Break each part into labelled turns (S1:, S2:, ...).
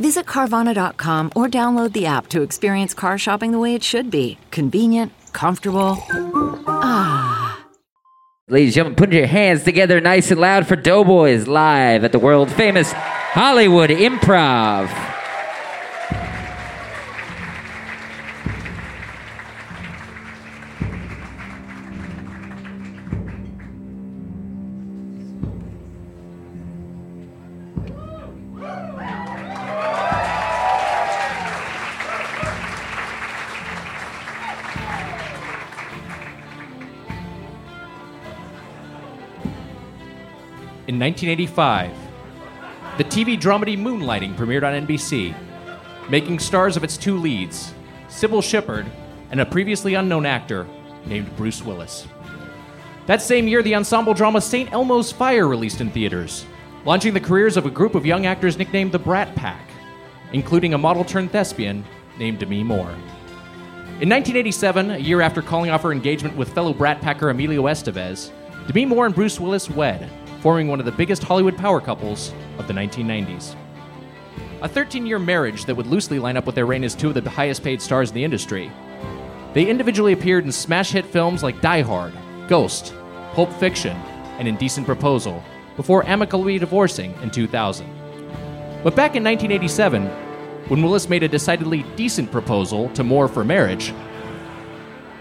S1: Visit Carvana.com or download the app to experience car shopping the way it should be convenient, comfortable.
S2: Ladies and gentlemen, put your hands together nice and loud for Doughboys live at the world famous Hollywood Improv.
S3: In 1985, the TV dramedy Moonlighting premiered on NBC, making stars of its two leads, Sybil Shepherd and a previously unknown actor named Bruce Willis. That same year, the ensemble drama St. Elmo's Fire released in theaters, launching the careers of a group of young actors nicknamed the Brat Pack, including a model turned thespian named Demi Moore. In 1987, a year after calling off her engagement with fellow Brat Packer Emilio Estevez, Demi Moore and Bruce Willis wed, forming one of the biggest Hollywood power couples of the 1990s. A 13 year marriage that would loosely line up with their reign as two of the highest paid stars in the industry. They individually appeared in smash hit films like Die Hard, Ghost, Pulp Fiction, and Indecent Proposal, before amicably divorcing in 2000. But back in 1987, when Willis made a decidedly decent proposal to Moore for marriage,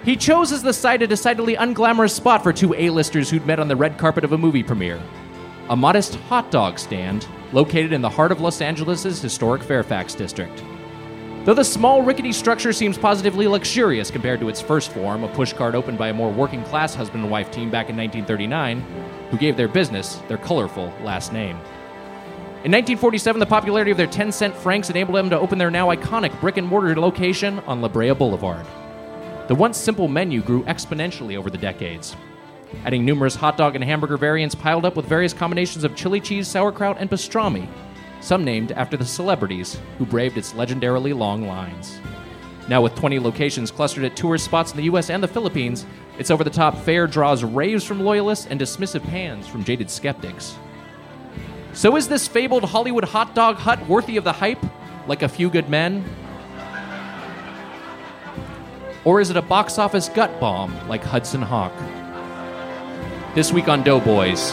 S3: he chose as the site a decidedly unglamorous spot for two A-listers who'd met on the red carpet of a movie premiere. A modest hot dog stand located in the heart of Los Angeles' historic Fairfax district. Though the small, rickety structure seems positively luxurious compared to its first form, a pushcart opened by a more working class husband and wife team back in 1939, who gave their business their colorful last name. In 1947, the popularity of their 10 cent francs enabled them to open their now iconic brick and mortar location on La Brea Boulevard. The once simple menu grew exponentially over the decades, adding numerous hot dog and hamburger variants piled up with various combinations of chili cheese, sauerkraut, and pastrami, some named after the celebrities who braved its legendarily long lines. Now, with 20 locations clustered at tourist spots in the U.S. and the Philippines, its over the top fare draws raves from loyalists and dismissive pans from jaded skeptics. So, is this fabled Hollywood hot dog hut worthy of the hype, like a few good men? Or is it a box office gut bomb like Hudson Hawk? This week on Doughboys,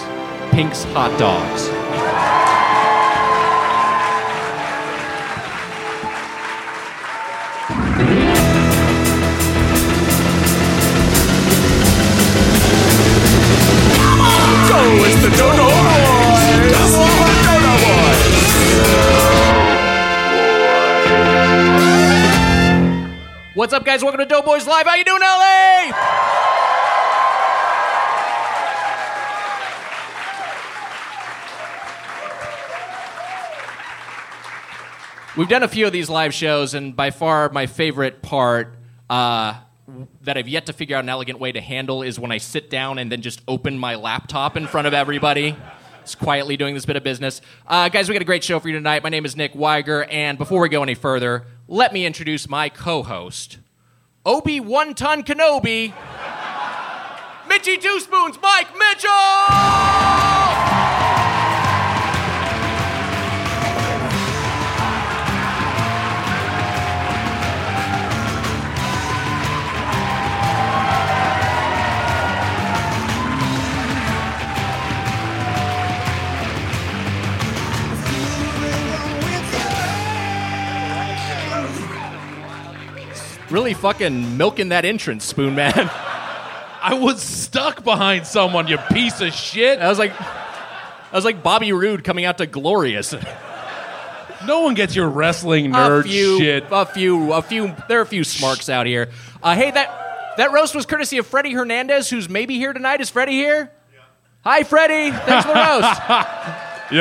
S3: Pink's Hot Dogs. What's up, guys? Welcome to Doughboys Live. How you doing, LA? We've done a few of these live shows, and by far my favorite part uh, that I've yet to figure out an elegant way to handle is when I sit down and then just open my laptop in front of everybody. Just quietly doing this bit of business. Uh, guys, we got a great show for you tonight. My name is Nick Weiger, and before we go any further, let me introduce my co host, Obi One Ton Kenobi, Mitchy Two Spoons, Mike Mitchell! really fucking milking that entrance, Spoon Man.
S4: I was stuck behind someone, you piece of shit.
S3: I was like, I was like Bobby Roode coming out to Glorious.
S4: No one gets your wrestling nerd
S3: a few,
S4: shit.
S3: a few, a few. There are a few smarks out here. Uh, hey, that that roast was courtesy of Freddie Hernandez, who's maybe here tonight. Is Freddie here? Hi, Freddie. Thanks for the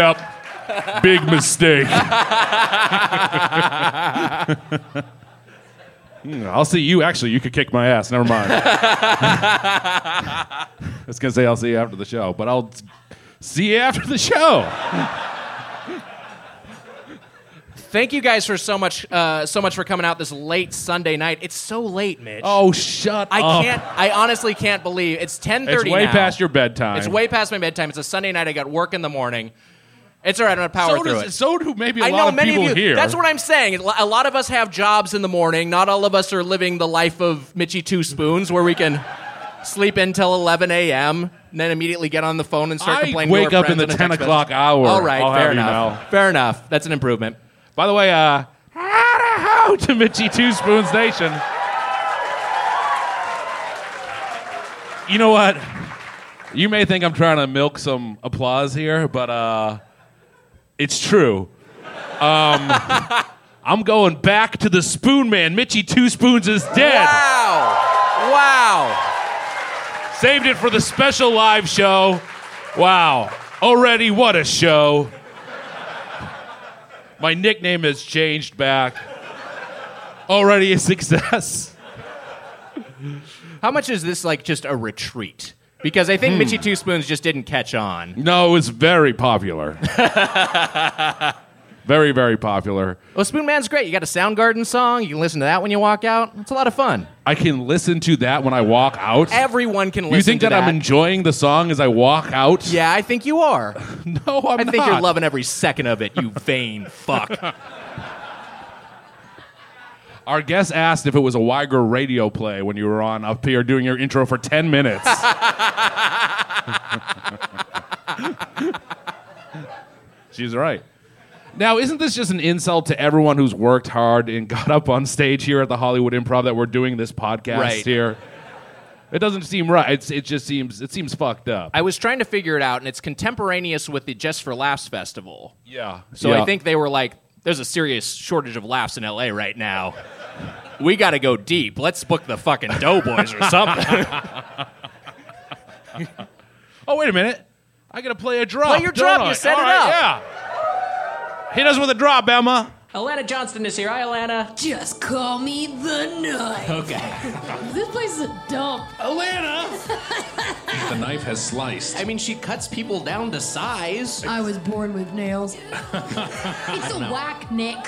S3: roast.
S4: Yep. Hmm, Big mistake. Mm, I'll see you. Actually, you could kick my ass. Never mind. I was gonna say I'll see you after the show, but I'll see you after the show.
S3: Thank you guys for so much, uh, so much for coming out this late Sunday night. It's so late, Mitch.
S4: Oh, shut
S3: I
S4: up!
S3: can't. I honestly can't believe it's ten
S4: It's
S3: thirty.
S4: way past your bedtime.
S3: It's way past my bedtime. It's a Sunday night. I got work in the morning. It's all right. I'm gonna power
S4: so
S3: through
S4: does,
S3: it.
S4: So do maybe a
S3: I
S4: lot
S3: know
S4: of
S3: many
S4: people
S3: of you.
S4: here.
S3: That's what I'm saying. A lot of us have jobs in the morning. Not all of us are living the life of Mitchy Two Spoons, where we can sleep until 11 a.m. and then immediately get on the phone and start
S4: I
S3: complaining.
S4: wake
S3: to our
S4: up in
S3: friends and
S4: the 10
S3: text
S4: o'clock
S3: messages.
S4: hour.
S3: All right,
S4: I'll
S3: fair
S4: have you
S3: enough.
S4: know.
S3: Fair enough. That's an improvement.
S4: By the way, uh, how to Mitchie Two Spoons Nation. You know what? You may think I'm trying to milk some applause here, but uh, it's true. Um, I'm going back to the Spoon Man. Mitchie Two Spoons is dead.
S3: Wow! Wow!
S4: Saved it for the special live show. Wow. Already, what a show. My nickname has changed back. Already a success.
S3: How much is this like just a retreat? Because I think
S4: Hmm.
S3: Mitchy Two Spoons just didn't catch on.
S4: No, it's very popular. very, very popular.
S3: Well, Spoon Man's great. You got a Soundgarden song. You can listen to that when you walk out. It's a lot of fun.
S4: I can listen to that when I walk out.
S3: Everyone can listen
S4: you think
S3: to
S4: that, I'm enjoying the song as I walk out?
S3: Yeah, I think you are.
S4: No, I'm
S3: I
S4: not.
S3: think you're loving every second of it, you vain fuck.
S4: Our guest asked if it was a Weiger radio play when you were on up here doing your intro for 10 minutes. She's right. Now, isn't this just an insult to everyone who's worked hard and got up on stage here at the Hollywood Improv that we're doing this podcast
S3: Right.
S4: here? It doesn't seem right. It's, it just seems it seems fucked up.
S3: I was trying to figure it out, and it's contemporaneous with the Just for Laughs festival.
S4: yeah.
S3: So I think they were like, there's a serious shortage of laughs in LA right now. We got to go deep. Let's book the fucking Doughboys or something.
S4: Oh wait a minute! I gotta play a drop.
S3: Play your
S4: don't
S3: drop, you
S4: I?
S3: set
S4: All
S3: it
S4: right,
S3: up.
S4: Yeah. Hit us with a drop, Emma.
S5: Alana Johnston is here. Hi, Alana.
S6: Just call me the knife.
S5: Okay.
S6: This place is a dump.
S5: Alana! the knife has sliced.
S3: I mean, she cuts people down to size.
S6: I was born with nails. it's a whack, Nick.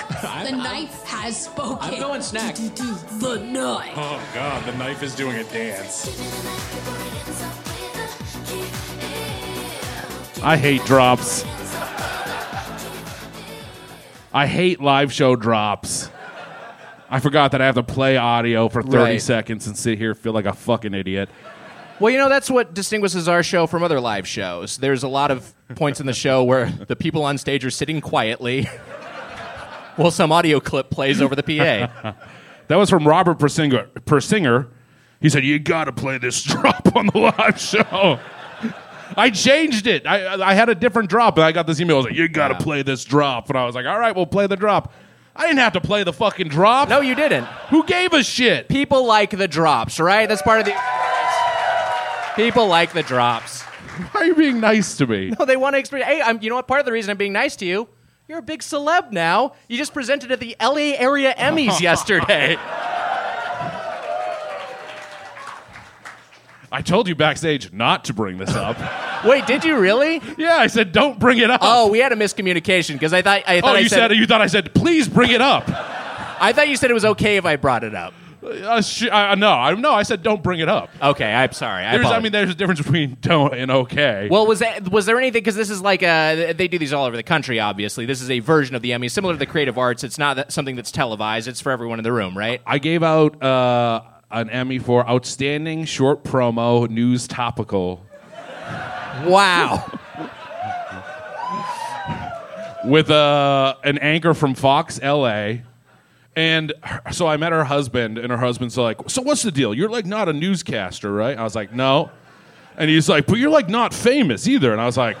S6: The knife has spoken.
S5: I'm going snacks.
S6: The knife.
S5: Oh, God, the knife is doing a dance.
S4: I hate drops. I hate live show drops. I forgot that I have to play audio for 30
S3: Right.
S4: seconds and sit here and feel like a fucking idiot.
S3: Well, you know, that's what distinguishes our show from other live shows. There's a lot of points in the show where the people on stage are sitting quietly while some audio clip plays over the PA.
S4: That was from Robert Persinger. Persinger. He said, You gotta play this drop on the live show. I changed it. I, I had a different drop, and I got this email. I was like, You gotta play this drop. And I was like, All right, we'll play the drop. I didn't have to play the fucking drop.
S3: No, you didn't.
S4: Who gave a shit?
S3: People like the drops, right? That's part of the. People like the drops.
S4: Why are you being nice to me?
S3: Oh, they want to experience. Hey, I'm, you know what? Part of the reason I'm being nice to you, you're a big celeb now. You just presented at the LA area Emmys yesterday.
S4: I told you backstage not to bring this up.
S3: Wait, did you really?
S4: yeah, I said don't bring it up.
S3: Oh, we had a miscommunication because I thought I
S4: Oh,
S3: thought I
S4: you said, you thought I said please bring it up.
S3: I thought you said it was okay if I brought it up.
S4: uh, sh- I, no, I, no, I said don't bring it up.
S3: Okay, I'm sorry. I,
S4: There's, I
S3: apologize.
S4: mean, there's a difference between don't and okay.
S3: well, was that was there anything? Because this is like uh they do these all over the country. Obviously, this is a version of the Emmys, similar to the creative arts. It's not that, something that's televised. It's for everyone in the room, right?
S4: I gave out uh, an Emmy for outstanding short promo news topical
S3: Wow.
S4: with uh, an anchor from Fox LA. And her- so I met her husband, and her husband's like, So what's the deal? You're like not a newscaster, right? I was like, No. And he's like, But you're like not famous either. And I was like,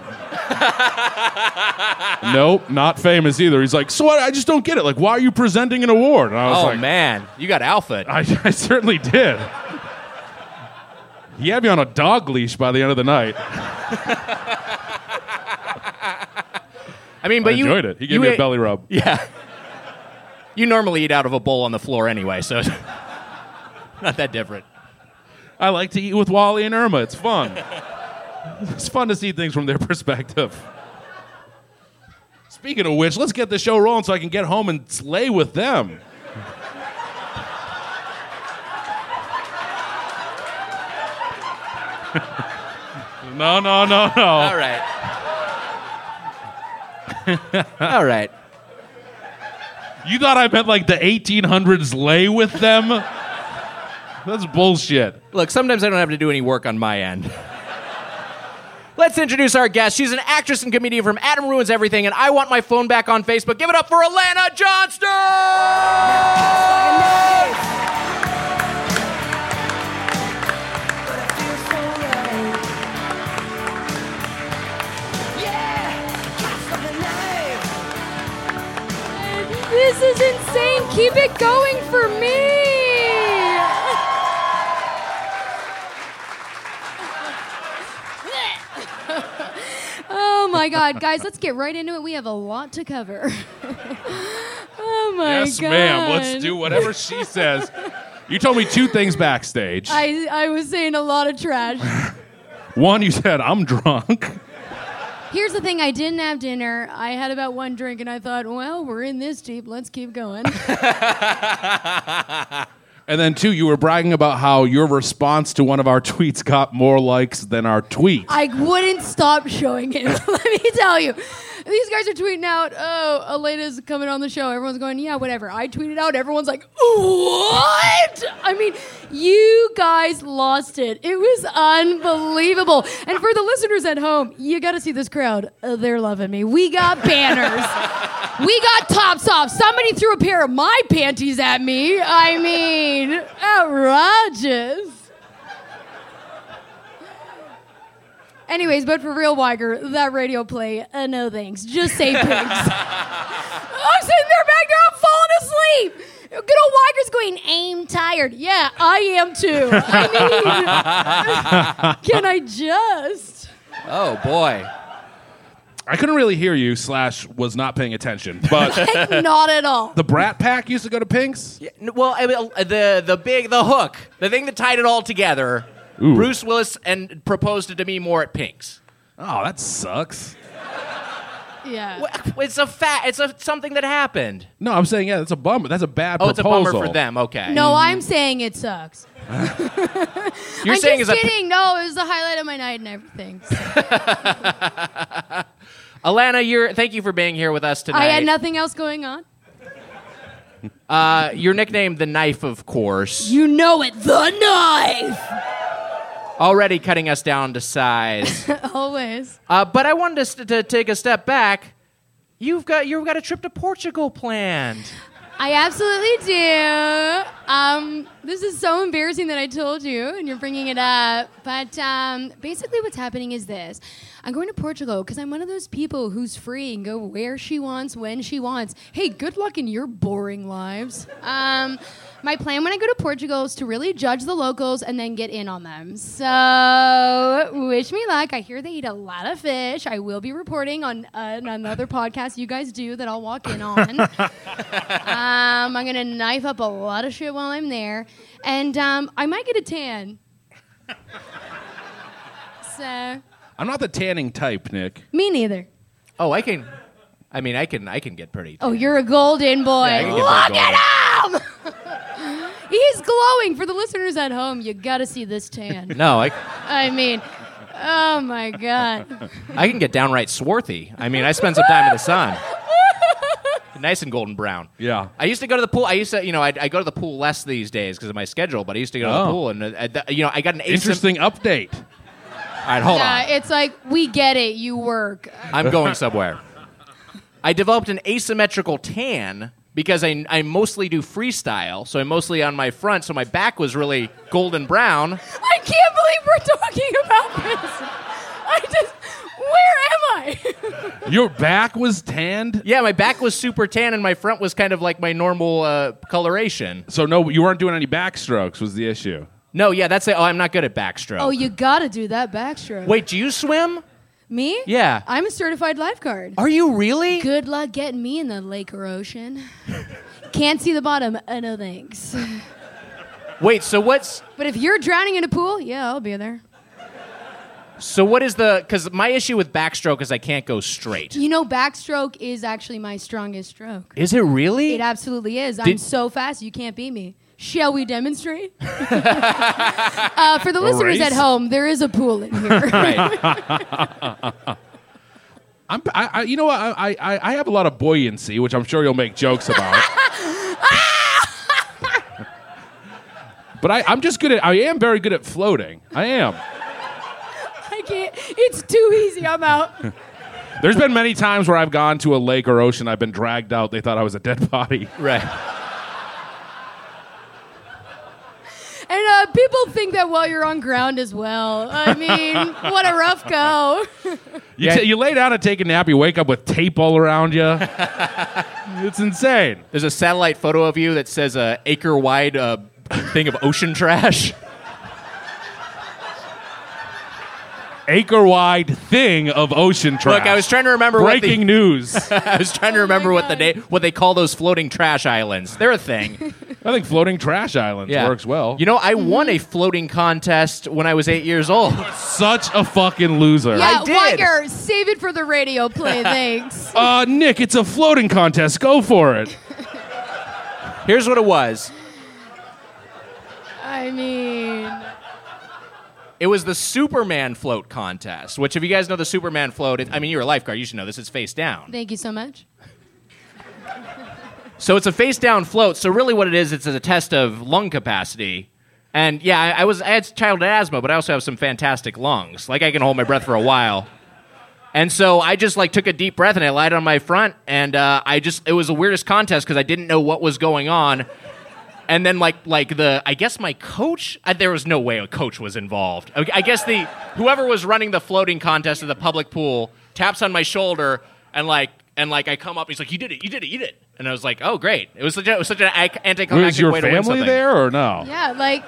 S4: Nope, not famous either. He's like, So I, I just don't get it. Like, why are you presenting an award? And I was
S3: Oh
S4: like,
S3: man, you got outfit.
S4: I, I certainly did. He had me on a dog leash by the end of the night.
S3: I mean, but
S4: I
S3: you
S4: enjoyed it. He gave
S3: you
S4: me a
S3: ate-
S4: belly rub.
S3: Yeah. You normally eat out of a bowl on the floor anyway, so Not that different.
S4: I like to eat with Wally and Irma. It's fun. it's fun to see things from their perspective. Speaking of which, let's get the show rolling so I can get home and slay with them. no, no, no, no.
S7: All right. All right.
S4: You thought I meant like the 1800s lay with them? That's bullshit.
S3: Look, sometimes I don't have to do any work on my end. Let's introduce our guest. She's an actress and comedian from Adam Ruins Everything, and I want my phone back on Facebook. Give it up for Alana Johnston!
S8: This is insane. Keep it going for me. oh my god, guys, let's get right into it. We have a lot to cover. oh my
S4: yes,
S8: god.
S4: ma'am. Let's do whatever she says. You told me two things backstage.
S8: I, I was saying a lot of trash.
S4: One, you said I'm drunk.
S8: Here's the thing I didn't have dinner. I had about one drink and I thought, well, we're in this deep. Let's keep going.
S4: And then two, you were bragging about how your response to one of our tweets got more likes than our tweet.
S8: I wouldn't stop showing him. Let me tell you. These guys are tweeting out, oh, Elena's coming on the show. Everyone's going, yeah, whatever. I tweeted out. Everyone's like, what? I mean, you guys lost it. It was unbelievable. And for the listeners at home, you got to see this crowd. Uh, they're loving me. We got banners. we got tops off. Somebody threw a pair of my panties at me. I mean, outrageous. Anyways, but for real, Weiger, that radio play, uh, no thanks. Just say pigs. I'm sitting there back there, I'm falling asleep. Good old Weiger's going, I'm tired. Yeah, I am too. I mean, can I just?
S3: Oh, boy.
S4: I couldn't really hear you, slash, was not paying attention. But
S8: Not at all.
S4: the Brat Pack used to go to Pink's?
S3: Yeah, n- well, I mean, uh, the the big the hook, the thing that tied it all together. Bruce Willis and proposed to Demi Moore at Pink's.
S4: Oh, that sucks.
S8: Yeah.
S3: Wha- It's a fat. It's a something that happened.
S4: No, I'm saying, yeah, that's a bummer. That's a bad
S3: Oh, it's a
S4: proposal.
S3: bummer for them. Okay.
S8: No, I'm saying it sucks.
S3: you're
S8: I'm
S3: saying is
S8: just
S3: a
S8: kidding. No, it was the highlight of my night and everything. So
S3: Alana. You're thank you for being here with us tonight.
S8: I had nothing else going on.
S3: Uh, your nickname, the Knife, of course.
S8: You know it, the knife.
S3: already cutting us down to size.
S8: Always.
S3: uh, but I wanted us to, to take a step back. You've got you've got a trip to Portugal planned.
S8: I absolutely do. Um, this is so embarrassing that I told you and you're bringing it up. But um, basically, what's happening is this I'm going to Portugal because I'm one of those people who's free and go where she wants, when she wants. Hey, good luck in your boring lives. Um, my plan when I go to Portugal is to really judge the locals and then get in on them. So, wish me luck. I hear they eat a lot of fish. I will be reporting on uh, another podcast you guys do that I'll walk in on. Um, I'm gonna knife up a lot of shit while I'm there, and um, I might get a tan. so
S4: I'm not the tanning type, Nick.
S8: me neither.
S3: Oh, I can. I mean, I can I can get pretty.
S8: Oh, you're a golden boy.
S3: I can get
S8: Look
S3: pretty
S8: at him. He's glowing. For the listeners at home, you gotta see this tan.
S3: No, I
S8: I mean, oh my god.
S3: I can get downright swarthy. I mean, I spend some time in the sun. Nice and golden brown.
S4: Yeah.
S3: I used to go to the pool. I used to, you know, I, I go to the pool less these days because of my schedule. But I used to go to
S4: Oh.
S3: the pool, and uh, uh, th- you know, I got an asymp-
S4: Interesting update.
S3: All right, hold
S8: Uh,
S3: on.
S8: it's like we get it. You work.
S3: I'm going somewhere. I developed an asymmetrical tan because I, I mostly do freestyle, so I'm mostly on my front, so my back was really golden brown.
S8: I can't believe we're talking about this. I just, where am I?
S4: Your back was tanned?
S3: Yeah, my back was super tan, and my front was kind of like my normal uh, coloration.
S4: So, no, you weren't doing any backstrokes, was the issue.
S3: No, yeah, that's it. Oh, I'm not good at backstroke.
S8: Oh, you gotta do that backstroke.
S3: Wait, do you swim?
S8: Me?
S3: Yeah.
S8: I'm a certified lifeguard.
S3: Are you really?
S8: Good luck getting me in the lake or ocean. Can't see the bottom. Uh, no thanks.
S3: Wait, so what's
S8: But if you're drowning in a pool, yeah, I'll be there.
S3: so what is the? Because my issue with backstroke is I can't go straight.
S8: You know, backstroke is actually my strongest stroke.
S3: Is it really?
S8: It absolutely is. I'm
S3: Did-
S8: so fast, you can't beat me. Shall we demonstrate? uh, for the listeners at
S4: race?
S8: home, there is a pool in here.
S3: right.
S4: I'm, I, I, you know what? I, I, I have a lot of buoyancy, which I'm sure you'll make jokes about. but I, I'm just good at. I am very good at floating. I am.
S8: I can't. It's too easy. I'm out.
S4: There's been many times where I've gone to a lake or ocean. I've been dragged out. They thought I was a dead body.
S3: Right.
S8: And uh, people think that while you're on ground as well. I mean, what a rough go.
S4: You, t- you lay down and take a nap. You wake up with tape all around you. it's insane.
S3: There's a satellite photo of you that says a acre wide uh, thing of ocean trash.
S4: Acre wide thing of ocean trash.
S3: Look, I was trying to remember
S4: breaking
S3: what
S4: news.
S3: the, I was trying to
S8: Oh my
S3: remember what the
S8: God.
S3: na- what they call those floating trash islands. They're a thing.
S4: I think floating trash islands
S3: Yeah.
S4: works well.
S3: You know, I
S8: Mm-hmm.
S3: won a floating contest when I was eight years old.
S4: such a fucking loser.
S8: Yeah,
S3: did.
S8: Wire, save it for the radio play. Thanks.
S4: Uh, Nick, it's a floating contest. Go for it.
S3: Here's what it was.
S8: I mean,
S3: It was the Superman float contest, which, if you guys know the Superman float, it, I mean, you're a lifeguard, you should know this. It's face down.
S8: thank you so much.
S3: So it's a face down float. So, really, what it is, it's a test of lung capacity. And yeah, I, I was I had childhood asthma, but I also have some fantastic lungs. Like I can hold my breath for a while. And so I just like took a deep breath and I lied on my front, and uh, I just it was the weirdest contest because I didn't know what was going on. And then like like the I guess my coach I, there was no way a coach was involved. I, I guess the whoever was running the floating contest at the public pool taps on my shoulder and like and like I come up. He's like, "You did it! You did it! You did it!" And I was like, "Oh great!" It was such a, it was such an ac- anticlimactic
S4: Was your
S3: way to win
S4: family
S3: something.
S4: there or no?
S8: Yeah, like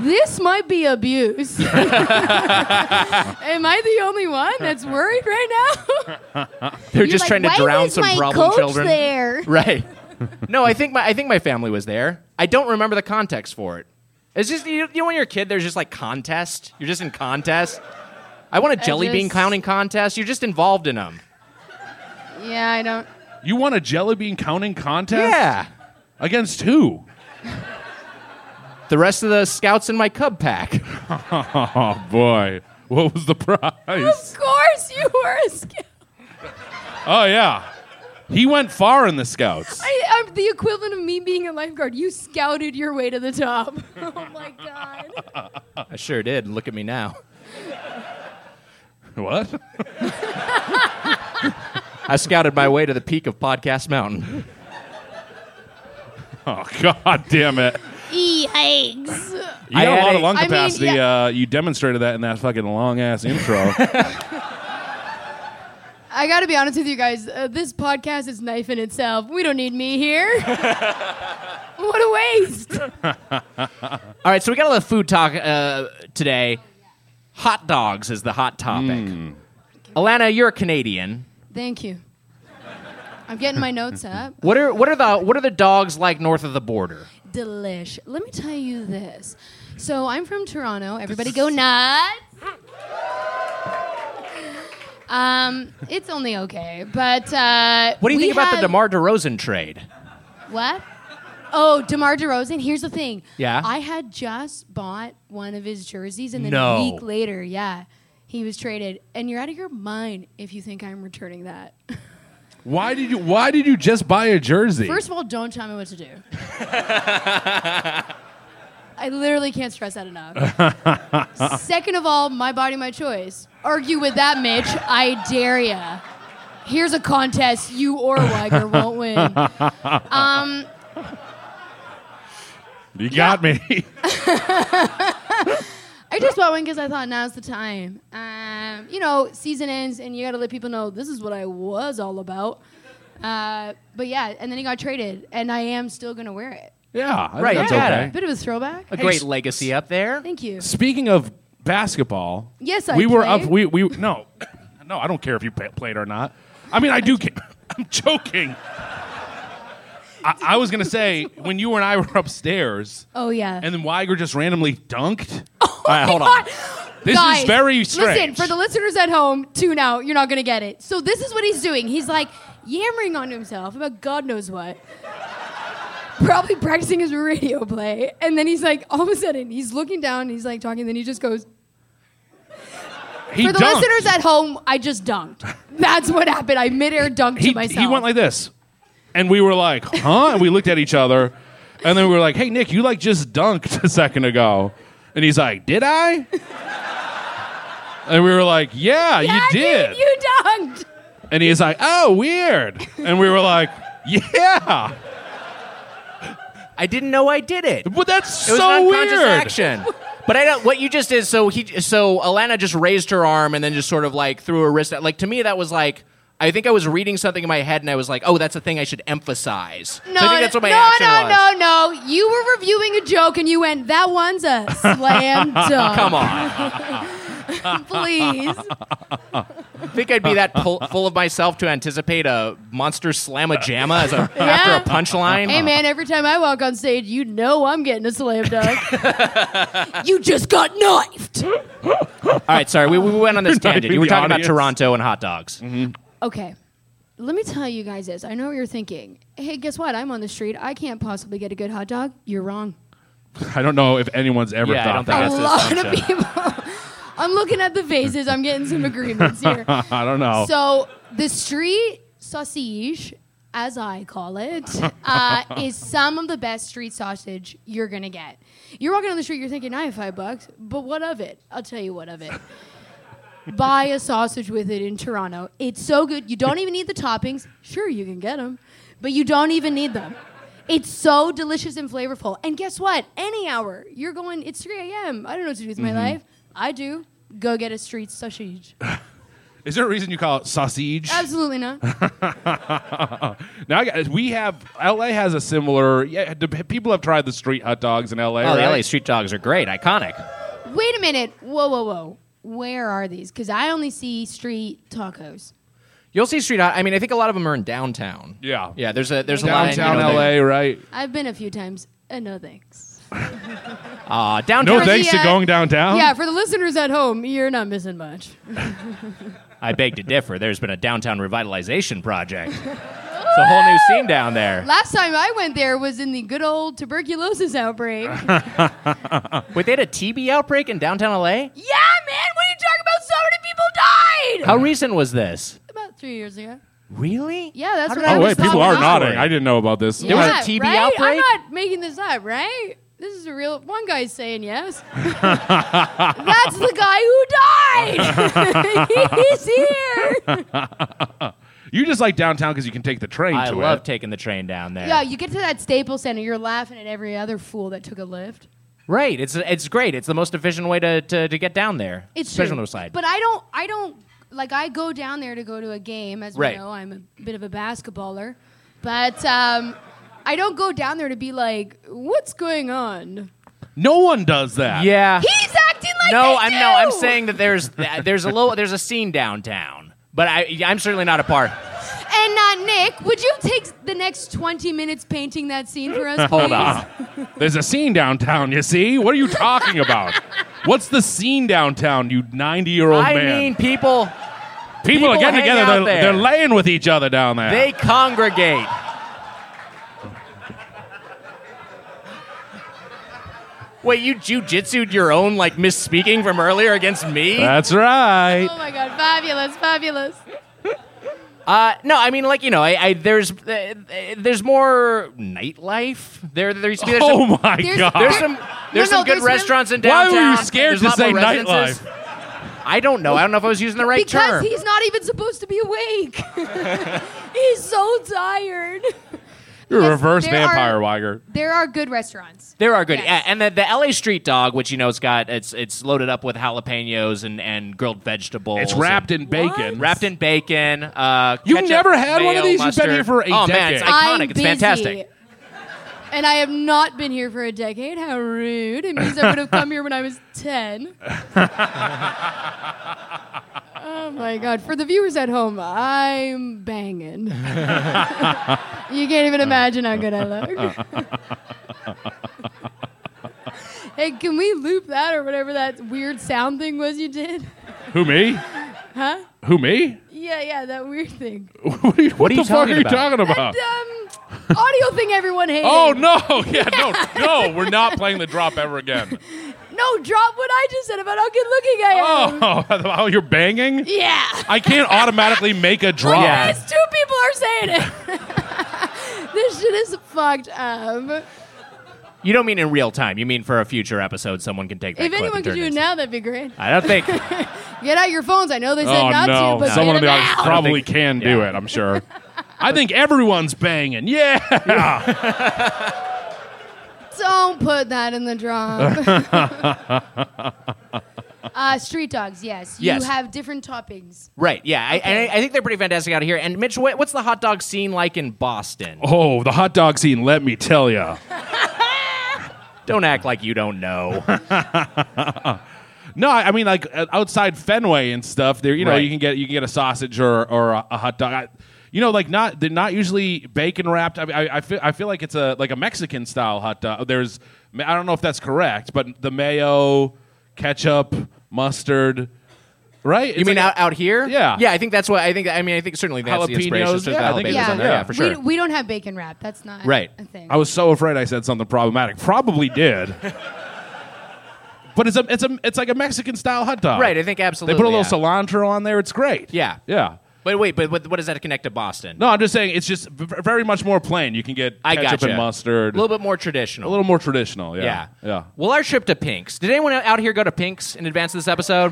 S8: this might be abuse. Am I the only one that's worried right now?
S3: They're just trying to drown some problem children.
S8: there?
S3: Right. no, I think my I think my family was there. I don't remember the context for it. It's just you, you know when you're a kid, there's just like contest. You're just in contest. I want a jelly bean
S8: just-
S3: counting contest. You're just involved in them.
S8: Yeah, I don't.
S4: You won a jelly bean counting contest?
S3: Yeah.
S4: Against who?
S3: The rest of the scouts in my cub pack.
S4: Oh boy. What was the prize?
S8: Of course, you were a scout.
S4: oh yeah. He went far in the scouts.
S8: I, I'm the equivalent of me being a lifeguard. You scouted your way to the top. oh my god.
S3: I sure did. and Look at me now.
S4: What?
S3: I scouted my way to the peak of Podcast Mountain.
S4: Oh god damn it.
S8: Yikes.
S4: You
S3: I
S4: got a
S3: had
S4: lot
S3: a-
S4: of lung
S8: I mean,
S4: capacity.
S8: yeah.
S4: uh, you demonstrated that in that fucking long ass intro.
S8: I gotta be honest with you guys. Uh, this podcast is knife in itself. We don't need me here. what a waste.
S3: All right, so we got a lot of food talk uh, today. Hot dogs is the hot topic. Alana, you're a Canadian.
S8: Thank you. I'm getting my notes up.
S3: What are what are the what are the dogs like north of the border?
S8: Delish. Let me tell you this. So I'm from Toronto. Everybody go nuts. Um, it's only okay, but uh,
S3: What do you
S8: we
S3: think about the
S8: had-
S3: DeMar DeRozan trade?
S8: What? Oh, DeMar DeRozan. Here's the thing.
S3: Yeah?
S8: I had just bought one of his jerseys, and then
S3: No.
S8: a week later, yeah, he was traded. And you're out of your mind if you think I'm returning that.
S4: why did you why did you just buy a jersey?
S8: First of all, don't tell me what to do. I literally can't stress that enough. Second of all, my body, my choice. Argue with that, Mitch. I dare ya. Here's a contest you or Weiger won't win. Um,
S4: you got me.
S8: I just bought one because I thought now's the time. Um, you know, season ends, and you got to let people know this is what I was all about. Uh, but yeah, and then he got traded, and I am still gonna wear it.
S4: yeah, I think
S3: Right,
S4: That's
S3: yeah.
S4: okay.
S8: Bit of a throwback.
S3: A great legacy up there.
S8: Thank you.
S4: Speaking of basketball,
S8: Yes, I
S4: we were
S8: played.
S4: up. We we no, no. I don't care if you pa- played or not. I mean, I do. Ca- I'm joking. I, I was gonna say when you and I were upstairs,
S8: Oh yeah. Oh
S4: and then Weiger just randomly dunked. All right, hold on. This
S8: Guys,
S4: is very strange.
S8: Listen, for the listeners at home, tune out. You're not going to get it. So this is what he's doing. He's like yammering on himself about God knows what. Probably practicing his radio play. And then he's like, all of a sudden, he's looking down, he's like talking, then he just goes,
S4: he
S8: For the
S4: dunked.
S8: listeners at home, I just dunked. That's what happened. I midair dunked
S4: he,
S8: to myself.
S4: he went like this, and we were like, "Huh?" and we looked at each other, and then we were like, "Hey, Nick, you like just dunked a second ago," and he's like, "Did I?" and we were like, "Yeah,
S8: yeah,
S4: you did."
S8: dude, you dunked.
S4: and he's like, "Oh, weird," and we were like, "Yeah."
S3: I didn't know I did it.
S4: But that's
S3: It was
S4: so
S3: an unconscious
S4: weird.
S3: action. But I don't. What you just did. So he. So Alana just raised her arm and then just sort of like threw her wrist. out. Like to me, that was like. I think I was reading something in my head and I was like, "Oh, that's a thing I should emphasize." So
S8: No,
S3: I think that's what my
S8: no,
S3: action
S8: no,
S3: was.
S8: no, no. You were reviewing a joke and you went, that one's a slam dunk.
S3: Come on.
S8: Please.
S3: I think I'd be that pull, full of myself to anticipate a monster slamma jamma as a, after a punchline.
S8: Hey man, every time I walk on stage, you know I'm getting a slam dunk. you just got knifed.
S3: All right, sorry, we, we went on this tangent. You were
S4: the
S3: talking
S4: audience.
S3: about Toronto and hot dogs.
S8: Mm-hmm. Okay. Let me tell you guys this. I know what you're thinking. Hey, guess what? I'm on the street. I can't possibly get a good hot dog. You're wrong.
S4: I don't know if anyone's ever
S3: Yeah, I don't
S4: thought that.
S3: think
S8: A
S3: That's the
S8: lot of people. I'm looking at the faces. I'm getting some agreements here.
S4: I don't know.
S8: So the street sausage, as I call it, uh, is some of the best street sausage you're gonna get. You're walking on the street, you're thinking, I have five bucks, but what of it? I'll tell you what of it. Buy a sausage with it in Toronto. It's so good. You don't even need the toppings. Sure, you can get them, but you don't even need them. It's so delicious and flavorful. And guess what? Any hour, you're going, it's 3 a.m. I don't know what to do with my life. I do. Go get a street sausage.
S4: is there a reason you call it sausage?
S8: Absolutely not.
S4: Now I got, we have LA has a similar. Yeah, d- people have tried the street hot dogs in LA.
S3: Oh, the
S4: right?
S3: LA street dogs are great, iconic.
S8: Wait a minute. Whoa, whoa, whoa. Where are these? Because I only see street tacos.
S3: You'll see street. hot- I mean, I think a lot of them are in downtown.
S4: Yeah.
S3: yeah. There's a there's
S4: downtown
S3: a lot.
S4: LA, right?
S8: I've been a few times. Uh, no thanks.
S3: Uh, downtown.
S4: No
S8: For
S4: thanks
S8: the,
S4: to
S8: uh,
S4: going
S3: Uh-huh.
S4: downtown.
S8: Yeah, for the listeners at home, you're not missing much.
S3: I beg to differ. There's been a downtown revitalization project. it's a whole new scene down there.
S8: Last time I went there was in the good old tuberculosis outbreak. yeah, man.
S3: Wait, they had a TB outbreak in downtown LA.
S8: What are you talking about? So many people died.
S3: How recent was this?
S8: About three years ago.
S3: Really?
S8: Yeah, that's
S3: How
S8: what
S3: did
S8: I
S4: Oh
S8: was
S4: wait, people
S8: talking
S4: are
S8: about.
S4: nodding. I didn't know about this.
S8: Yeah,
S3: was a TB
S8: right? I'm
S3: outbreak?
S8: not making this up, right? This is a real. One guy's saying yes. That's the guy who died. He's here.
S4: You just like downtown because you can take the train
S3: I
S4: to
S3: love
S4: it.
S3: taking the train down there.
S8: Yeah, you get to that Staples Center, you're laughing at every other fool that took a lift.
S3: Right. It's it's great. It's the most efficient way to, to, to get down there.
S8: It's
S3: especially
S8: true.
S3: on the north side.
S8: But I don't. I don't like. I go down there to go to a game. As
S3: Right.
S8: we know, I'm a bit of a basketballer, but um, I don't go down there to be like, "What's going on?"
S4: No one does that.
S3: yeah.
S8: He's acting like.
S3: Uh, no,
S8: they
S3: I'm
S8: do!
S3: no, I'm saying that there's that there's a little there's a scene downtown, but I I'm certainly not a part.
S8: And uh, Nick, would you take the next 20 minutes painting that scene for us, please?
S3: Hold on.
S4: There's a scene downtown. You see? What are you talking about? What's the scene downtown? You 90 year old
S3: I
S4: man.
S3: mean, people
S4: people, are
S3: people hang
S4: getting together.
S3: out
S4: They're,
S3: there.
S4: they're laying with each other down there.
S3: they congregate. Wait, you jujitsu'd your own like misspeaking from earlier against me?
S4: That's right.
S8: Oh my God, fabulous, fabulous.
S3: Uh, no, I mean like you know, I, I there's uh, there's more nightlife. There there used to be there's
S4: Oh
S3: some,
S4: my
S8: There's-
S4: god.
S3: There's
S8: There-
S3: some
S8: no,
S3: there's
S8: no,
S3: some good
S8: there's
S3: restaurants in
S4: Why were
S3: downtown.
S4: you scared
S3: There's
S4: to
S3: a lot
S4: say
S3: more residences. I don't know. I don't know if I was using the right
S8: because
S3: term.
S8: he's not even supposed to be awake. he's so tired.
S4: You're a
S8: Yes,
S4: reverse
S8: there are-
S4: vampire, Weiger.
S8: There are good restaurants.
S3: There are good,
S8: Yes.
S3: yeah, and the, the L.A. street dog, which you know, it's got it's it's loaded up with jalapenos and, and grilled vegetables.
S4: It's wrapped
S3: and-
S4: in bacon.
S3: wrapped in bacon. Uh,
S4: You've
S3: ketchup,
S4: never had one of
S3: mayo,
S4: these? You've been
S3: Mustard.
S4: here for a
S3: Oh man, it's
S4: decade.
S3: iconic.
S8: I'm
S3: it's
S8: busy.
S3: fantastic.
S8: And I have not been here for a decade. How rude. It means I would have come here when I was 10. oh Oh my God. For the viewers at home, I'm banging. you can't even imagine how good I look. hey, can we loop that or whatever that weird sound thing was you did?
S4: Who me?
S8: Huh?
S4: Who me?
S8: Yeah, yeah, that weird thing.
S4: What, are you, what
S3: are
S4: the
S3: you
S4: fuck
S3: talking
S4: are you
S3: about?
S4: talking about?
S8: That um, audio thing everyone hated.
S4: Oh no! Yeah, no, no. We're not playing the drop ever again.
S8: No, drop what I just said about how good looking I am.
S4: Oh, oh, you're banging.
S8: Yeah.
S4: I can't automatically make a drop.
S8: Yes, two people are saying it. this shit is fucked up.
S3: You don't mean in real time. You mean for a future episode, someone can take that.
S8: If
S3: clip
S8: anyone
S3: and
S8: could
S3: turn
S8: do
S3: it
S8: it
S3: into-
S8: now, that'd be great.
S3: I don't think.
S8: Get out your phones. I know they said
S4: Oh
S8: not
S4: no!
S8: to, but
S4: Someone in the
S8: get them
S4: audience
S8: out.
S4: probably can do
S3: Yeah.
S4: it. I'm sure. I think everyone's banging. Yeah.
S8: Don't put that in the drum. uh, street dogs, yes. You
S3: Yes.
S8: have different toppings.
S3: right. Yeah. I, and I, I think they're pretty fantastic out here. And Mitch, what, what's the hot dog scene like in Boston?
S4: Oh, the hot dog scene. Let me tell you.
S3: Don't act like you don't know.
S4: No, I I mean like uh, outside Fenway and stuff. There, you know,
S3: Right.
S4: you can get you can get a sausage or or a, a hot dog. I, you know, like not they're not usually bacon wrapped. I, I, I feel I feel like it's a like a Mexican style hot dog. There's I don't know if that's correct, but the mayo, ketchup, mustard, right?
S3: You mean out, out here?
S4: Yeah.
S3: Yeah, I think that's what I think. I mean, I think certainly that's the inspiration.
S4: Jalapenos,
S3: It's just
S4: yeah, I think
S3: jalapenos
S4: it
S3: in
S4: was
S8: yeah.
S4: on
S3: there. yeah, for sure.
S8: We, we don't have bacon wrap. That's not
S3: Right.
S8: a thing.
S4: I was so afraid I said something problematic. Probably did. but it's a it's a it's like a Mexican style hot dog.
S3: Right, I think
S4: They
S3: absolutely.
S4: put a little
S3: yeah.
S4: cilantro on there. It's great.
S3: Yeah.
S4: Yeah.
S3: But wait, but what, what does that connect to Boston?
S4: No, I'm just saying it's just v- very much more plain. You can get
S3: I
S4: ketchup
S3: gotcha.
S4: and mustard.
S3: A little bit more traditional.
S4: a little more traditional.
S3: yeah.
S4: Yeah.
S3: Well, our trip to Pink's. Did anyone out here go to Pink's in advance of this episode?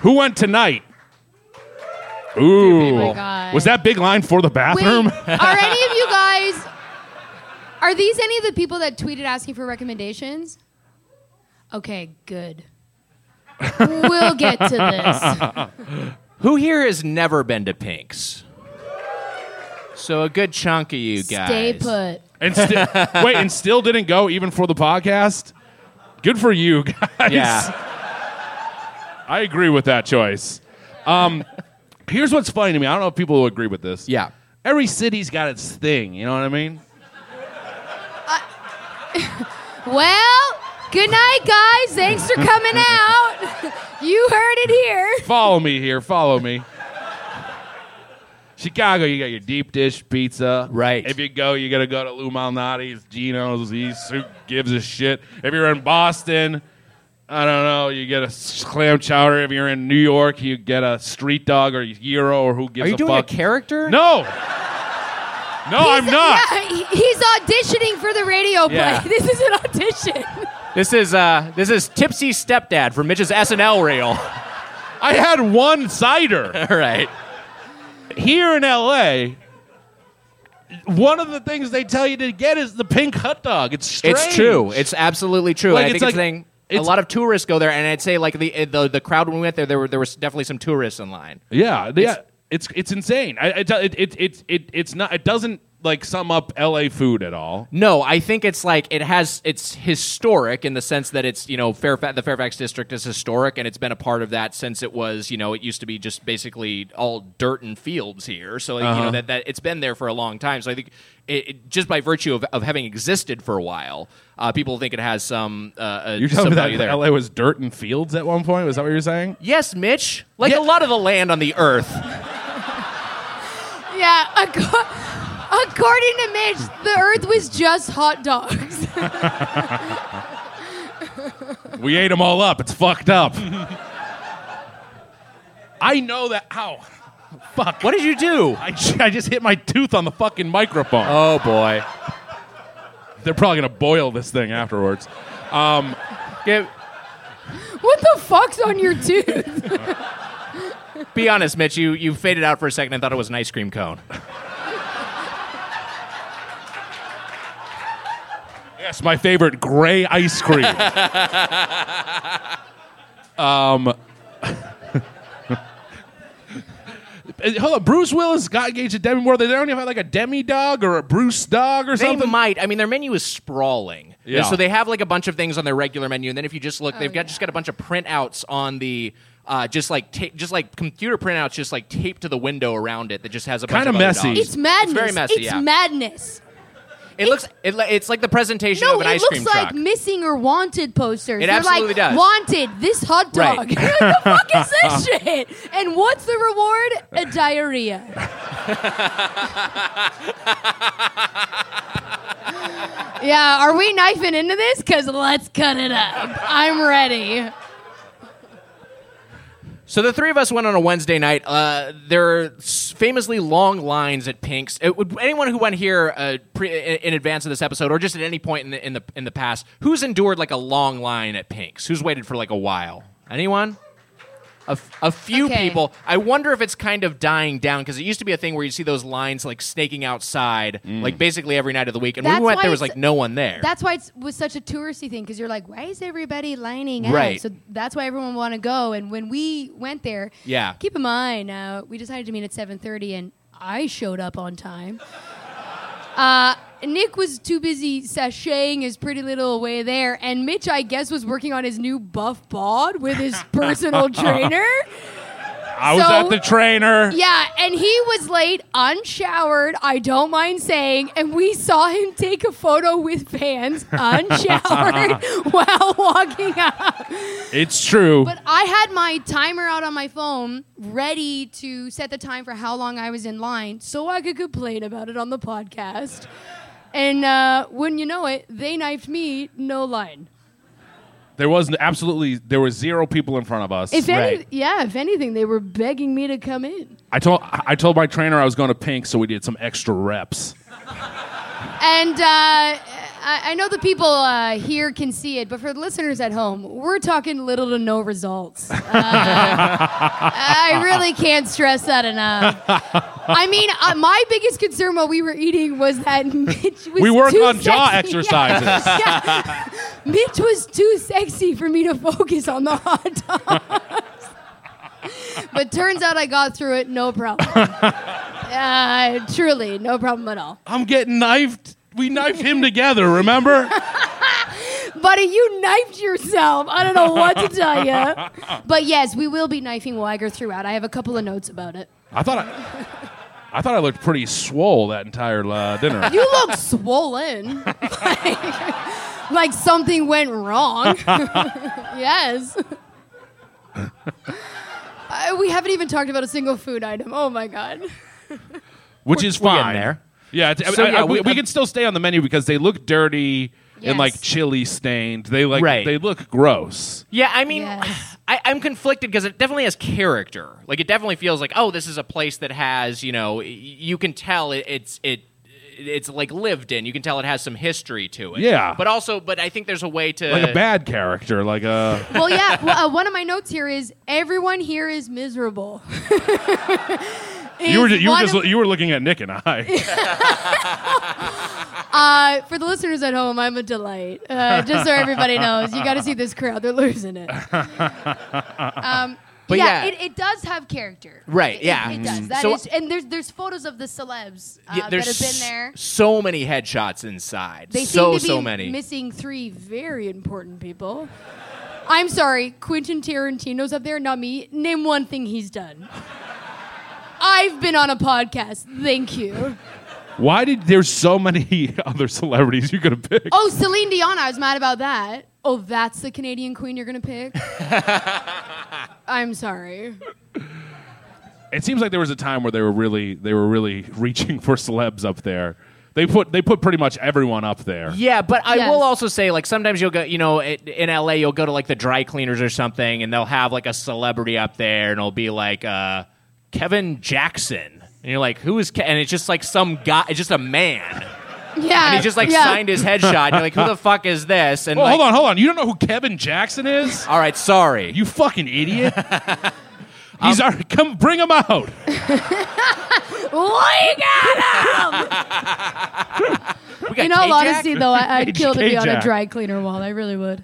S4: Who went tonight? Ooh.
S8: Oh my God.
S4: Was that big line for the
S8: Wait,
S4: bathroom?
S8: are any of you guys. Are these any of the people that tweeted asking for recommendations? Okay, good. we'll get to this.
S3: Who here has never been to Pink's? So a good chunk of you guys.
S8: Stay put.
S4: and sti- wait, and still didn't go even for the podcast. Good for you guys.
S3: Yeah.
S4: I agree with that choice. Um, here's what's funny to me. I don't know if people will agree with this.
S3: Yeah.
S4: Every city's got its thing. You know what I mean?
S8: Well, good night, guys. Thanks for coming out. You heard it here.
S4: Follow me here. Follow me. Chicago, you got your deep dish pizza.
S3: Right.
S4: If you go, you got to go to Lou Malnati's, Gino's, these. Who gives a shit? If you're in Boston, I don't know. You get a s- clam chowder. If you're in New York, you get a street dog or gyro or who gives
S3: Are you
S4: a
S3: doing
S4: fuck.
S3: a character?
S4: No. No, I'm not.
S8: Yeah, he- he's auditioning for the radio play.
S3: Yeah.
S8: This is an audition.
S3: This is uh this is Tipsy Stepdad from Mitch's SNL reel.
S4: I had one cider
S3: All right.
S4: here in LA. One of the things they tell you to get is the pink hot dog. It's strange.
S3: It's true. It's absolutely true.
S4: Like,
S3: and I
S4: it's
S3: think it's
S4: like-
S3: the thing.
S4: it's-
S3: a lot of tourists go there, and I'd say like the eh, the, the crowd when we went there, there were there was definitely some tourists in line.
S4: yeah, yeah. It's it's insane. I, I tell- it, it it it it's not. It doesn't like sum up LA food at all.
S3: No, I think it's like it has it's historic in the sense that it's you know Fairfax the Fairfax district is historic, and it's been a part of that since it was you know it used to be just basically all dirt and fields here. So like,
S4: Uh-huh.
S3: you know that that it's been there for a long time. So I think it, it- just by virtue of, of having existed for a while, uh, people think it has some. Uh, uh,
S4: You're telling
S3: some
S4: me that
S3: value there.
S4: LA was dirt and fields at one point. Was that what you're saying?
S3: Yes, Mitch. Like
S4: Yeah.
S3: a lot of the land on the earth.
S8: Yeah, acco- according to Mitch, the Earth was just hot dogs.
S4: We ate them all up. It's fucked up. I know that. How? Fuck.
S3: What did you do?
S4: I, I just hit my tooth on the fucking microphone.
S3: Oh boy.
S4: They're probably gonna boil this thing afterwards. Um,
S3: Give-
S8: What the fuck's on your tooth?
S3: be honest, Mitch. You you faded out for a second. I thought it was an ice cream cone.
S4: yes, my favorite gray ice cream. um, hold on, Bruce Willis got engaged to Demi Moore. They don't even have like a Demi dog or a Bruce dog or
S3: They
S4: something.
S3: might. I mean, their menu is sprawling.
S4: Yeah. Oh,
S3: So they have like a bunch of things on their regular menu, and then if you just look, they've got just got a bunch of printouts on the Uh, just like ta- just like computer printouts, just like taped to the window around it that just has a bunch
S4: Kinda
S3: of other
S4: messy.
S3: dogs.
S8: It's
S3: It's
S8: madness.
S3: very messy.
S8: It's
S3: yeah,
S8: madness.
S3: it looks it, li- it's like the presentation
S8: No,
S3: of an
S8: it
S3: ice
S8: looks
S3: cream
S8: like
S3: truck.
S8: missing or wanted posters.
S3: It
S8: They're
S3: absolutely
S8: like,
S3: does.
S8: Wanted this hot dog.
S3: Right.
S8: What the fuck is this shit? And what's the reward? A diarrhea. yeah, are we knifing into this? Cause let's cut it up. I'm ready.
S3: So the three of us went on a Wednesday night. Uh, there are s- famously long lines at Pink's. It would, anyone who went here uh, pre, in in advance of this episode, or just at any point in the in the in the past, who's endured like a long line at Pink's? Who's waited for like a while? Anyone? A, f- a few
S8: Okay.
S3: people. I wonder if it's kind of dying down because it used to be a thing where you'd see those lines like snaking outside, like basically every night of the week. And when
S8: That's
S3: we went,
S8: why
S3: there was
S8: it's-
S3: like no one there.
S8: That's why it was such a touristy thing because you're like, why is everybody lining up?
S3: Right.
S8: So that's why everyone want to go. And when we went there,
S3: Yeah.
S8: Keep in mind, uh, we decided to meet at 7:30, and I showed up on time. Uh, Nick was too busy sashaying his pretty little away there, and Mitch, I guess, was working on his new buff bod with his personal trainer.
S4: I was
S8: So-
S4: at the trainer.
S8: Yeah, and he was late, unshowered, I don't mind saying, and we saw him take a photo with fans unshowered while walking up.
S4: It's true.
S8: But I had my timer out on my phone ready to set the time for how long I was in line so I could complain about it on the podcast. And uh, wouldn't you know it, they knifed me, no line.
S4: there was n- absolutely there were zero people in front of us.
S8: If any,
S3: Right.
S8: yeah, if anything, they were begging me to come in.
S4: I told I I told my trainer I was going to pink, so we did some extra reps.
S8: And uh, I, I know the people uh, here can see it, but for the listeners at home, we're talking little to no results. Uh, I really can't stress that enough. I mean, uh, my biggest concern while we were eating was that Mitch was
S4: we worked
S8: too
S4: on jaw
S8: sexy.
S4: exercises.
S8: Yeah. Yeah. Mitch was too sexy for me to focus on the hot dogs. but turns out I got through it, no problem. Uh, truly, no problem at all.
S4: I'm getting knifed. We knifed him together. Remember?
S8: Buddy, you knifed yourself. I don't know what to tell you. But yes, we will be knifing Weiger throughout. I have a couple of notes about it.
S4: I thought I, I thought I looked pretty swole that entire uh, dinner.
S8: You look swollen. like, like something went wrong. yes. Uh, we haven't even talked about a single food item. Oh my God.
S4: which is
S3: we're getting
S4: fine.
S3: there.
S4: Yeah, it's, I-
S3: So,
S4: I-
S3: yeah,
S4: I- we,
S3: we- um,
S4: we, can still stay on the menu because they look dirty
S8: Yes.
S4: and like chili stained. They like
S3: Right.
S4: they look gross.
S3: Yeah, I mean,
S8: Yes.
S3: I, I'm conflicted because it definitely has character. Like, it definitely feels like, oh, this is a place that has, you know, y- you can tell it, it's it it's like lived in. You can tell it has some history to it.
S4: Yeah.
S3: but also, but I think there's a way to
S8: Uh,
S4: Like a bad character, like a
S8: Well, yeah. Well, uh, one of my notes here is everyone here is miserable.
S4: you were
S8: Is
S4: ju- you were
S8: one
S4: just
S8: of-
S4: you were looking at Nick and I.
S8: Uh, for the listeners at home, I'm a delight. Uh, just so everybody knows, you got to see this crowd; they're losing it. Um,
S3: But yeah.
S8: yeah, It, it does have character,
S3: Right,
S8: It-
S3: yeah.
S8: it, it does.
S3: Mm.
S8: That is,
S3: So-
S8: and there's there's photos of the celebs uh,
S3: Yeah,
S8: that
S3: there's
S8: have been there.
S3: s- so many headshots inside.
S8: They
S3: so
S8: seem to be
S3: so many.
S8: missing three very important people. I'm sorry, Quentin Tarantino's up there, not me. Name one thing he's done. I've been on a podcast. Thank you.
S4: Why did there's so many other celebrities you could have picked?
S8: Oh, Celine Dion. I was mad about that. Oh, that's the Canadian queen you're going to pick? I'm sorry.
S4: It seems like there was a time where they were really they were really reaching for celebs up there. They put they put pretty much everyone up there.
S3: Yeah, but I
S8: Yes.
S3: will also say, like, sometimes you'll go, you know, it, in LA, you'll go to like the dry cleaners or something, and they'll have like a celebrity up there, and it'll be like uh, Kevin Jackson, and you're like, who is? Ke-? And it's just like some guy, it's just a man,
S8: Yeah.
S3: and he just like
S8: Uh, yeah.
S3: signed his headshot. And you're like, who the fuck is this? And
S4: Well,
S3: like,
S4: hold on, hold on. You don't know who Kevin Jackson is?
S3: all right, sorry.
S4: You fucking idiot. He's our come bring him out.
S8: Look at him!
S3: We got
S8: In all
S3: K-Jack?
S8: honesty, though, I, I'd kill to be on a
S4: K-Jack.
S8: dry cleaner wall. I really would.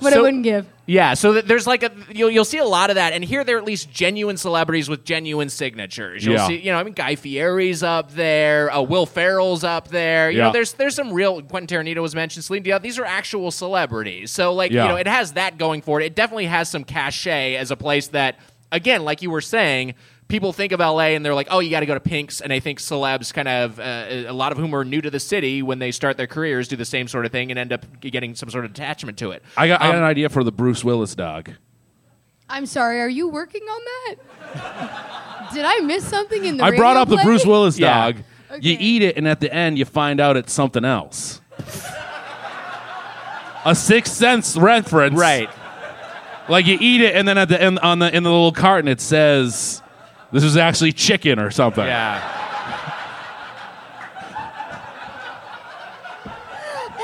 S8: What I
S3: So-
S8: wouldn't give.
S3: Yeah, so th- there's like a you'll, you'll see a lot of that, and here they're at least genuine celebrities with genuine signatures. You'll
S4: Yeah.
S3: see, you know, I mean, Guy Fieri's up there, uh, Will Ferrell's up there. You
S4: Yeah.
S3: know, there's there's some real Quentin Tarantino was mentioned, Celine Dion. These are actual celebrities, so like
S4: Yeah.
S3: you know, it has that going for it. It definitely has some cachet as a place that, again, like you were saying. People think of LA and they're like, oh, you got to go to Pink's. And I think celebs, kind of, uh, a lot of whom are new to the city when they start their careers, do the same sort of thing and end up getting some sort of attachment to it.
S4: I got, I got
S3: Um,
S4: an idea for the Bruce Willis dog.
S8: I'm sorry. Are you working on that? Did I miss something in the?
S4: I brought
S8: radio
S4: up the
S8: play?
S4: Bruce Willis
S3: Yeah.
S4: dog.
S8: Okay.
S4: You eat it, and at the end, you find out it's something else. A sixth sense reference,
S3: Right.
S4: Like you eat it, and then at the end, on the in the little carton, it says, "This is actually chicken or something."
S3: Yeah.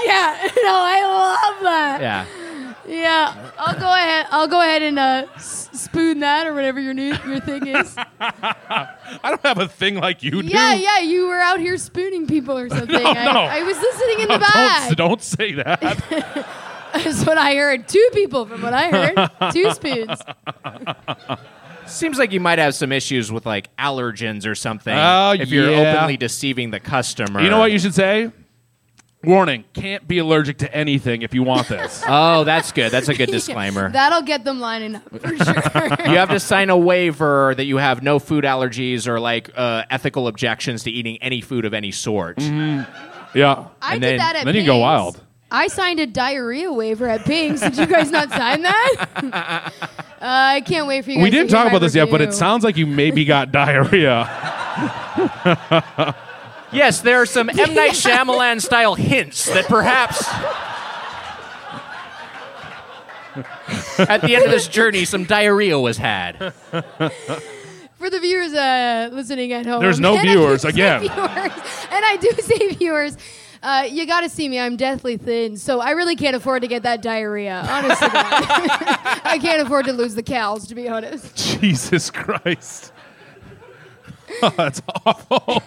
S8: Yeah. No, I love that.
S3: Yeah.
S8: Yeah, I'll go ahead. I'll go ahead and uh, s- spoon that or whatever your new your thing is.
S4: I don't have a thing like you do. Oh,
S8: yeah, yeah, you were out here spooning people or something.
S4: no.
S8: I, I was listening in
S4: No,
S8: the back.
S4: don't, don't say that.
S8: That's what I heard. Two people, from what I heard, two spoons.
S3: Seems like you might have some issues with like allergens or something.
S4: Oh,
S3: if you're
S4: yeah.
S3: openly deceiving the customer.
S4: you know what you should say? Warning: Can't be allergic to anything if you want this.
S3: Oh, that's good. That's a good disclaimer.
S8: That'll get them lining up for sure.
S3: you have to sign a waiver that you have no food allergies or like uh, ethical objections to eating any food of any sort.
S4: Mm-hmm. yeah.
S8: I
S3: And
S8: did
S3: then-
S8: that at
S4: then you go
S8: Ping's.
S4: wild.
S8: I signed a diarrhea waiver at Ping's. Did you guys not sign that? uh, I can't wait for you. Guys
S4: We
S8: to
S4: didn't
S8: hear
S4: talk
S8: my
S4: about this yet, but
S8: review.
S4: it sounds like you maybe got diarrhea.
S3: Yes, there are some M Night Shyamalan style hints that perhaps. At the end of this journey, some diarrhea was had.
S8: for the viewers uh, listening at home.
S4: There's no
S8: and I
S4: viewers,
S8: do say
S4: again.
S8: viewers, and I do say viewers. Uh, you got to see me. I'm deathly thin, so I really can't afford to get that diarrhea. Honestly, I can't afford to lose the cows. To be honest,
S4: Jesus Christ. Oh, that's awful.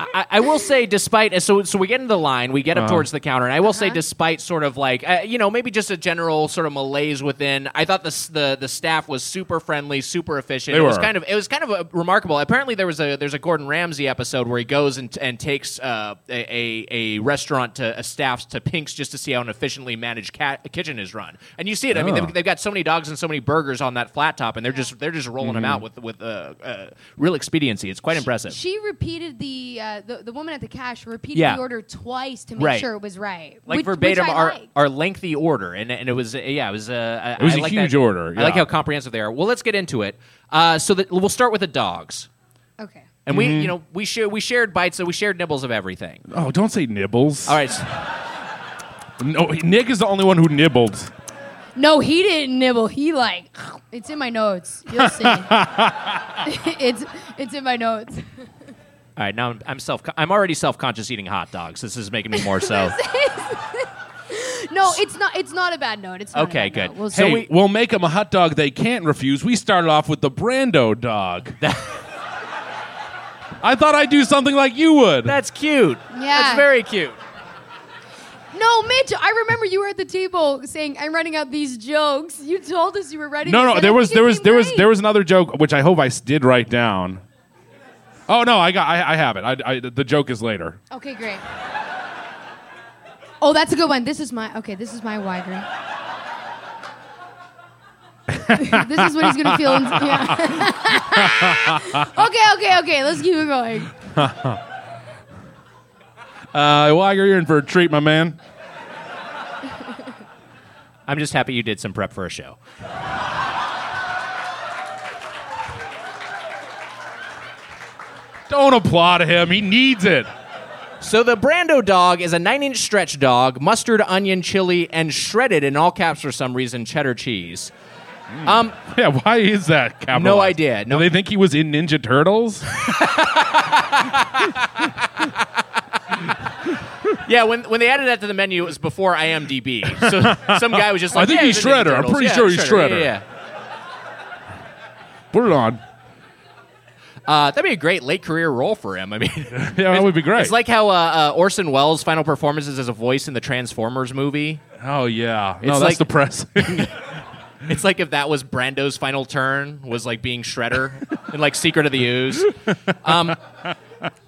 S3: I, I will say, despite so so we get into the line, we
S4: Uh-huh.
S3: get up towards the counter, and I will say, despite sort of like uh, you know maybe just a general sort of malaise within, I thought the s- the the staff was super friendly, super efficient.
S4: They
S3: it was
S4: were.
S3: kind of it was kind of uh, remarkable. Apparently, there was a there's a Gordon Ramsay episode where he goes and and takes uh, a, a a restaurant to a staffs to Pink's just to see how an efficiently managed cat, kitchen is run, and you see it. I mean,
S4: Oh.
S3: they've, they've got so many dogs and so many burgers on that flat top, and they're just they're just
S4: Mm-hmm.
S3: rolling them out with with uh, uh, real expediency. It's quite impressive.
S8: she repeated the uh, the, the woman at the cash repeated
S3: Yeah.
S8: the order twice to make
S3: Right.
S8: sure it was right.
S3: like
S8: which,
S3: verbatim
S8: which I
S3: our,
S8: like.
S3: our lengthy order and, and it was uh, yeah it was uh, I-
S4: It was
S3: I
S4: a
S3: like
S4: huge
S3: that-
S4: order,
S3: i like
S4: yeah.
S3: how comprehensive they are well let's get into it uh, so that we'll start with the dogs
S8: okay.
S3: and
S4: Mm-hmm.
S3: we you know we share we shared bites so we shared nibbles of everything
S4: Oh, don't say nibbles.
S3: all right s-
S4: No, Nick is the only one who nibbled.
S8: No, he didn't nibble. He like it's in my notes. You'll see. it's it's in my notes.
S3: all right now i'm, I'm self i'm already self-conscious eating hot dogs this is making me more so
S8: No, it's not. It's not a bad note. It's not a
S3: Okay,
S8: bad note.
S3: good.
S8: We'll see.
S4: hey, we, will make them a hot dog they can't refuse. We started off with the Brando dog. I thought I'd do something like you would.
S3: that's cute
S8: Yeah.
S3: that's very cute
S8: No, Mitch, I remember you were at the table saying, "I'm writing out these jokes." You told us you were writing.
S4: no,
S8: this,
S4: no,
S8: and
S4: there
S8: I
S4: was
S8: think
S4: there
S8: it
S4: was
S8: came
S4: there was
S8: great.
S4: there was another joke which I hope I s- did write down. Oh no, I got I, I have it. I, I, the joke is later.
S8: Okay, great. Oh, that's a good one. This is my okay. This is my wide room. this is what he's gonna feel. In, yeah. okay, okay, okay. Let's keep it going.
S4: Uh, well, you're in for a treat, my man.
S3: i'm just happy you did some prep for a show
S4: Don't applaud him. He needs it.
S3: So the Brando dog is a nine-inch stretch dog, mustard, onion, chili, and shredded in all caps for some reason cheddar cheese. Um,
S4: Yeah, why is that? Capitalized?
S3: No idea. No-
S4: Do they think he was in Ninja Turtles?
S3: yeah, when, when they added that to the menu, it was before IMDb. So some guy was just like,
S4: I think
S3: "Yeah,
S4: he's
S3: it was in Ninja
S4: Shredder. I'm
S3: Turtles."
S4: pretty
S3: Yeah,
S4: sure he's
S3: Shredder. Yeah,
S4: Shredder.
S3: yeah.
S4: Put it on.
S3: Uh, that'd be a great late career role for him. I mean, yeah,
S4: that would be great.
S3: It's like how uh, uh, Orson Welles' final performances as a voice in the Transformers movie.
S4: Oh yeah. No,
S3: It's
S4: that's
S3: like-
S4: depressing.
S3: It's like if that was Brando's final turn was like being Shredder in like Secret of the Ooze. Um,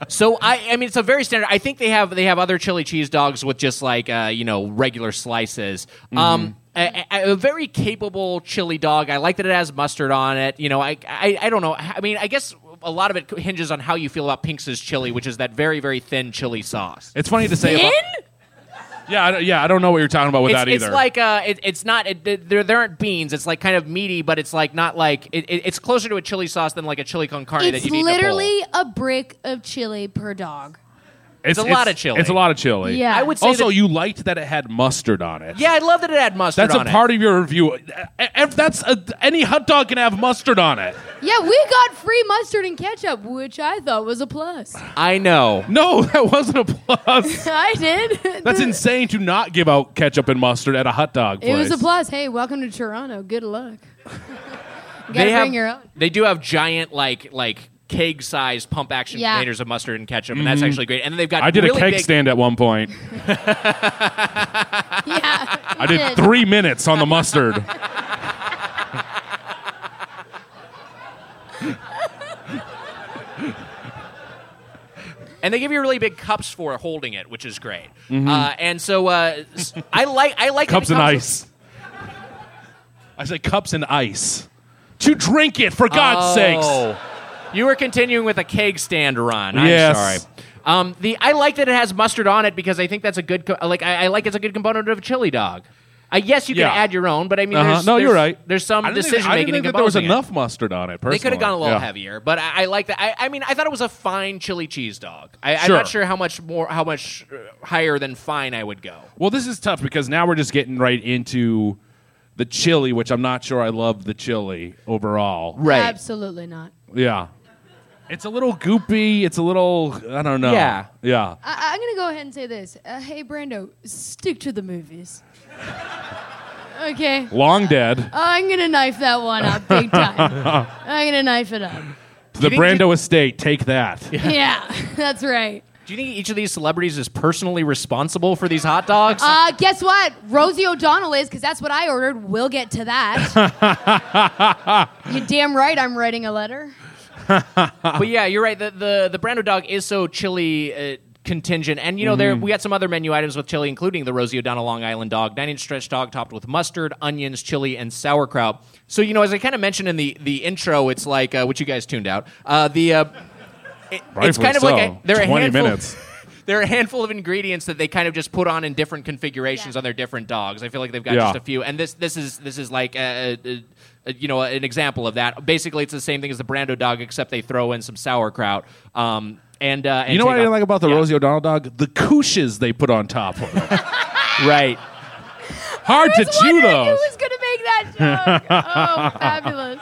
S3: so I, I mean, it's a very standard. I think they have they have other chili cheese dogs with just like uh, you know regular slices. Um, a, a- a very capable chili dog. I like that it has mustard on it. You know, I, I I don't know. I mean, I guess a lot of it hinges on how you feel about Pink's chili, which is that very very thin chili sauce.
S4: it's funny to say. About,
S8: In?
S4: yeah, I, don't- yeah. I don't know what you're talking about with
S3: it's,
S4: that
S3: it's
S4: either.
S3: like uh, it, it's not it, th- there. There aren't beans. It's like kind of meaty, but it's like not like it, it- it's closer to a chili sauce than like a chili con carne that
S8: It's
S3: you would eat. in a bowl.
S8: literally a brick of chili per dog.
S4: it's,
S3: a lot of chili.
S4: It's a lot of chili.
S8: Yeah.
S3: I would say
S4: Also,
S3: that-
S4: you liked that it had mustard on it.
S3: Yeah, I love that it had mustard.
S4: That's a
S3: on it.
S4: part of your review. Uh, If that's a, any hot dog can have mustard on it.
S8: Yeah, we got free mustard and ketchup, which I thought was a plus.
S3: I know.
S4: No, that wasn't a plus.
S8: I did.
S4: That's insane to not give out ketchup and mustard at a hot dog place.
S8: It was a plus. Hey, welcome to Toronto. Good luck. you gotta
S3: They
S8: bring
S3: have.
S8: your own.
S3: They do have giant like like keg-sized pump-action
S8: Yeah.
S3: containers of mustard and ketchup, and that's actually great. And then they've got
S4: Mm-hmm. I did
S3: really
S4: a cake
S3: big,
S4: stand at one point.
S8: Yeah.
S4: I did three minutes on the mustard.
S3: and they give you really big cups for holding it, which is great. Uh, and so uh, s- I like I like that
S4: Mm-hmm. cups
S3: it
S4: and
S3: comes with-
S4: ice. I say cups and ice. To drink it, for
S3: Oh.
S4: God's sakes.
S3: You were continuing with a keg stand run.
S4: Yes.
S3: I'm sorry. Um, the I like that it has mustard on it because I think that's a good co- like I, I like it's a good component of a chili dog. Uh, yes, you
S4: Yeah.
S3: can add your own, but I mean,
S4: Uh-huh.
S3: there's,
S4: No,
S3: there's-
S4: you're right.
S3: There's some
S4: I didn't think-
S3: decision
S4: I
S3: making.
S4: didn't
S3: in
S4: think that there was
S3: composing it.
S4: enough mustard on it. Personally.
S3: They could have gone a little
S4: Yeah.
S3: heavier, but I, I like that. I, I mean, I thought it was a fine chili cheese dog. I, I'm
S4: Sure.
S3: not sure how much more, how much uh, higher than fine I would go.
S4: Well, this is tough because now we're just getting right into the chili, which I'm not sure I love the chili overall.
S8: Absolutely not.
S4: Yeah. It's a little goopy. It's a little, I don't know.
S3: Yeah.
S4: Yeah.
S8: I- I'm gonna go ahead and say this. Uh, hey, Brando, stick to the movies. okay.
S4: Long
S3: Uh,
S4: dead.
S8: I'm gonna knife that one up big time. I'm gonna knife it up.
S4: The
S3: think
S4: Brando estate. Take that.
S8: Yeah, that's right.
S3: Do you think each of these celebrities is personally responsible for these hot dogs?
S8: Uh, guess what? Rosie O'Donnell is, because that's what I ordered. We'll get to that. you damn right I'm writing a letter.
S3: but yeah, you're right. The the, the Brando dog is so chili uh, contingent, and you know there
S4: Mm-hmm.
S3: we got some other menu items with chili, including the Rosie O'Donnell Long Island dog, nine inch stretch dog topped with mustard, onions, chili, and sauerkraut. So you know, as I kind of mentioned in the the intro, it's like uh, which you guys tuned out. Uh, the uh, it- it's
S4: Rightfully
S3: kind of like a,
S4: so.
S3: there are a
S4: 20
S3: handful-
S4: minutes.
S3: There are a handful of ingredients that they kind of just put on in different configurations on their different dogs. I feel like they've got
S4: Yeah.
S3: just a few, and this this is this is like a, a, a, you know an example of that. Basically, it's the same thing as the Brando dog, except they throw in some sauerkraut. Um, and, uh, and
S4: You know
S3: take
S4: what I didn't
S3: off-
S4: like about the
S3: Yeah.
S4: Rosie O'Donnell dog? The couches they put on top of it.
S3: Right.
S4: Hard to chew
S8: wondering Who
S4: those.
S8: was gonna make that joke? oh, fabulous.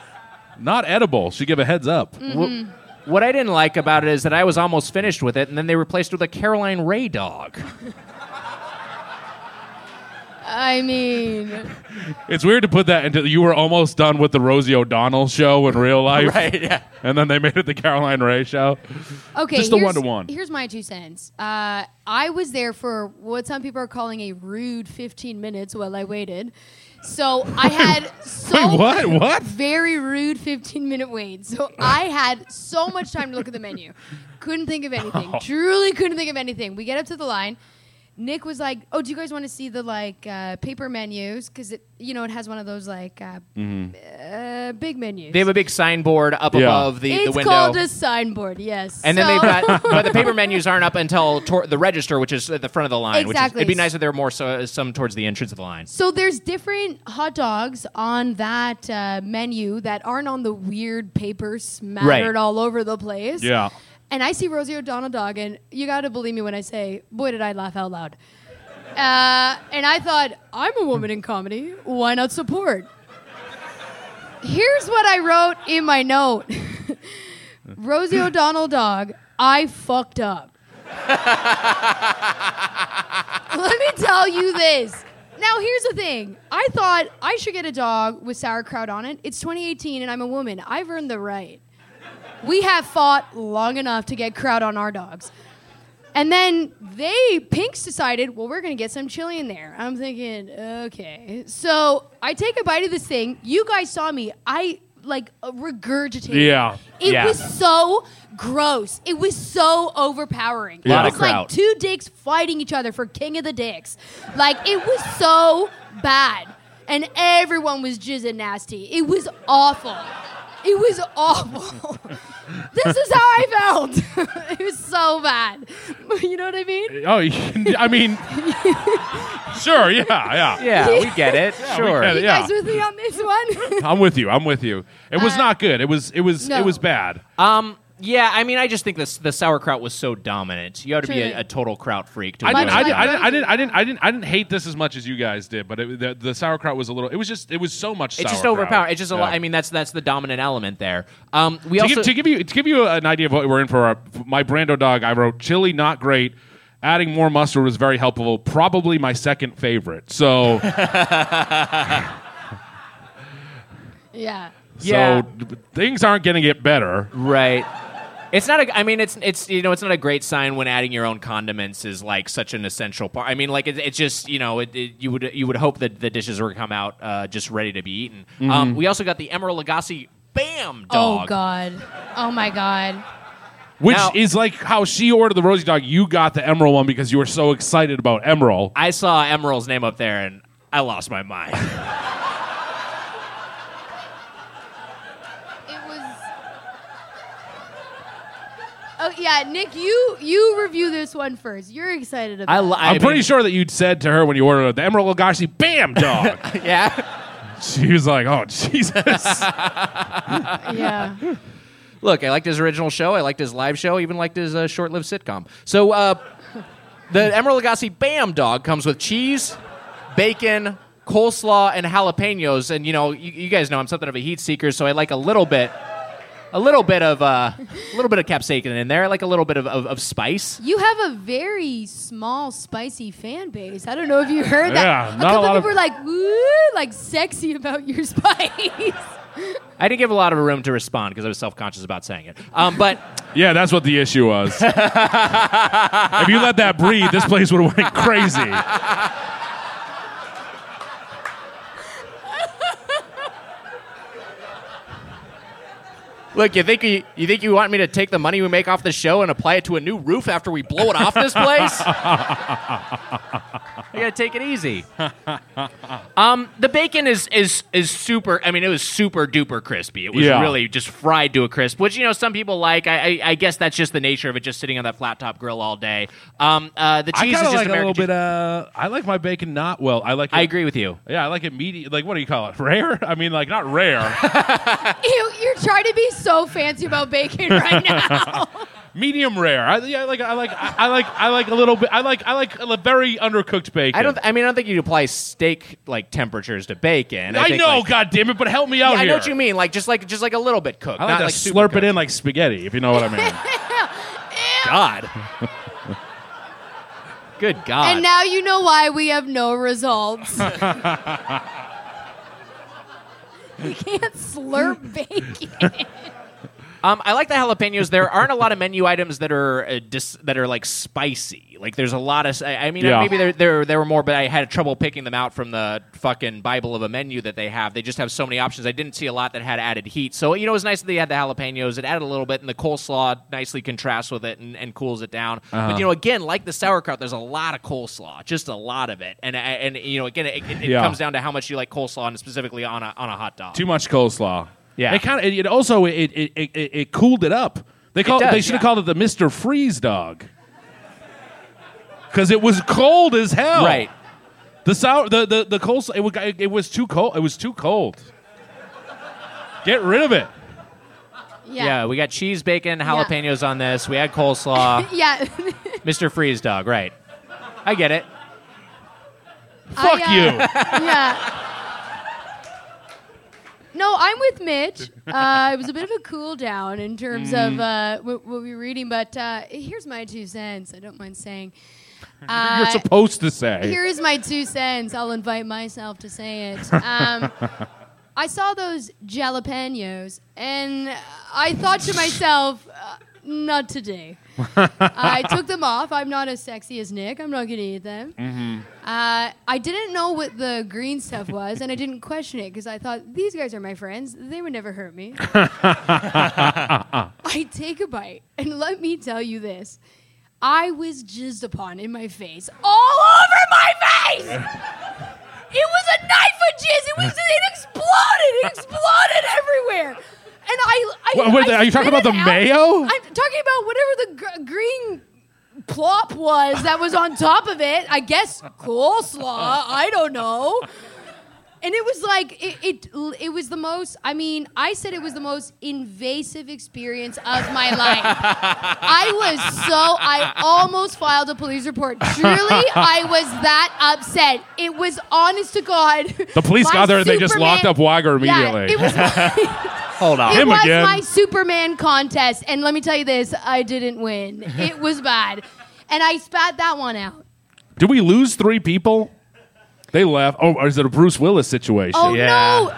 S4: Not edible. Should give a heads up.
S3: Mm. What I didn't like about it is that I was almost finished with it, and then they replaced it with a Caroline Ray dog.
S8: I mean,
S4: It's weird to put that into. You were almost done with the Rosie O'Donnell show in real life, right? Yeah. And then they made it the Caroline Ray show.
S8: okay.
S4: Just the
S8: here's-
S4: one-to-one.
S8: Here's my two cents. Uh, I was there for what some people are calling a rude 15 minutes while I waited. So I had so
S4: Wait, what? What?
S8: very rude 15 minute wait. So I had so much time to look at the menu. Couldn't think of anything. Truly couldn't think of anything. We get up to the line. Nick was like, "Oh, do you guys want to see the like uh, paper menus? Because it, you know, it has one of those like uh, uh, big menus.
S3: Mm-hmm. They have a big signboard up
S4: Yeah.
S3: above the,
S8: it's
S3: the window.
S8: called a signboard. Yes.
S3: And then
S8: So-
S3: they've got, but the paper menus aren't up until tor- the register, which is at the front of the line.
S8: Exactly.
S3: Which is, it'd be nice if there were more so, some towards the entrance of the line.
S8: So there's different hot dogs on that uh, menu that aren't on the weird paper smattered
S3: Right.
S8: all over the place.
S4: Yeah.
S8: And I see Rosie O'Donnell dog, and you got to believe me when I say, boy, did I laugh out loud. Uh, and I thought, I'm a woman in comedy. Why not support? Here's what I wrote in my note Rosie O'Donnell dog, I fucked up. Let me tell you this. Now, here's the thing. I thought I should get a dog with sauerkraut on it. It's 2018 and I'm a woman. I've earned the right. We have fought long enough to get crowd on our dogs. And then they, Pinks, decided, well, we're going to get some chili in there. I'm thinking, okay. So I take a bite of this thing. You guys saw me. I like regurgitated.
S4: Yeah.
S8: It
S4: Yeah.
S8: was so gross. It was so overpowering.
S4: Lot
S8: it
S4: of
S8: was like
S3: crowd.
S8: two dicks fighting each other for king of the dicks. Like it was so bad. And everyone was jizzing nasty. It was awful. It was awful. this is how I felt. it was so bad. you know what I mean?
S4: Oh, I mean, sure, yeah, yeah,
S3: Yeah, we get it. sure.
S4: get
S8: You
S4: Yeah.
S8: guys with me on this one?
S4: I'm with you. I'm with you. It
S3: Uh,
S4: was not good. It was. It was.
S8: no.
S4: It was bad.
S3: Um, yeah, I mean, I just think this the sauerkraut was so dominant. You ought to be
S8: True.
S3: a, a total kraut freak to
S4: I didn't,
S3: enjoy
S4: I, didn't,
S3: that.
S4: I, didn't, I didn't. I didn't. I didn't. I didn't hate this as much as you guys did. But it, the, the sauerkraut was a little. It was just. It was so much.
S3: It's just
S4: sauerkraut.
S3: overpowering. It's just a
S4: Yeah.
S3: lot. I mean, that's that's the dominant element there. Um, we
S4: to,
S3: also
S4: give, to give you to give you an idea of what we're in for, our, my Brando dog, I wrote chili not great. Adding more mustard was very helpful. Probably my second favorite. So,
S8: yeah.
S3: Yeah.
S4: so d- things aren't going to get better.
S3: right. It's not a. I mean, it's it's you know, it's not a great sign when adding your own condiments is like such an essential part. I mean, like it, it's just you know, it, it- you would you would hope that the dishes were come out uh, just ready to be eaten. Um, we also got the Emerald Lagasse Bam dog.
S8: Oh God. Oh my God.
S4: Which
S3: Now-
S4: is like how she ordered the rosy dog. You got the emerald one because you were so excited about emerald.
S3: I saw Emerald's name up there and I lost my mind.
S8: It was. Oh yeah, Nick, you you review this one first. You're excited about.
S3: I,
S8: it.
S3: lo- I
S4: I'm pretty
S3: mean,
S4: sure that you'd said to her when you ordered the emerald lagasse, bam, dog.
S3: Yeah.
S4: she was like, oh, Jesus.
S8: yeah.
S3: Look, I liked his original show. I liked his live show. I even liked his uh, short-lived sitcom. So, uh, the Emerald Lagasse Bam Dog comes with cheese, bacon, coleslaw, and jalapenos. And you know, you, you guys know I'm something of a heat seeker, so I like a little bit, a little bit of uh, a little bit of capsaicin in there. I like a little bit of, of, of spice.
S8: You have a very small spicy fan base. I don't know if you heard that.
S4: Yeah, not
S8: a
S4: a
S8: couple
S4: lot of-
S8: people were like, "Woo," like sexy about your spice.
S3: I didn't give a lot of room to respond because I was self-conscious about saying it. Um, but
S4: yeah, that's what the issue was. if you let that breathe, this place would have went crazy.
S3: look, you think you, you think you want me to take the money we make off the show and apply it to a new roof after we blow it off this place? I gotta take it easy. um, the bacon is is is super. I mean, it was super duper crispy. It was
S4: Yeah.
S3: really just fried to a crisp, which you know some people like. I, I, I guess that's just the nature of it, just sitting on that flat top grill all day. Um, uh, the
S4: I
S3: cheese is
S4: kind
S3: just
S4: of like
S3: American
S4: a little
S3: cheese.
S4: bit. Uh, I like my bacon not well. I like. It,
S3: I agree with you.
S4: Yeah, I like it medium. Like what do you call it? Rare? I mean, like not rare.
S8: you, you're trying to be so fancy about bacon right now.
S4: medium rare. I, yeah, I like. I like. I, I like. I like a little bit. I like. I like a very undercooked bacon.
S3: I don't. I mean, I don't think you apply steak like temperatures to bacon.
S4: I,
S3: think,
S4: know.
S3: like-
S4: God damn it! But help me out
S3: Yeah, I
S4: here.
S3: know what you mean. Like just like just like a little bit cooked,
S4: I like
S3: not
S4: to
S3: like super
S4: slurp
S3: cooked.
S4: it in like spaghetti, if you know what I mean.
S3: God. Good God.
S8: and now you know why we have no results. you can't slurp bacon.
S3: Um, I like the jalapenos. There aren't a lot of menu items that are uh, dis- that are like spicy. Like there's a lot of. I, I mean,
S4: Yeah.
S3: maybe there, there there were more, but I had trouble picking them out from the fucking bible of a menu that they have. They just have so many options. I didn't see a lot that had added heat. So you know, it was nice that they had the jalapenos. It added a little bit, and the coleslaw nicely contrasts with it and, and cools it down.
S4: Uh-huh.
S3: But you know, again, like the sauerkraut, there's a lot of coleslaw, just a lot of it. And and you know, again, it, it, it
S4: Yeah.
S3: comes down to how much you like coleslaw, and specifically on a on a hot dog.
S4: Too much coleslaw.
S3: Yeah.
S4: It kind of. It, it also. It it, it it it cooled it up. They call.
S3: does,
S4: they should have
S3: yeah.
S4: called it the Mister Freeze dog. Because it was cold as hell.
S3: Right.
S4: The sour, the the the cold. It was it was too cold. It was too cold. Get rid of it.
S3: Yeah, we got cheese, bacon, jalapenos on this. We had coleslaw.
S8: Yeah.
S3: Mr. Freeze Dog, right. I get it.
S4: Fuck
S8: I, you. Yeah. No, I'm with Mitch. Uh, it was a bit of a cool down in terms of uh, what, what we were readting, but uh, here's my two cents. I don't mind saying. Uh,
S4: You're supposed to say.
S8: here is my two cents. I'll invite myself to say it. Um, I saw those jalapenos and I thought to myself, uh, not today. I took them off. I'm not as sexy as Nick. I'm not going to eat them. Uh, I didn't know what the green stuff was and I didn't question it because I thought, these guys are my friends. They would never hurt me. I take a bite and let me tell you this. I was jizzed upon in my face, all over my face. It was a knife of jizz. It was. It exploded. It exploded everywhere. And I. I,
S4: What- what
S8: I
S4: the- are you talking
S8: spit
S4: about
S8: it
S4: the
S8: out.
S4: mayo?
S8: I'm talking about whatever the gr- green plop was that was on top of it. I guess coleslaw. I don't know. And it was like it, it. It was the most. I mean, I said it was the most invasive experience of my life. I was so I almost filed a police report. Truly, I was that upset. It was honest to God.
S4: The police
S8: my
S4: got there and they just
S8: Superman-
S4: locked up Wagger
S8: Yeah,
S4: immediately.
S8: it was my,
S3: Hold on.
S8: it
S4: Him
S8: was
S4: again.
S8: my Superman contest, and let me tell you this: I didn't win. It was bad, and I spat that one out.
S4: Did we lose three people? They left. Oh, is it a Bruce Willis situation?
S8: Oh
S3: Yeah.
S8: no!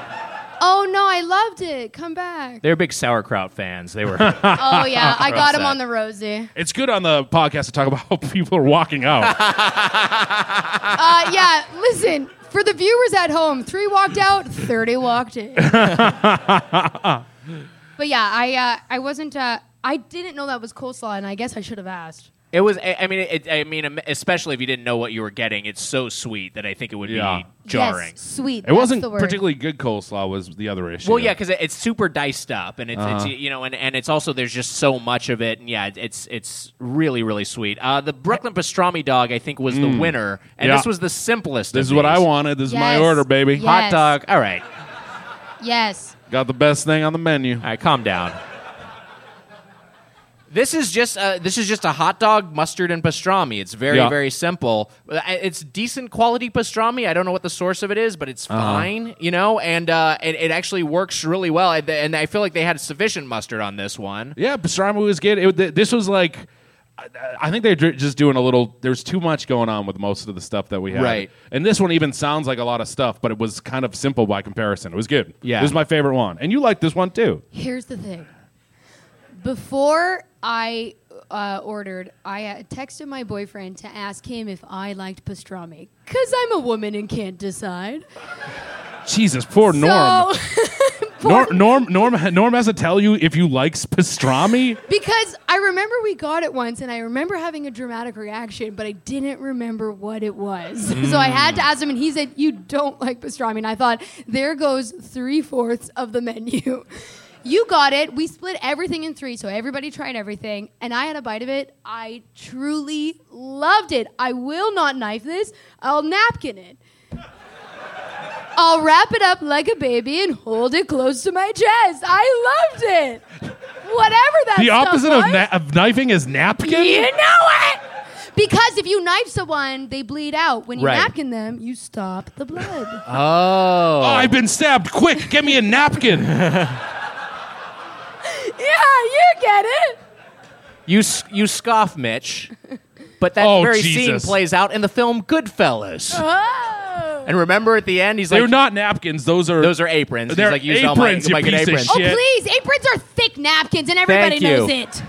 S8: Oh no! I loved it. Come back.
S3: They're big sauerkraut fans. They were.
S8: Oh yeah, I got him
S3: Upset.
S8: on the rosy.
S4: It's good on the podcast to talk about how people are walking out.
S8: Uh, yeah, listen, for the viewers at home, three walked out, 30 walked in. but yeah, I, uh, I wasn't, uh, I didn't know that was coleslaw, and I guess I should have asked.
S3: It was. I I mean, it, I mean, um, especially if you didn't know what you were getting, it's so sweet that I think it would
S4: Yeah.
S3: be jarring.
S8: Yes, sweet.
S4: it
S8: that's
S4: wasn't
S8: the word.
S4: particularly good coleslaw was the other issue.
S3: Well, yeah, because it's super diced up, and it's,
S4: Uh-huh.
S3: it's you know, and, and it's also there's just so much of it, and yeah, it- it's it's really really sweet. Uh, the Brooklyn pastrami dog, I think, was the winner, and
S4: Mm. Yeah.
S3: this was the simplest.
S4: this
S3: of
S4: is what I
S3: these.
S4: wanted. This is my
S8: Yes.
S4: order, baby.
S8: Yeah.
S3: Hot
S8: Yes.
S3: dog. All right,
S8: Yes.
S4: Got the best thing on the menu.
S3: all right, calm down. This is just uh, this is just a hot dog, mustard, and pastrami. It's very
S4: Yeah.
S3: very simple. Uh, It's decent quality pastrami. I don't know what the source of it is, but it's
S4: Uh-huh.
S3: fine, you know. And uh, it, it actually works really well. And- And I feel like they had sufficient mustard on this one.
S4: Yeah, pastrami was good. It, th- this was like, I, I think they're dr- just doing a little. There's too much going on with most of the stuff that we had.
S3: Right.
S4: And this one even sounds like a lot of stuff, but it was kind of simple by comparison. It was good.
S3: Yeah.
S4: This is my favorite one, and you like this one too.
S8: Here's the thing. Before I uh, ordered, I uh, texted my boyfriend to ask him if I liked pastrami, because I'm a woman and can't decide.
S4: Jesus, poor Norm.
S8: So,
S4: Norm, Norm, Norm, Norm has to tell you if you like pastrami.
S8: Because I remember we got it once and I remember having a dramatic reaction, but I didn't remember what it was. So I had to ask him, and he said, You don't like pastrami. And I thought, There goes three fourths of the menu. You got it. We split everything in three, so everybody tried everything, and I had a bite of it. I truly loved it. I will not knife this, I'll napkin it. I'll wrap it up like a baby and hold it close to my chest. I loved it. Whatever that
S4: the
S8: stuff
S4: opposite of,
S8: was.
S4: na- of knifing is napkin.
S8: You know it! Because if you knife someone, they bleed out. When you
S3: Right.
S8: napkin them, you stop the blood.
S4: Oh, I've been stabbed. Quick, give me a napkin.
S8: yeah, you get it.
S3: You s- you scoff, Mitch, but that
S4: Oh,
S3: very
S4: Jesus.
S3: scene plays out in the film Goodfellas.
S8: Oh.
S3: And remember at the end, he's
S4: They're
S3: like,
S4: not napkins. Those are
S3: "Those are aprons."
S4: They're
S3: he's like, "Use all my,
S4: aprons, you
S3: my good
S4: piece of
S3: aprons."
S8: Oh,
S4: shit.
S8: please. Aprons are thick napkins, and everybody
S3: Thank you.
S8: knows it.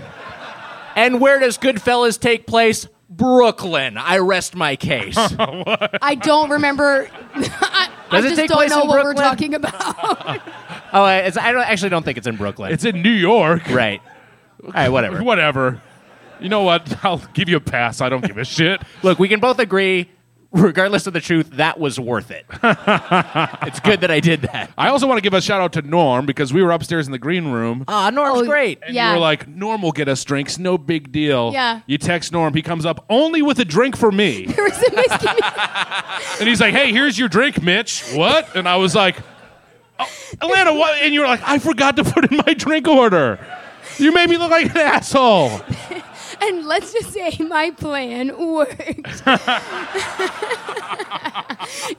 S3: And where does Goodfellas take place? Brooklyn. I rest my case. Oh,
S8: I don't remember. I, I
S3: Does it
S8: just
S3: take
S8: don't
S3: place
S8: know
S3: in
S8: what we're
S3: Brooklyn?
S8: talking about.
S3: oh, I- it's, I don't actually don't think it's in Brooklyn.
S4: It's in New York.
S3: right. All right, whatever.
S4: Whatever. You know what? I'll give you a pass. I don't give a shit.
S3: Look, we can both agree, regardless of the truth, that was worth it. it's good that I did that.
S4: I also want to give a shout out to Norm because we were upstairs in the green room.
S3: Ah, Norm's great.
S4: and
S8: Oh, yeah.
S4: you were like, Norm will get us drinks, no big deal.
S8: Yeah.
S4: You text Norm, he comes up only with a drink for me.
S8: there was a miscommunication.
S4: And he's like, "Hey, here's your drink, Mitch." What? And I was like, "Oh, "Atlanta, what?" And you were like, "I forgot to put in my drink order." You made me look like an asshole.
S8: And let's just say my plan worked.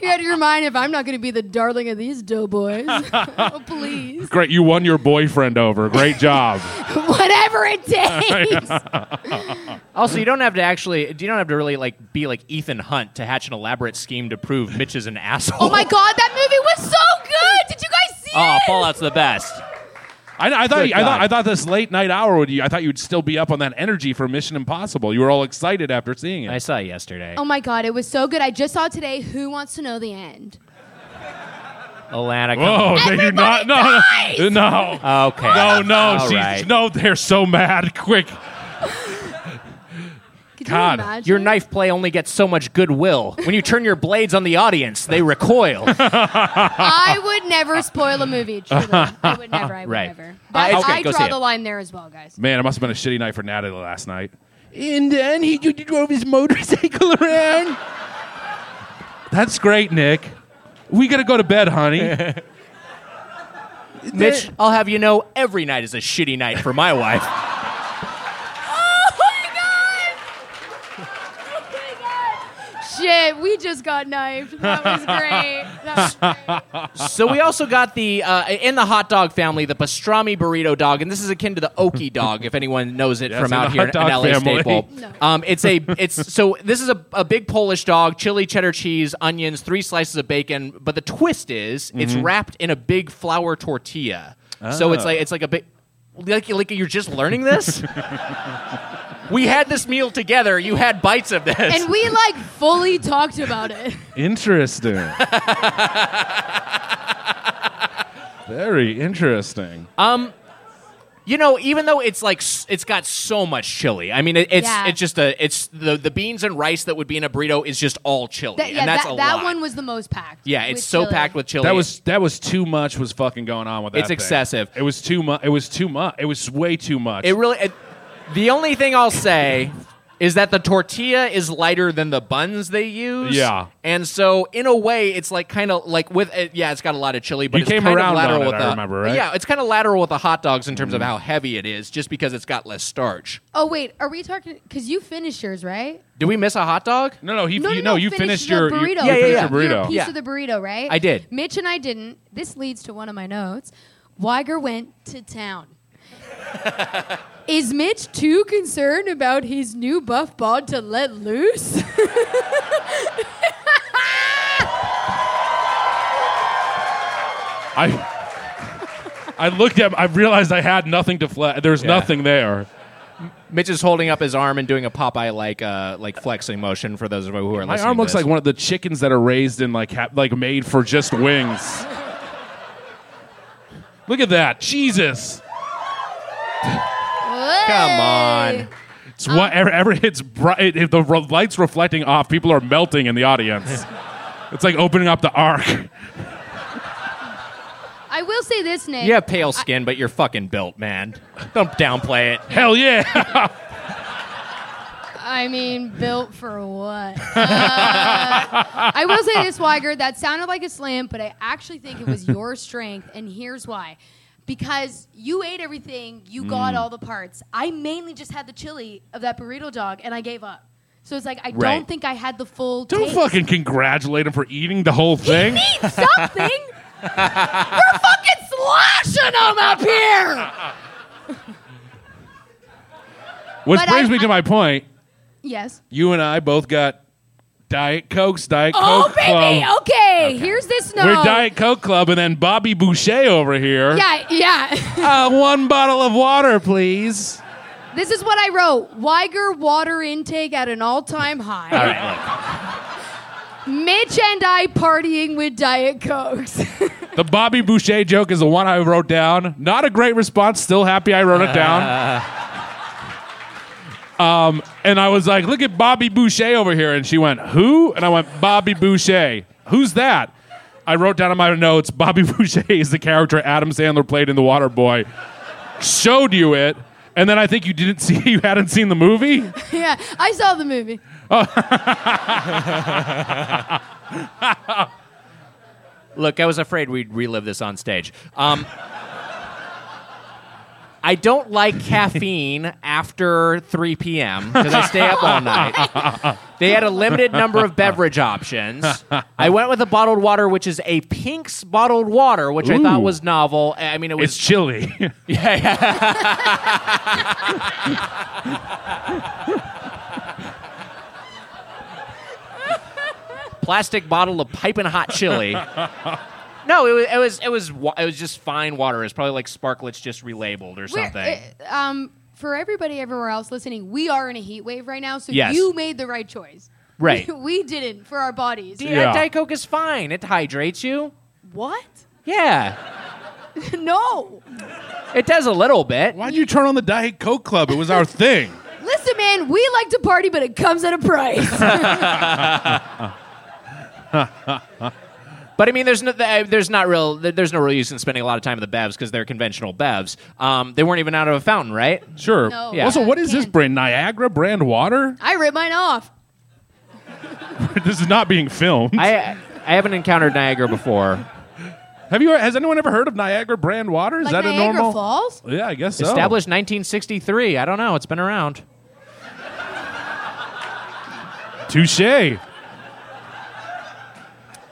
S8: you had to remind if I'm not going to be the darling of these doughboys. oh, please.
S4: Great, you won your boyfriend over. Great job.
S8: Whatever it takes.
S3: Also, you don't have to actually. You don't have to really like be like Ethan Hunt to hatch an elaborate scheme to prove Mitch is an asshole.
S8: Oh my god, that movie was so good! Did you guys see
S3: Oh, Fallout's the best.
S4: I, I thought
S3: Good
S4: I thought
S3: God.
S4: I thought this late night hour would you, I thought you'd still be up on that energy for Mission Impossible. You were all excited after seeing it.
S3: I saw it yesterday.
S8: Oh my God, it was so good. I just saw today Who Wants to Know the End.
S3: Alana. come
S4: Whoa!
S3: on.
S4: They do not. No, no, no,
S3: Okay.
S4: no, no.
S3: All
S4: she's-
S3: right.
S4: no. They're so mad. Quick.
S8: Could
S4: God,
S8: you imagine?
S3: Your knife play only gets so much goodwill. When you turn your blades on the audience, they recoil.
S8: I would never spoil a movie. Truly. I would never. I would
S3: Right.
S8: never.
S3: Uh,
S8: That,
S3: it's good.
S8: I
S3: Go see
S8: draw
S3: it.
S8: the line there as well, guys.
S4: Man, it must have been a shitty night for Natalie last night. And then he d- drove his motorcycle around. That's great, Nick. We gotta go to bed, honey.
S3: Mitch, I'll have you know every night is a shitty night for my wife.
S8: Shit, we just got knifed. That was great. That was great.
S3: So we also got the uh, in the hot dog family the pastrami burrito dog, and this is akin to the okie dog if anyone knows it
S4: Yes,
S3: from
S4: in
S3: out
S4: the
S3: here
S4: hot
S3: in
S4: dog
S3: LA
S4: family.
S3: staple. Um, it's a it's so this is a, a big Polish dog, chili, cheddar cheese, onions, three slices of bacon. But the twist is it's
S4: Mm-hmm.
S3: wrapped in a big flour tortilla. So
S4: Oh.
S3: it's like it's like a big. Like, like you're just learning this? we had this meal together. You had bites of this.
S8: And we like fully talked about it.
S4: Interesting. Very interesting.
S3: You know, even though it's like s- it's got so much chili. I mean, it, it's
S8: Yeah.
S3: it's just a it's the the beans and rice that would be in a burrito is just all chili,
S8: That, yeah,
S3: and that's
S8: that,
S3: a
S8: that
S3: lot.
S8: one was the most packed.
S3: yeah, it's
S8: with
S3: so
S8: chili.
S3: packed with chili.
S4: that was that was too much. Was fucking going on with that.
S3: It's
S4: thing.
S3: excessive.
S4: It was too much. It was too much. It was way too much.
S3: It really. It, the only thing I'll say is that the tortilla is lighter than the buns they use.
S4: Yeah.
S3: and so in a way, it's like kind of like with it, yeah, it's got a lot of chili, but
S4: You
S3: it's
S4: came
S3: kind
S4: around
S3: of lateral
S4: on it,
S3: with
S4: I
S3: the
S4: remember, right? Mm-hmm.
S3: yeah, it's kind of lateral with the hot dogs in terms of how heavy it is, just because it's got less starch.
S8: Oh wait, are we talking? Because you finished yours, right?
S3: Did we miss a hot dog?
S4: no, no. He,
S8: No,
S4: you,
S8: no, no,
S4: you finished
S8: finish the
S4: your you-
S8: burrito.
S4: You,
S3: Yeah, yeah,
S4: finished
S3: yeah.
S4: Your
S8: Your
S4: burrito.
S8: piece
S3: Yeah.
S8: of the burrito, right?
S3: I did.
S8: Mitch and I didn't. This leads to one of my notes. Weiger went to town. Is Mitch too concerned about his new buff bod to let loose?
S4: I I looked at. I realized I had nothing to flex. There's nothing there.
S3: Mitch is holding up his arm and doing a Popeye like uh like flexing motion for those of you who are
S4: My
S3: listening.
S4: arm
S3: to
S4: looks
S3: this.
S4: like one of the chickens that are raised in like ha- like made for just wings. Look at that, Jesus!
S3: Come on.
S4: It's
S8: Um,
S4: what every, every it's bright. It, it- the re- lights reflecting off, people are melting in the audience. it's like opening up the ark.
S8: I will say this, Nick.
S3: You have pale skin, but you're fucking built, man. Don't downplay it.
S4: Hell yeah!
S8: I mean, built for what? Uh, I will say this, Weiger. That sounded like a slam, but I actually think it was your strength, and here's why. Because you ate everything,
S4: Mm.
S8: you got all the parts. I mainly just had the chili of that burrito dog, and I gave up. So it's like I
S3: Right.
S8: don't think I had the full.
S4: Don't
S8: taste.
S4: fucking congratulate him for eating the whole thing.
S8: Eat something. We're fucking sloshing them up here.
S4: Which
S8: But
S4: brings
S8: I-
S4: me to my point.
S8: Yes.
S4: You and I both got Diet Cokes, Diet
S8: Oh,
S4: Coke
S8: baby. oh,
S4: Club.
S8: Okay. Here's this note.
S4: We're Diet Coke Club, and then Bobby Boucher over here.
S8: Yeah, yeah.
S4: Uh, one bottle of water, please.
S8: This is what I wrote. Weiger water intake at an all-time high.
S3: All right,
S8: Mitch and I partying with Diet Cokes.
S4: The Bobby Boucher joke is the one I wrote down. Not a great response. Still happy I wrote it down. Um, and I was like, look at Bobby Boucher over here. And she went, who? And I went, Bobby Boucher. Who's that? I wrote down in my notes, Bobby Boucher is the character Adam Sandler played in The Water Boy. Showed you it. And then I think you didn't see, you hadn't seen the movie.
S8: yeah, I saw the movie.
S3: look. Look, I was afraid we'd relive this on stage. Um, I don't like caffeine after 3 p.m. because I stay up all night. They had a limited number of beverage options. I went with a bottled water, which is a Pink's bottled water, which I thought
S4: Ooh.
S3: was novel. I mean, it was
S4: It's chilly.
S3: Yeah, yeah. Plastic bottle of piping hot chili. No, it was it was it was wa- it was just fine water. It was probably like sparklets just relabeled or
S8: We're-
S3: something.
S8: uh, um, for everybody everywhere else listening, we are in a heat wave right now, so
S3: Yes.
S8: you made the right choice.
S3: Right.
S8: we didn't for our bodies.
S3: D-
S4: Yeah.
S3: uh, Diet Coke is fine. It hydrates you.
S8: What?
S3: Yeah,
S8: no.
S3: it does a little bit.
S4: Why'd you turn on the Diet Coke Club? It was our thing.
S8: Listen, man, we like to party, but it comes at a price.
S3: But I mean, there's no, th- there's not real there- there's no real use in spending a lot of time with the bevs because they're conventional bevs. Um, they weren't even out of a fountain, right?
S4: Sure.
S8: No,
S3: Yeah.
S4: Also, what is this
S8: can't.
S4: brand? Niagara brand water?
S8: I ripped mine off.
S4: this is not being filmed.
S3: I I haven't encountered Niagara before.
S4: Have you? Has anyone ever heard of Niagara brand water? Is
S8: Like
S4: that
S8: Niagara
S4: a normal?
S8: Falls?
S4: Yeah, I guess so.
S3: Established 1963. I don't know. It's been around.
S4: Touche.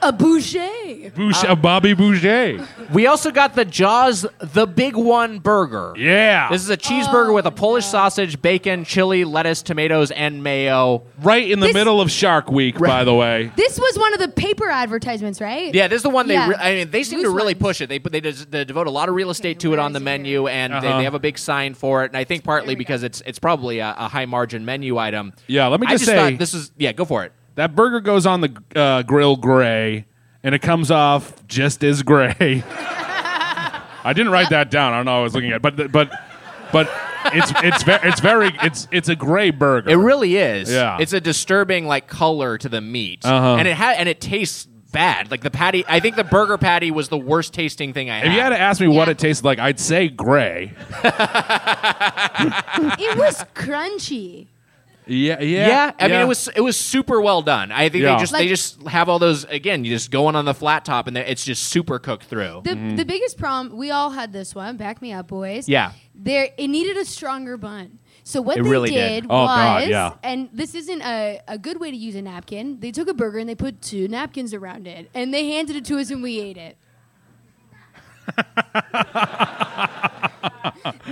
S8: A boucher.
S4: Boucher,
S3: Uh,
S4: Bobby Boucher.
S3: We also got the Jaws the Big One burger.
S4: Yeah.
S3: This is a cheeseburger with a
S8: Oh,
S3: Polish sausage, bacon, chili, lettuce, tomatoes, and mayo.
S4: right in the
S8: this-
S4: middle of Shark Week, by the way.
S8: This was one of the paper advertisements, right?
S3: Yeah, this is the one they.
S8: Yeah.
S3: Re- I mean, they seem
S8: Loose
S3: to really
S8: ones.
S3: push it. They put- they, des- they devote a lot of real estate to it
S8: where
S3: on
S8: is
S3: the
S8: it
S3: menu, and
S4: Uh-huh.
S3: they, they have a big sign for it. And I think partly because it's it's probably a, a high margin menu item.
S4: Yeah, let me
S3: I
S4: just
S3: just
S4: say-
S3: thought this is yeah. Go for it.
S4: That burger goes on the uh, grill gray, and it comes off just as gray. I didn't write that down. I don't know. What I was looking at, but the- but but it's it's ve- it's very it's it's a gray burger.
S3: It really is.
S4: Yeah.
S3: It's a disturbing like color to the meat,
S4: Uh-huh.
S3: and it ha- and it tastes bad. Like the patty, I think the burger patty was the worst tasting thing I had.
S4: if you had to ask me what
S8: Yeah.
S4: it tasted like, I'd say gray.
S8: It was crunchy.
S4: Yeah, yeah,
S3: yeah, I mean it was it was super well done. I think
S4: Yeah.
S3: they just
S8: Like-
S3: they just have all those again. You just go in on the flat top, and they- it's just super cooked through.
S8: The, the biggest problem, we all had this one. Back me up, boys.
S3: Yeah.
S8: There, it needed a stronger bun. So what
S3: It
S8: they
S3: really did.
S8: did,
S4: Oh,
S8: was,
S4: God, yeah.
S8: and this isn't a, a good way to use a napkin. They took a burger and they put two napkins around it, and they handed it to us and we ate it.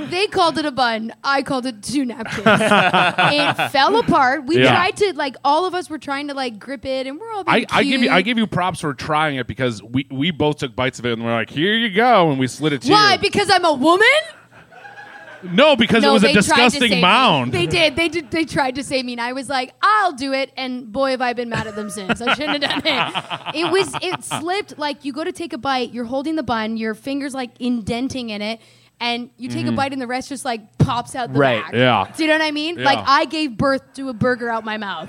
S8: they called it a bun. I called it two napkins. it fell apart. We
S4: Yeah.
S8: tried to like all of us were trying to like grip it, and we're all being
S4: I, I give you I
S8: cute.
S4: give you props for trying it because we, we both took bites of it and we're like, here you go, and we slid it to
S8: Why?
S4: you.
S8: Because I'm a woman.
S4: no, because it was a
S8: they tried to save
S4: disgusting
S8: me.
S4: mound.
S8: They did. They did. They tried to save me, and I was like, "I'll do it." And boy, have I been mad at them since. I shouldn't have done it. It was. It slipped. Like you go to take a bite, you're holding the bun, your fingers like indenting in it, and you take a bite, and the rest just like pops out the
S3: Right,
S8: back.
S4: Mm-hmm. yeah.
S8: Do you know what I mean?
S4: Yeah.
S8: Like I gave birth to a burger out my mouth.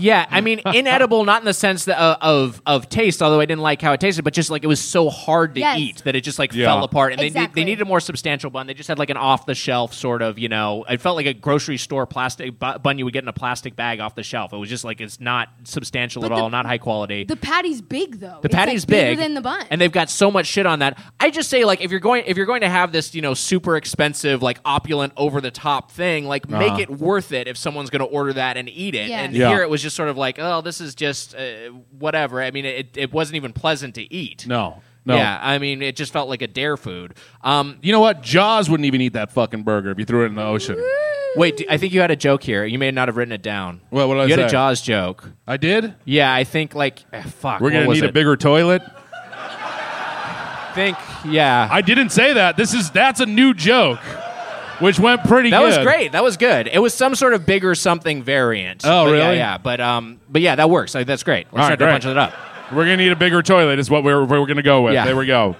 S3: Yeah, I mean, inedible, not in the sense that, uh, of of taste, although I didn't like how it tasted, but just like it was so hard to
S8: Yes.
S3: eat that it just like
S4: Yeah.
S3: fell apart. And they, need,
S8: Exactly.
S3: they needed a more substantial bun. They just had like an off the shelf sort of, you know, it felt like a grocery store plastic bu- bun you would get in a plastic bag off the shelf. It was just like it's not substantial
S8: But
S3: at
S8: the-
S3: all, not high quality.
S8: the patty's big though.
S3: The
S8: It's, like,
S3: patty's
S8: bigger
S3: big,
S8: than the bun.
S3: and they've got so much shit on that. I just say like if you're going if you're going to have this you know super expensive like opulent over the top thing, like make it worth it if someone's going to order that and eat it.
S8: Yeah.
S3: And
S4: Uh-huh. Yeah.
S3: here it was just sort of like oh this is just uh, whatever. I mean it it wasn't even pleasant to eat.
S4: no, no.
S3: Yeah, I mean it just felt like a dare food. Um,
S4: You know what? Jaws wouldn't even eat that fucking burger if you threw it in the ocean.
S3: wait, do- I think you had a joke here. You may not have written it down.
S4: What- what did I
S3: you had a
S4: say?
S3: Jaws joke.
S4: I did.
S3: Yeah, I think like eh, fuck.
S4: We're
S3: what
S4: gonna
S3: was
S4: need
S3: it?
S4: a bigger toilet.
S3: think. Yeah,
S4: I didn't say that. This is that's a new joke, which went pretty.
S3: That
S4: good.
S3: was great. That was good. It was some sort of bigger something variant.
S4: Oh,
S3: But Yeah,
S4: really?
S3: yeah. But um, but yeah, that works. Like, that's great. Let's
S4: All right,
S3: start to
S4: great.
S3: punch it up.
S4: We're gonna need a bigger toilet. Is what we're we're gonna go with.
S3: Yeah.
S4: There we go.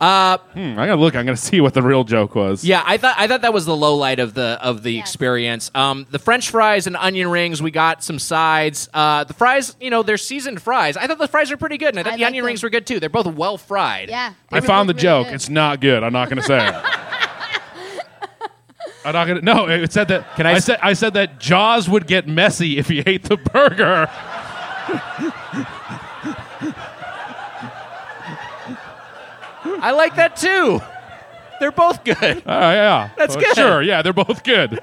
S4: Uh, hmm, I gotta look. I'm gonna see what the real joke was.
S3: Yeah, I thought I thought that was the low light of the of the experience. Um, the French fries and onion rings. We got some sides. Uh, the fries, you know, they're seasoned fries. I thought the fries were pretty good, and I thought
S8: I
S3: the
S8: like
S3: onion
S8: them.
S3: rings were good too. They're both well fried.
S8: yeah.
S4: I
S8: They
S4: found the
S8: look really
S4: joke.
S8: good.
S4: It's not good. I'm not gonna say it. I'm not gonna. No, it said that.
S3: Can I s-
S4: said I said that Jaws would get messy if he ate the burger.
S3: I like that too. They're both good.
S4: Uh, yeah,
S3: That's
S4: Uh,
S3: good.
S4: Sure, yeah, they're both good.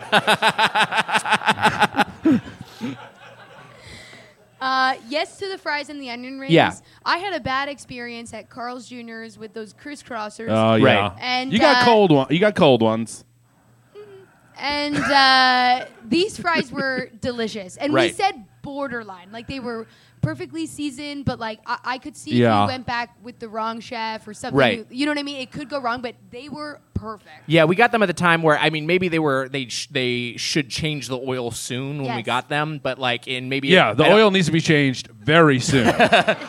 S8: Uh, yes to the fries and the onion rings.
S3: Yeah.
S8: I had a bad experience at Carl's Jr.'s with those crisscrossers.
S4: Oh yeah.
S3: Right.
S8: And,
S4: you got
S8: uh,
S4: cold one. You got cold ones.
S8: and uh, these fries were delicious. And we
S3: Right.
S8: said borderline, like they were perfectly seasoned, but like I, I could see
S3: Yeah.
S8: if you went back with the wrong chef or something.
S3: Right.
S8: You know what I mean? It could go wrong, but they were perfect.
S3: Yeah, we got them at the time where I mean, maybe they were they sh- they should change the oil soon when we
S8: Yes.
S3: got them, but like in maybe
S4: Yeah, the
S3: I don't-
S4: oil needs to be changed very soon.
S3: But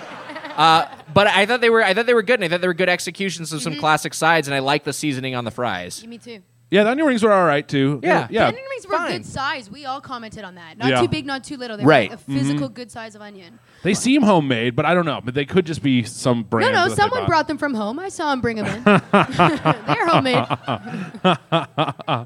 S3: I thought they were I thought they were good, and I thought they were good executions of
S8: Mm-hmm.
S3: some classic sides, and I like the seasoning on the fries.
S8: Me too.
S4: yeah, the onion rings were all right too.
S3: Yeah.
S4: yeah.
S8: onion rings were a
S3: fine.
S8: good size. We all commented on that. Not
S4: Yeah.
S8: too big, not too little. They
S3: Right.
S8: were like a physical good size of onion.
S4: They seem homemade, but I don't know. But they could just be some brand.
S8: no,
S4: that
S8: no,
S4: they
S8: someone
S4: bought.
S8: brought them from home. I saw them bring them in. They're homemade.
S3: Uh,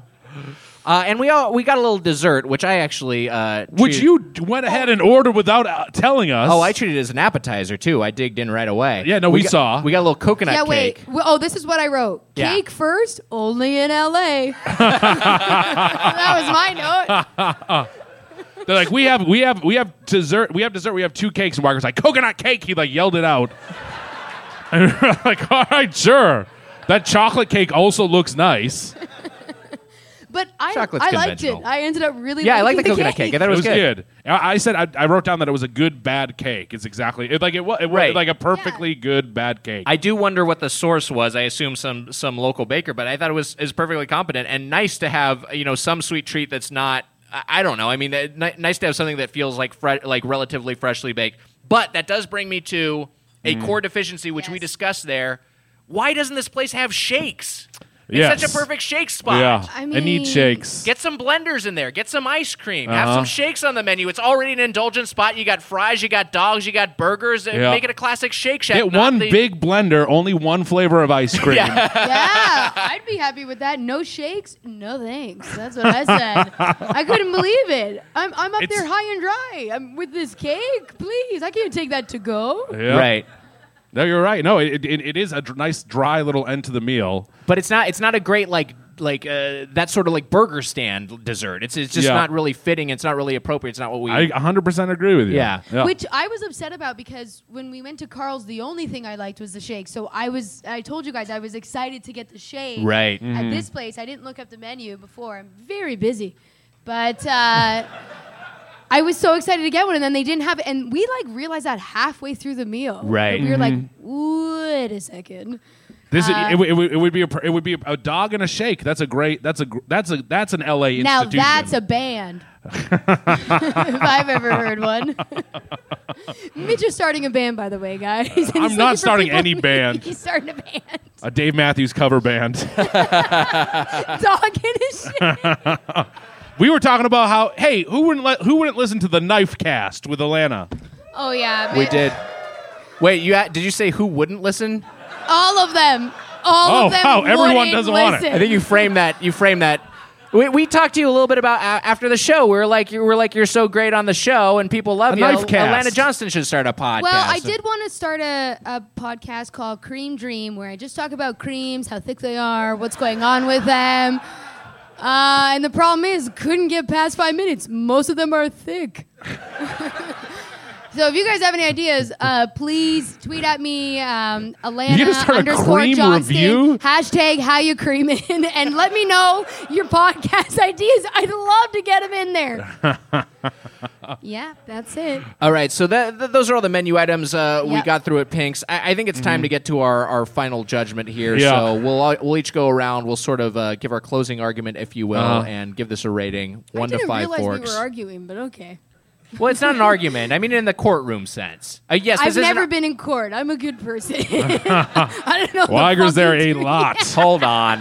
S3: and we all we got a little dessert, which I actually uh,
S4: Which
S3: treated-
S4: you d- went ahead and ordered without uh, telling us.
S3: Oh, I treated it as an appetizer too. I digged in right away.
S4: Yeah, no, we
S3: got-
S4: saw.
S3: We got a little coconut
S8: yeah, wait.
S3: cake.
S8: Well, oh, this is what I wrote.
S3: Yeah.
S8: Cake first, only in LA. that was my note.
S4: They're like, we have, we have, we have dessert. We have dessert. We have two cakes. And Walker's like, coconut cake. He like yelled it out. And we're like, all right, sure. That chocolate cake also looks nice.
S8: But I,
S3: Chocolate's
S8: I liked it.
S3: conventional.
S8: I ended up really
S3: Yeah, I like
S8: liking
S3: the coconut cake. I thought it
S4: It
S3: was,
S4: was good. I, I said I, I wrote down that it was a good bad cake. It's exactly it, like it was. It was
S3: Right.
S4: like a perfectly good bad cake.
S3: I do wonder what the source was. I assume some some local baker, but I thought it was is perfectly competent and nice to have you know some sweet treat that's not. I, I don't know. I mean, it, ni- nice to have something that feels like fre- like relatively freshly baked. But that does bring me to a
S4: Mm.
S3: core deficiency, which we
S8: Yes.
S3: discussed there. Why doesn't this place have shakes? It's such
S4: Yes.
S3: a perfect shake spot.
S4: yeah,
S8: I
S4: it
S8: mean-
S4: needs shakes.
S3: Get some blenders in there. Get some ice cream.
S4: Uh-huh.
S3: Have some shakes on the menu. It's already an indulgent spot. You got fries, you got dogs, you got burgers. Uh,
S4: Yeah.
S3: Make it a classic Shake Shack.
S4: Get
S3: not
S4: one
S3: the-
S4: big blender, only one flavor of ice cream.
S8: Yeah, I'd be happy with that. No shakes, no thanks. That's what I said. I couldn't believe it. I'm, I'm up
S4: It's-
S8: there high and dry. I'm with this cake. Please, I can't take that to go.
S4: Yeah. No, you're right. No, it, it, it is a dr- nice, dry little end to the meal.
S3: But it's not. It's not a great like like uh, that sort of like burger stand dessert. It's it's just
S4: Yeah.
S3: not really fitting. It's not really appropriate. It's not what we.
S4: I 100% agree with you.
S3: Yeah.
S8: Which I was upset about because when we went to Carl's, the only thing I liked was the shake. So I was, I told you guys, I was excited to get the shake.
S3: Right. Mm-hmm.
S8: At this place, I didn't look up the menu before. I'm very busy, but uh, I was so excited to get one, and then they didn't have it, and we like realized that halfway through the meal.
S3: Right. Mm-hmm.
S8: And we were like, wait a second.
S4: This it,
S8: uh,
S4: would- it, would- it would be a per- it would be a dog and a shake. That's a great. That's a gr- that's a that's an LA institution.
S8: Now that's a band. if I've ever heard one. Mitch is starting a band, by the way, guys. He's
S4: not
S8: looking for
S4: starting
S8: people-
S4: any band.
S8: He's starting a band.
S4: a Dave Matthews cover band.
S8: Dog in his shit.
S4: we were talking about how hey, who wouldn't let who wouldn't listen to the Knife Cast with Alana?
S8: Oh yeah,
S3: we
S8: Mitch.
S3: did. Wait, you a- did you say who wouldn't listen?
S8: All of them. All
S4: Oh,
S8: of them.
S4: wow, everyone
S8: wouldn't
S4: doesn't
S8: listen.
S4: want it.
S3: I think you framed that. You framed that. We, we talked to you a little bit about a after the show. We were like, you were like, you're so great on the show, and people love
S4: A
S3: you.
S4: knife
S3: Al-
S4: cast.
S3: Alana Johnston should start a podcast.
S8: Well, I did want to start a, a podcast called Cream Dream, where I just talk about creams, how thick they are, what's going on with them. Uh, and the problem is, couldn't get past five minutes. Most of them are thick. so if you guys have any ideas, uh, please tweet at me, um, Alana
S4: You're gonna start a
S8: underscore
S4: cream
S8: Johnston,
S4: review?
S8: hashtag how you creaming, and let me know your podcast ideas. I'd love to get them in there. yeah, that's it.
S3: All right, so that, th- those are all the menu items uh, we
S8: Yep. Mm-hmm.
S3: got through at Pink's. I, I think it's time to get to our, our final judgment here.
S4: Yeah.
S3: So we'll all, we'll each go around. We'll sort of uh, give our closing argument, if you will, and give this a rating one
S8: I
S3: to
S8: didn't
S3: five
S8: realize
S3: forks.
S8: we were arguing, but okay.
S3: well, it's not an argument. I mean, in the courtroom sense. Uh, yes,
S8: I've
S3: this is an-
S8: never been in court. I'm a good person. I don't know. what the
S4: Weiger's
S8: fuck
S4: there
S8: you
S4: a
S8: do.
S4: lot.
S3: Hold on.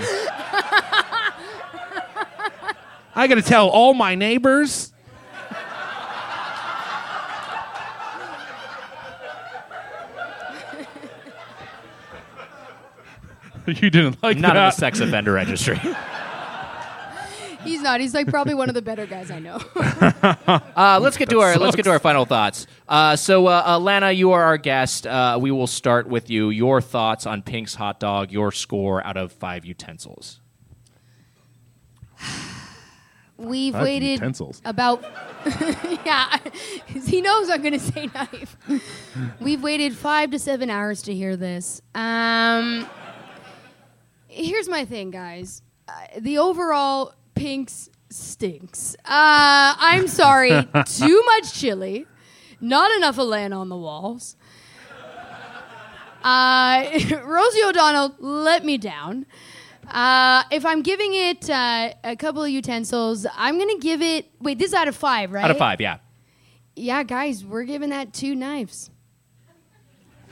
S4: I gotta tell all my neighbors. you didn't like
S3: Not in
S4: that.
S3: the sex offender registry.
S8: He's not. He's like probably one of the better guys I know.
S3: Uh, let's get to our let's get to our final thoughts. Uh, so, uh, Alana, you are our guest. Uh, we will start with you. Your thoughts on Pink's hot dog? Your score out of five utensils.
S8: We've
S4: Five
S8: waited
S4: utensils.
S8: about. yeah, 'cause he knows I'm going to say knife. We've waited five to seven hours to hear this. Um, here's my thing, guys. Uh, the overall pinks stinks. Uh, I'm sorry. Too much chili. Not enough Atlanta on the walls. Uh, Rosie O'Donnell let me down. Uh, if I'm giving it uh, a couple of utensils, I'm going to give it. Wait, this is out of five, right?
S9: Out of five, yeah.
S8: Yeah, guys, we're giving that two knives.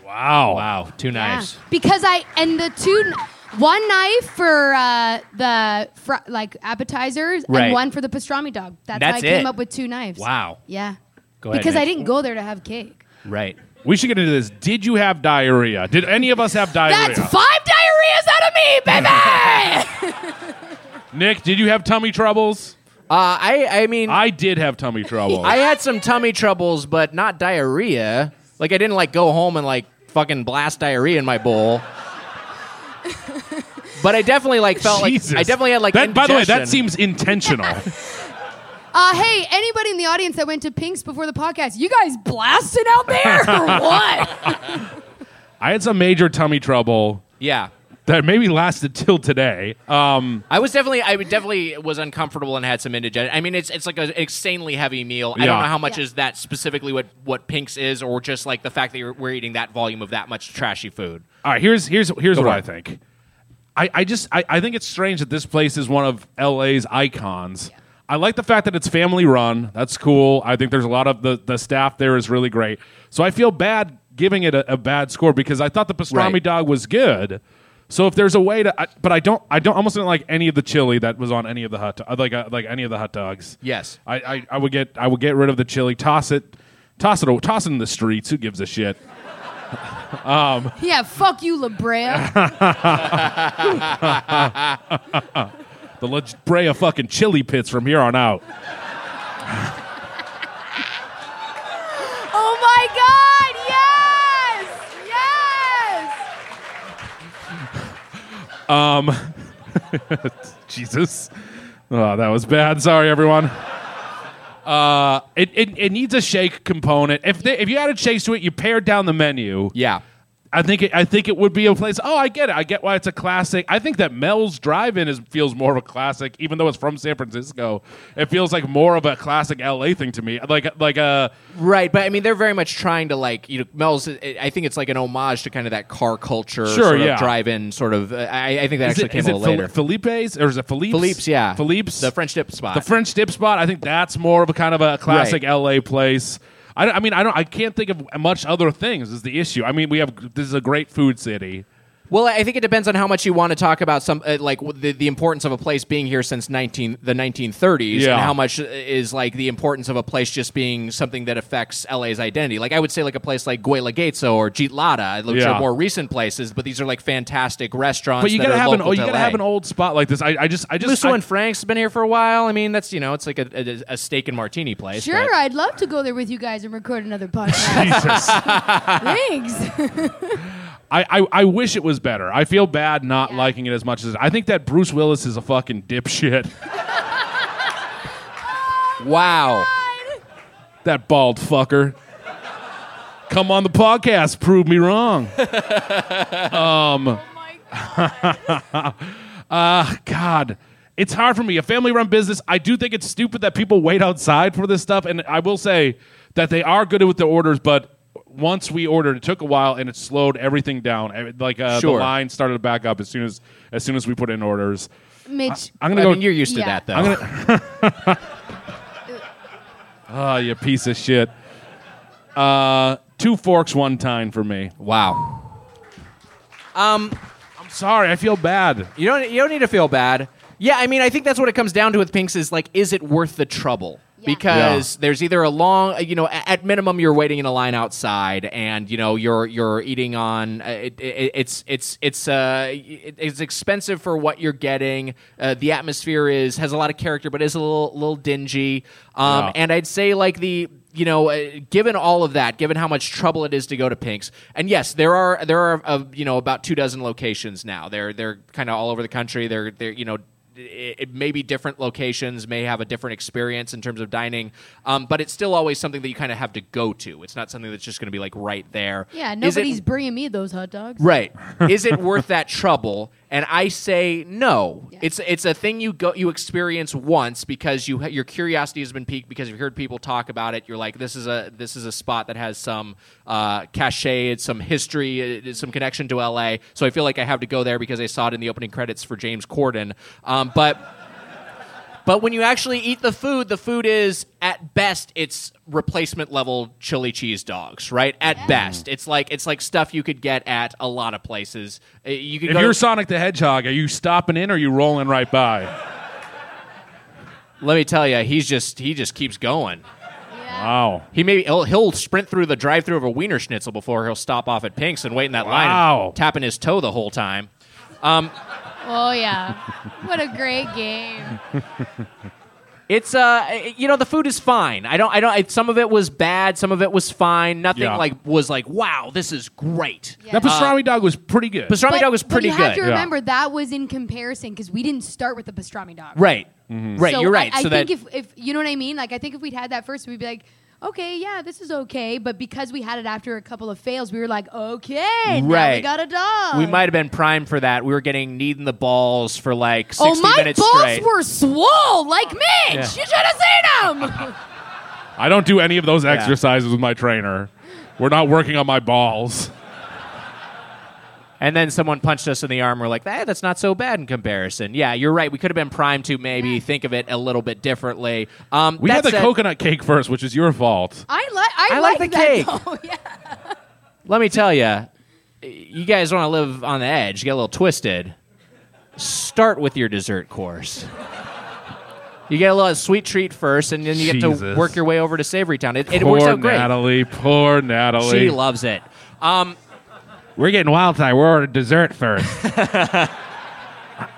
S9: Wow. Wow. Two knives.
S8: Yeah. Because I and the two, kn- one knife for uh, the fr- like appetizers
S9: Right.
S8: and one for the pastrami dog. That's, how I
S9: That's
S8: came
S9: it.
S8: up with two knives.
S9: Wow.
S8: Yeah.
S9: Go ahead,
S8: because I
S9: Mitch.
S8: didn't go there to have cake.
S9: Right.
S4: We should get into this. Did you have diarrhea? Did any of us have diarrhea?
S8: That's five diarrheas out of me, baby.
S4: Nick, did you have tummy troubles?
S3: Uh, I I mean
S4: I did have tummy trouble.
S3: I had some tummy troubles, but not diarrhea. Like I didn't like go home and like fucking blast diarrhea in my bowl. but I definitely like felt
S4: Jesus.
S3: like I definitely had like.
S4: That, by the way, that
S3: indigestion.
S4: seems intentional.
S8: Uh, hey, anybody in the audience that went to Pink's before the podcast, you guys blasted out there or what?
S4: I had some major tummy trouble
S3: Yeah.
S4: that maybe lasted till today. Um,
S3: I was definitely, I would definitely was uncomfortable and had some indigestion. I mean, it's it's like an insanely heavy meal. I
S4: Yeah.
S3: don't know how much
S8: Yeah.
S3: is that specifically what what Pink's is, or just like the fact that you're, we're eating that volume of that much trashy food.
S4: all right, here's here's here's
S3: Go
S4: what
S3: for
S4: I
S3: it.
S4: think. I, I just I, I think it's strange that this place is one of LA's icons. I like the fact that it's family run. That's cool. I think there's a lot of the, the staff there is really great. So I feel bad giving it a, a bad score because I thought the pastrami
S3: Right.
S4: dog was good. So if there's a way to, I, but I don't, I don't almost didn't like any of the chili that was on any of the hot, do- like uh, like any of the hot dogs.
S3: Yes.
S4: I, I, I would get I would get rid of the chili, toss it, toss it, toss it in the streets. Who gives a shit?
S8: yeah, fuck you, La Brea.
S4: The La Brea fucking chili pits from here on out.
S8: oh my God, yes, yes.
S4: Jesus. Oh, that was bad. Sorry, everyone. Uh, it, it, it needs a shake component. If they, if you added shakes to it, you pared down the menu.
S3: Yeah.
S4: I think it, I think it would be a place. Oh, I get it. I get why it's a classic. I think that Mel's Drive-In is feels more of a classic, even though it's from San Francisco. It feels like more of a classic LA thing to me. Like like uh, a
S3: Right, but I mean, they're very much trying to like you know Mel's. I I think it's like an homage to kind of that car culture,
S4: Sure,
S3: sort of
S4: yeah.
S3: drive-in sort of. uh, I, I think that actually
S4: it-
S3: came a
S4: it
S3: little
S4: Fel-
S3: later.
S4: Felipe's or is it Philippe's?
S3: Philippe's, yeah,
S4: Philippe's
S3: the French dip spot.
S4: The French dip spot. I think that's more of a kind of a classic
S3: Right.
S4: LA place. I, don't- I mean, I don't. I can't think of much other things. Is the issue? I mean, we have this is a great food city.
S3: Well, I think it depends on how much you want to talk about some uh, like w- the, the importance of a place being here since 19 the 1930s
S4: Yeah.
S3: and how much uh, is like the importance of a place just being something that affects LA's identity. Like I would say like a place like Guela Gateso or Jitlada, which
S4: Yeah.
S3: are more recent places, but these are like fantastic restaurants
S4: But you
S3: that
S4: gotta
S3: are
S4: have an oh,
S3: local
S4: you
S3: to
S4: gotta
S3: LA.
S4: have an old spot like this. I, I just I just
S3: Musso
S4: I-
S3: and Frank's been here for a while. I mean, that's you know, it's like a, a, a steak and martini place.
S8: Sure,
S3: but-
S8: I'd love to go there with you guys and record another podcast.
S4: Jesus.
S8: Thanks.
S4: I, I, I wish it was better. I feel bad not liking it as much as I think that Bruce Willis is a fucking dipshit.
S3: wow.
S4: that bald fucker. Come on the podcast, prove me wrong. Um,
S3: Oh
S4: Uh, God, it's hard for me. A family run business, I do think it's stupid that people wait outside for this stuff. And I will say that they are good with the orders, but once we ordered, it took a while and it slowed everything down. I- Like uh,
S3: Sure.
S4: the line started to back up as soon as as soon as we put in orders.
S8: Mitch,
S4: I'm
S3: I
S4: gonna
S3: mean,
S4: go.
S3: you're used to
S8: Yeah.
S3: that though.
S4: I'm gonna. Ah, you piece of shit. Uh, two forks, one time for me.
S3: wow.
S4: I'm sorry, I feel bad.
S3: You don't you don't need to feel bad. Yeah, I mean, I think that's what it comes down to with Pink's is like, is it worth the trouble?
S8: Yeah.
S3: Because there's either a long, uh, you know, a- at minimum you're waiting in a line outside, and you know you're you're eating on. uh, It, it, it's it's it's uh it, it's expensive for what you're getting. Uh, the atmosphere is has a lot of character, but is a little little dingy. Um,
S4: Yeah.
S3: and I'd say like the you know, uh, given all of that, given how much trouble it is to go to Pink's, and yes, there are there are uh, you know about two dozen locations now. They're they're kind of all over the country. They're they're you know. It, it may be different locations, may have a different experience in terms of dining, um, but it's still always something that you kind of have to go to. It's not something that's just going to be like right there.
S8: yeah,
S3: Is it-
S8: nobody's bringing me those hot dogs.
S3: Right. Is it worth that trouble? And I say no.
S8: Yeah.
S3: It's it's a thing you go you experience once because you ha- your curiosity has been piqued because you've heard people talk about it. You're like this is a this is a spot that has some uh, cachet, it's some history, it- it's some connection to LA. So I feel like I have to go there because I saw it in the opening credits for James Corden. Um, but but when you actually eat the food, the food is at best it's replacement level chili cheese dogs, right? At best, it's like it's like stuff you could get at a lot of places. Uh, You could
S4: If
S3: go.
S4: you're Sonic the Hedgehog, are you stopping in or are you rolling right by?
S3: Let me tell you, he's just he just keeps going.
S4: Wow.
S3: He may he'll, he'll sprint through the drive-through of a Wiener Schnitzel before he'll stop off at Pink's and wait in that line,
S4: Wow.
S3: and tapping his toe the whole time.
S8: Oh yeah, what a great game.
S3: It's uh, you know, the food is fine. I don't, I don't. Some of it was bad, some of it was fine. Nothing
S4: Yeah.
S3: like was like, wow, this is great.
S4: That pastrami dog was pretty good.
S3: Pastrami
S8: But-
S3: dog was
S8: but
S3: pretty
S8: you
S3: good.
S8: have to remember that was in comparison because we didn't start with the pastrami dog.
S3: Right.
S4: Mm-hmm.
S3: Right.
S8: So
S3: you're right.
S8: I, I
S3: so
S8: think
S3: that
S8: if, if you know what I mean, like I think if we'd had that first, we'd be like, okay, yeah, this is okay. But because we had it after a couple of fails, we were like, okay, now we
S3: Right.
S8: got a dog.
S3: we might have been primed for that. We were getting need in the balls for like 60
S8: Oh, my
S3: minutes
S8: balls
S3: straight.
S8: were swole like Mitch. You should have seen them.
S4: I don't do any of those exercises with my trainer. We're not working on my balls.
S3: and then someone punched us in the arm. We're like, eh, that's not so bad in comparison. Yeah, you're right. We could have been primed to maybe think of it a little bit differently. Um,
S4: We
S3: that
S4: had the
S3: said-
S4: coconut cake first, which is your fault.
S8: I like. I,
S3: I like the
S8: that,
S3: cake.
S8: though. yeah.
S3: Let me tell you, you guys want to live on the edge, get a little twisted. Start with your dessert course. You get a little sweet treat first, and then you get to
S4: Jesus.
S3: work your way over to Savory Town. It, it
S4: poor
S3: works out great.
S4: Natalie. Poor Natalie.
S3: She loves it. Um,
S4: We're getting wild tonight. We're ordering dessert first.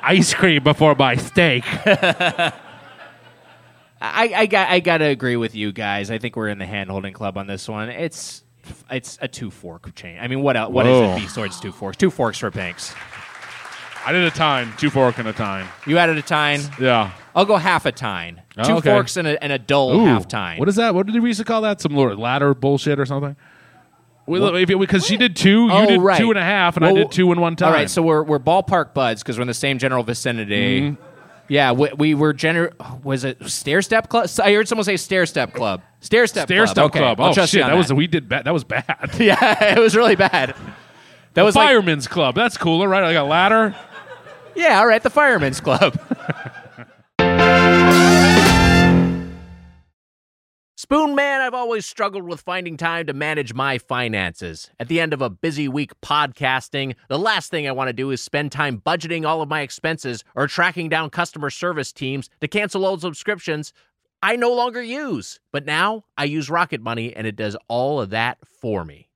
S4: Ice cream before my steak.
S3: I, I got I gotta agree with you guys. I think we're in the hand holding club on this one. It's it's a two fork chain. I mean, what el what is
S4: Whoa.
S3: it? B swords, two forks, two forks for pinks.
S4: I did a time, two fork and a time.
S3: You added a tine.
S4: Yeah.
S3: I'll go half a tine. Two
S4: Oh, okay.
S3: forks and a, and a dull
S4: Ooh.
S3: half tine.
S4: What is that? What did we used to call that? Some lord- ladder bullshit or something? Because she did two, you
S3: oh,
S4: did
S3: right.
S4: two and a half, and I
S3: Well,
S4: did two in one time.
S3: All right, so we're we're ballpark buds because we're in the same general vicinity.
S4: Mm-hmm.
S3: Yeah, we, we were gener. Was it stair step club? I heard someone say stair step club. Stair step.
S4: stair step
S3: club. Okay,
S4: club.
S3: I'll
S4: Oh shit,
S3: trust you
S4: that,
S3: on
S4: was we did bad. That was bad.
S3: yeah, it was really bad. That was like
S4: Fireman's club. That's cooler, right? Like a ladder.
S3: yeah, all right, the firemen's club. Spoon Man, I've always struggled with finding time to manage my finances. At the end of a busy week podcasting, the last thing I want to do is spend time budgeting all of my expenses or tracking down customer service teams to cancel old subscriptions I no longer use. But now I use Rocket Money and it does all of that for me.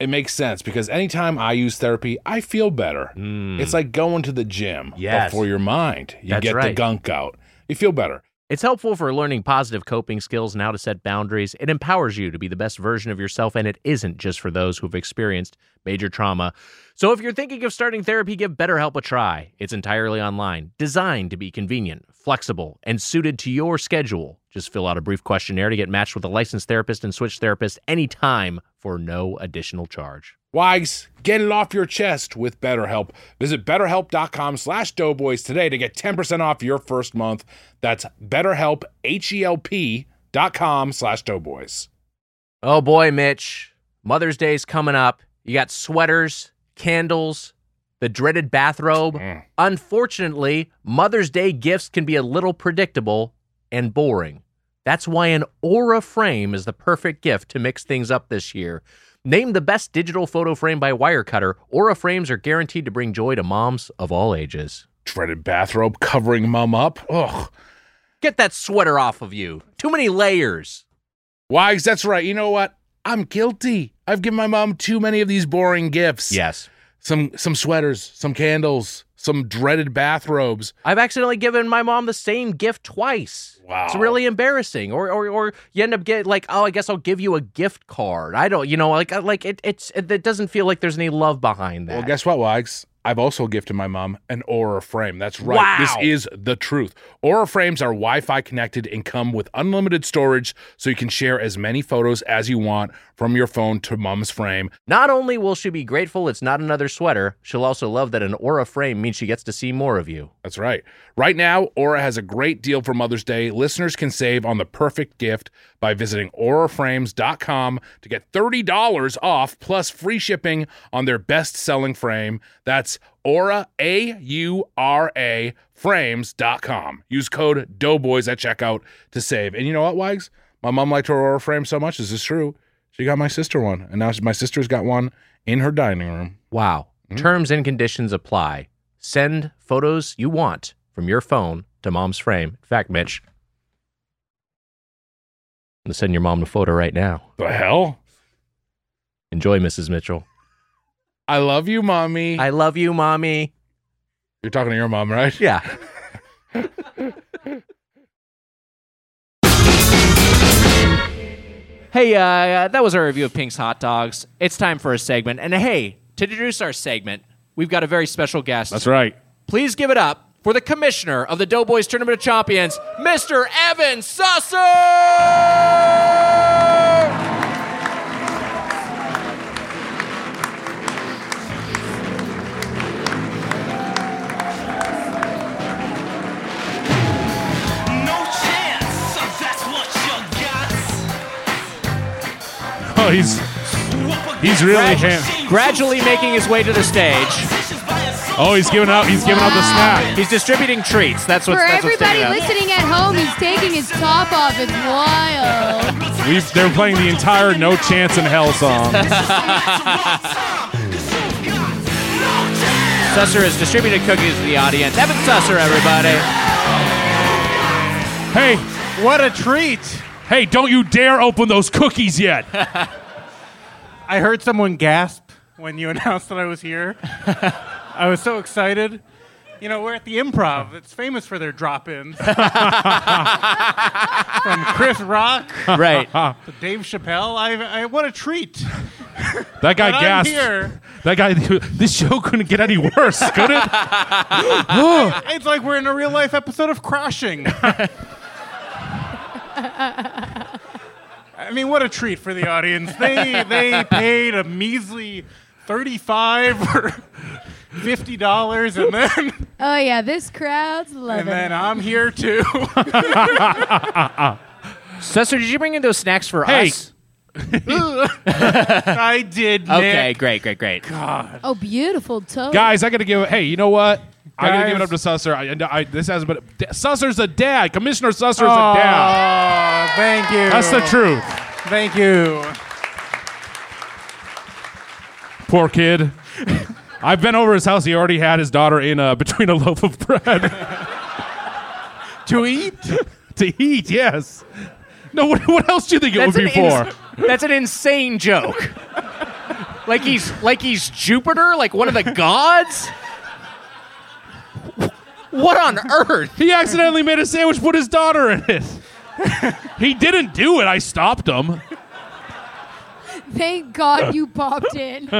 S4: it makes sense because anytime I use therapy, I feel better.
S3: Hmm.
S4: It's like going to the gym
S3: Mm. Yes.
S4: but for your mind. You
S3: That's
S4: get the
S3: right.
S4: gunk out. You feel better.
S3: It's helpful for learning positive coping skills and how to set boundaries. It empowers you to be the best version of yourself, and it isn't just for those who've experienced major trauma. So, if you're thinking of starting therapy, give BetterHelp a try. It's entirely online, designed to be convenient, flexible, and suited to your schedule. Just fill out a brief questionnaire to get matched with a licensed therapist and switch therapist anytime for no additional charge.
S4: Wags, get it off your chest with BetterHelp. Visit betterhelp.com slash doughboys today to get 10% off your first month. That's betterhelp, H-E-L-P dot com slash doughboys.
S3: Oh boy, Mitch. Mother's Day's coming up. You got sweaters, candles, the dreaded bathrobe. Unfortunately, Mother's Day gifts can be a little predictable and boring. That's why an Aura frame is the perfect gift to mix things up this year. Named the best digital photo frame by Wirecutter, Aura frames are guaranteed to bring joy to moms of all ages.
S4: Dreaded bathrobe covering mom up. Ugh.
S3: Get that sweater off of you. Too many layers.
S4: Wags, that's right. You know what? I'm guilty. I've given my mom too many of these boring gifts.
S3: Yes.
S4: Some some sweaters, some candles, some dreaded bathrobes.
S3: I've accidentally given my mom the same gift twice. Wow. It's really embarrassing. Or or or you end up getting like, oh, I guess I'll give you a gift card. I don't, you know, like uh, like it it's it, it doesn't feel like there's any love behind that.
S4: Well, guess what, Wags? I've also gifted my mom an Aura frame. That's right.
S3: Wow.
S4: This is the truth. Aura frames are Wi Fi connected and come with unlimited storage so you can share as many photos as you want from your phone to mom's frame.
S3: Not only will she be grateful it's not another sweater, she'll also love that an aura frame means she gets to see more of you.
S4: That's right. Right now, Aura has a great deal for Mother's Day. Listeners can save on the perfect gift by visiting auraframes.com to get $30 off plus free shipping on their best-selling frame. That's aura a u r a frames.com. Use code doughboys at checkout to save. And you know what, Wags? My mom liked her aura frame so much, this is true. She got my sister one, and now she- my sister's got one in her dining room.
S3: Wow.
S4: Hmm.
S3: Terms and conditions apply. Send photos you want from your phone to mom's frame. In fact, Mitch, I'm gonna send your mom a photo right now.
S4: The hell?
S3: Enjoy, Mrs. Mitchell.
S4: I love you, mommy.
S3: I love you, mommy.
S4: You're talking to your mom, right?
S3: Yeah.
S10: Hey, uh, uh, that was our review of Pink's Hot Dogs. It's time for a segment. And uh, hey, to introduce our segment, we've got a very special guest.
S11: That's right.
S10: Please give it up for the commissioner of the Doughboys Tournament of Champions, Mr. Evan Susser!
S12: No chance, so that's what you got.
S11: Oh, he's he's really ham.
S10: Gradually making his way to the stage.
S11: Oh, he's giving out. He's giving out the snack.
S10: He's distributing treats. That's
S8: For
S10: what's that's what's
S8: everybody
S10: taking up.
S8: listening at home, he's taking his top off. It's wild.
S11: We've, they're playing the entire "No Chance in Hell" song.
S10: Susser has distributed cookies to the audience. Evan Susser, everybody.
S11: Hey, what a treat! Hey, don't you dare open those cookies yet.
S6: I heard someone gasp when you announced that I was here. I was so excited. You know, we're at the improv. It's famous for their drop ins. From Chris Rock
S10: Right.
S6: to Dave Chappelle. I, I, what a treat.
S11: That guy
S6: But I'm
S11: gasped.
S6: here.
S11: That guy. This show couldn't get any worse, could it?
S6: I- it's like we're in a real life episode of Crashing. I mean, what a treat for the audience. They they paid a measly thirty-five or fifty dollars, and then
S8: Oh yeah, this crowd's loving
S6: and then
S8: it.
S6: I'm here too.
S10: Susser, did you bring in those snacks for
S6: Hey.
S10: us?
S6: I did.
S10: Okay,
S11: Nick.
S10: great, great, great.
S8: Oh, beautiful toe.
S11: Guys, I gotta give. Hey, you know what? I gotta give it
S6: Guys.
S11: up to Susser. I, I, this hasn't been. D- Susser's a dad. Commissioner Susser's a dad.
S6: Oh, thank you.
S11: That's the truth.
S6: Thank you.
S11: Poor kid. I've been over his house. He already had his daughter in uh, between a loaf of bread
S6: to eat.
S11: to eat. Yes. No. What, what else do you think it would be
S10: an
S11: for?
S10: ins- that's an insane joke.
S3: like he's like he's Jupiter, like one of the gods. What on earth?
S4: He accidentally made a sandwich, put his daughter in it. he didn't do it. I stopped him.
S8: Thank God you popped in. oh,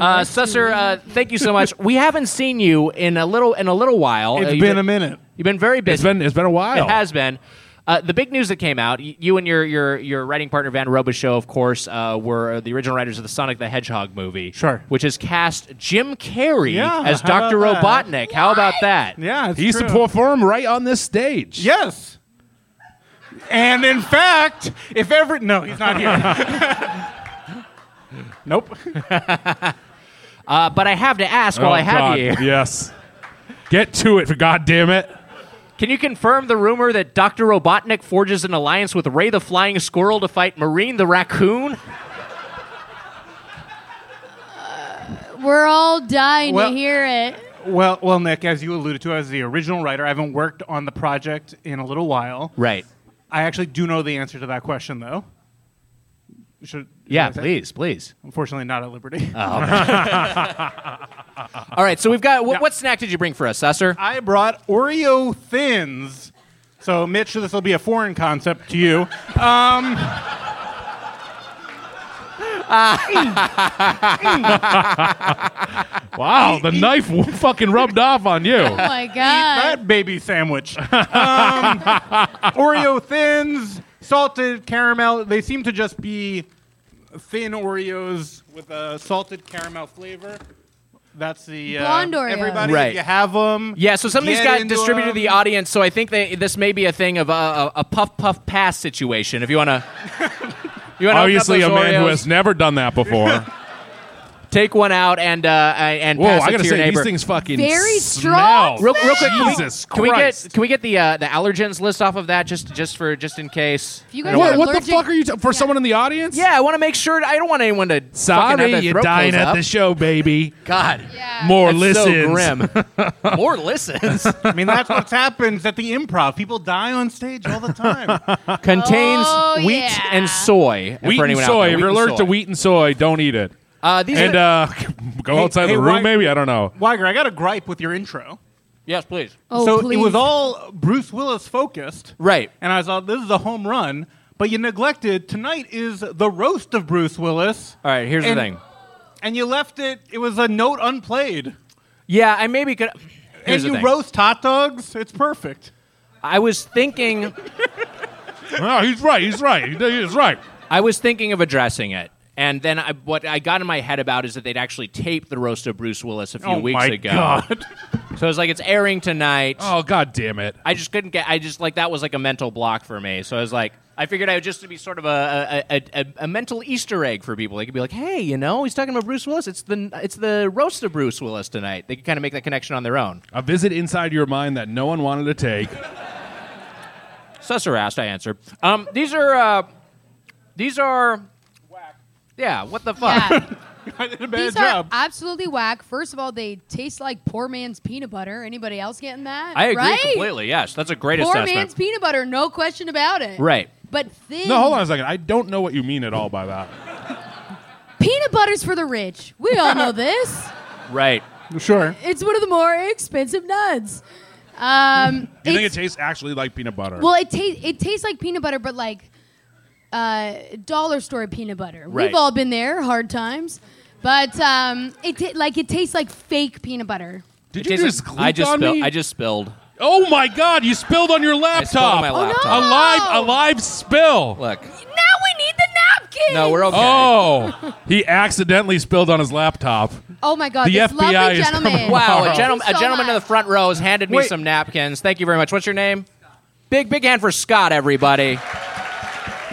S3: Uh, Susser, uh, thank you so much. We haven't seen you in a little in a little while.
S6: It's
S3: It's
S6: been a minute.
S3: You've been very busy.
S4: It's been it's been a while.
S3: It has been. Uh, the big news that came out, y- you and your your your writing partner Van Robichaux, of course, uh, were the original writers of the Sonic the Hedgehog movie,
S6: Sure.
S3: which has cast Jim Carrey
S6: Yeah,
S3: as
S6: how
S3: Doctor
S6: about that?
S3: Robotnik. How about that?
S6: Yeah, it's
S4: He used to
S6: true.
S4: perform right on this stage.
S6: Yes. And in fact, if ever no, he's not here. nope.
S3: Uh, but I have to ask
S6: Oh,
S3: while I have you,
S4: Oh, Yes. Get to it, for God damn it.
S3: can you confirm the rumor that Doctor Robotnik forges an alliance with Ray the Flying Squirrel to fight Marine the Raccoon?
S8: we're all dying
S6: Well-
S8: to hear it.
S6: Well, well, Nick, as you alluded to, as the original writer, I haven't worked on the project in a little while.
S3: Right.
S6: I actually do know the answer to that question, though. Should,
S3: Yeah,
S6: should I say-
S3: please, please. Oh,
S6: Unfortunately, not at liberty.
S3: All right, so we've got what, what snack did you bring for us, uh, Susser?
S6: I brought Oreo thins. So, Mitch, this will be a foreign concept to you. Um,
S4: Wow, the knife fucking rubbed off on you.
S8: Oh my God.
S6: that baby sandwich. Um, Oreo thins, salted caramel. They seem to just be thin Oreos with a salted caramel flavor. That's the uh,
S8: Blonde Oreo.
S6: Everybody,
S3: Right.
S6: if you have them.
S3: Yeah, so some of these
S6: get
S3: got
S6: into
S3: distributed to the
S6: 'em.
S3: audience, so I think they, this may be a thing of a, a, a puff puff pass situation. If you want to, you want to
S4: Obviously, a
S3: up those
S4: man who
S3: Oreos,
S4: has never done that before.
S3: take one out and uh, and
S4: Whoa,
S3: pass
S4: I
S3: it to
S4: gotta
S3: your
S4: say,
S3: neighbor.
S4: these things fucking
S8: Very
S4: smell.
S8: strong
S3: real, real quick, can we-
S4: Jesus
S3: can we,
S4: Christ.
S3: get can we get the uh, the allergens list off of that just just for just in case?
S8: If you guys
S4: what
S8: are
S4: what the
S8: allergic-
S4: fuck are you t- for? Someone in the audience?
S3: Yeah, I want to make sure I don't want anyone to fucking have
S4: Sorry,
S3: their
S4: you're
S3: throat
S4: dying
S3: close
S4: at
S3: up.
S4: the show, baby.
S3: God,
S8: Yeah.
S6: Uh,
S4: More
S3: that's
S4: listens.
S3: so grim. More listens.
S6: I mean, that's what happens at the improv. People die on stage all the time.
S3: Contains
S8: Oh,
S3: wheat
S8: yeah.
S3: and soy.
S4: Wheat
S3: for
S4: and
S3: anyone out
S4: soy.
S3: there.
S4: If you're
S3: and
S4: allergic
S3: soy.
S4: to wheat and soy, don't eat it.
S3: uh, these
S4: and
S3: are,
S4: uh, go
S6: Hey-
S4: outside
S6: hey,
S4: the room,
S6: why-
S4: maybe. I don't know.
S6: Weiger, I got a gripe with your intro.
S3: yes, please.
S8: Oh,
S6: so
S8: please.
S6: it was all Bruce Willis focused.
S3: Right.
S6: And I thought, this is a home run. But you neglected tonight is the roast of Bruce Willis.
S3: All right, here's
S6: And-
S3: the thing.
S6: And you left it, it was a note unplayed.
S3: Yeah, I maybe could. Here's
S6: and
S3: the
S6: you
S3: thing.
S6: roast hot dogs. It's perfect.
S3: I was thinking.
S4: No, he's right. He's right. He's right.
S3: I was thinking of addressing it, and then I, what I got in my head about is that they'd actually taped the roast of Bruce Willis a few
S4: Oh
S3: weeks
S4: my
S3: ago.
S4: God.
S3: So I was like, it's airing tonight.
S4: Oh god damn it.
S3: I just couldn't get. I just like that was like a mental block for me. So I was like, I figured I would just to be sort of a a, a, a a mental Easter egg for people. They could be like, hey, you know, he's talking about Bruce Willis. It's the it's the roast of Bruce Willis tonight. They could kind of make that connection on their own.
S4: A visit inside your mind that no one wanted to take.
S3: Susser asked, I answered. Um, these are uh, these are. Yeah, what the fuck?
S8: Yeah.
S6: I did a bad
S8: These are
S6: job.
S8: absolutely whack. First of all, they taste like poor man's peanut butter. Anybody else getting that?
S3: I agree
S8: Right?
S3: completely. Yes, that's a great
S8: Poor
S3: assessment.
S8: man's peanut butter, no question about it.
S3: Right.
S8: But thin.
S4: No, hold on a second. I don't know what you mean at all by that.
S8: Peanut butter's for the rich. We all know this.
S3: Right.
S6: sure.
S8: It's one of the more expensive nuts. Um,
S4: You think it
S8: it's-
S4: tastes actually like peanut butter?
S8: well, it tastes it tastes like peanut butter, but like uh, dollar store peanut butter.
S3: Right.
S8: We've all been there, hard times. But um, it ta- like it tastes like fake peanut butter.
S4: Did
S3: It
S4: you
S3: tastes-
S4: just glued
S3: I just
S4: on
S3: spilled.
S4: me?
S3: I just spilled.
S4: oh my god, you spilled on your
S3: I spilled on
S4: laptop.
S3: my
S8: Oh, no.
S3: laptop.
S4: A live a live spill.
S3: Look.
S8: Now we need the napkin.
S3: No, we're okay.
S4: Oh, he accidentally spilled on his laptop.
S8: Oh my God,
S4: The
S8: this
S4: FBI
S8: lovely
S4: is coming.
S8: gentleman.
S3: Wow, a,
S4: Wow.
S3: gentleman,
S8: Thank
S3: a
S8: you so
S3: gentleman in the
S8: much.
S3: front row has handed me
S6: Wait.
S3: some napkins. Thank you very much. What's your name? Big, big hand for Scott, everybody.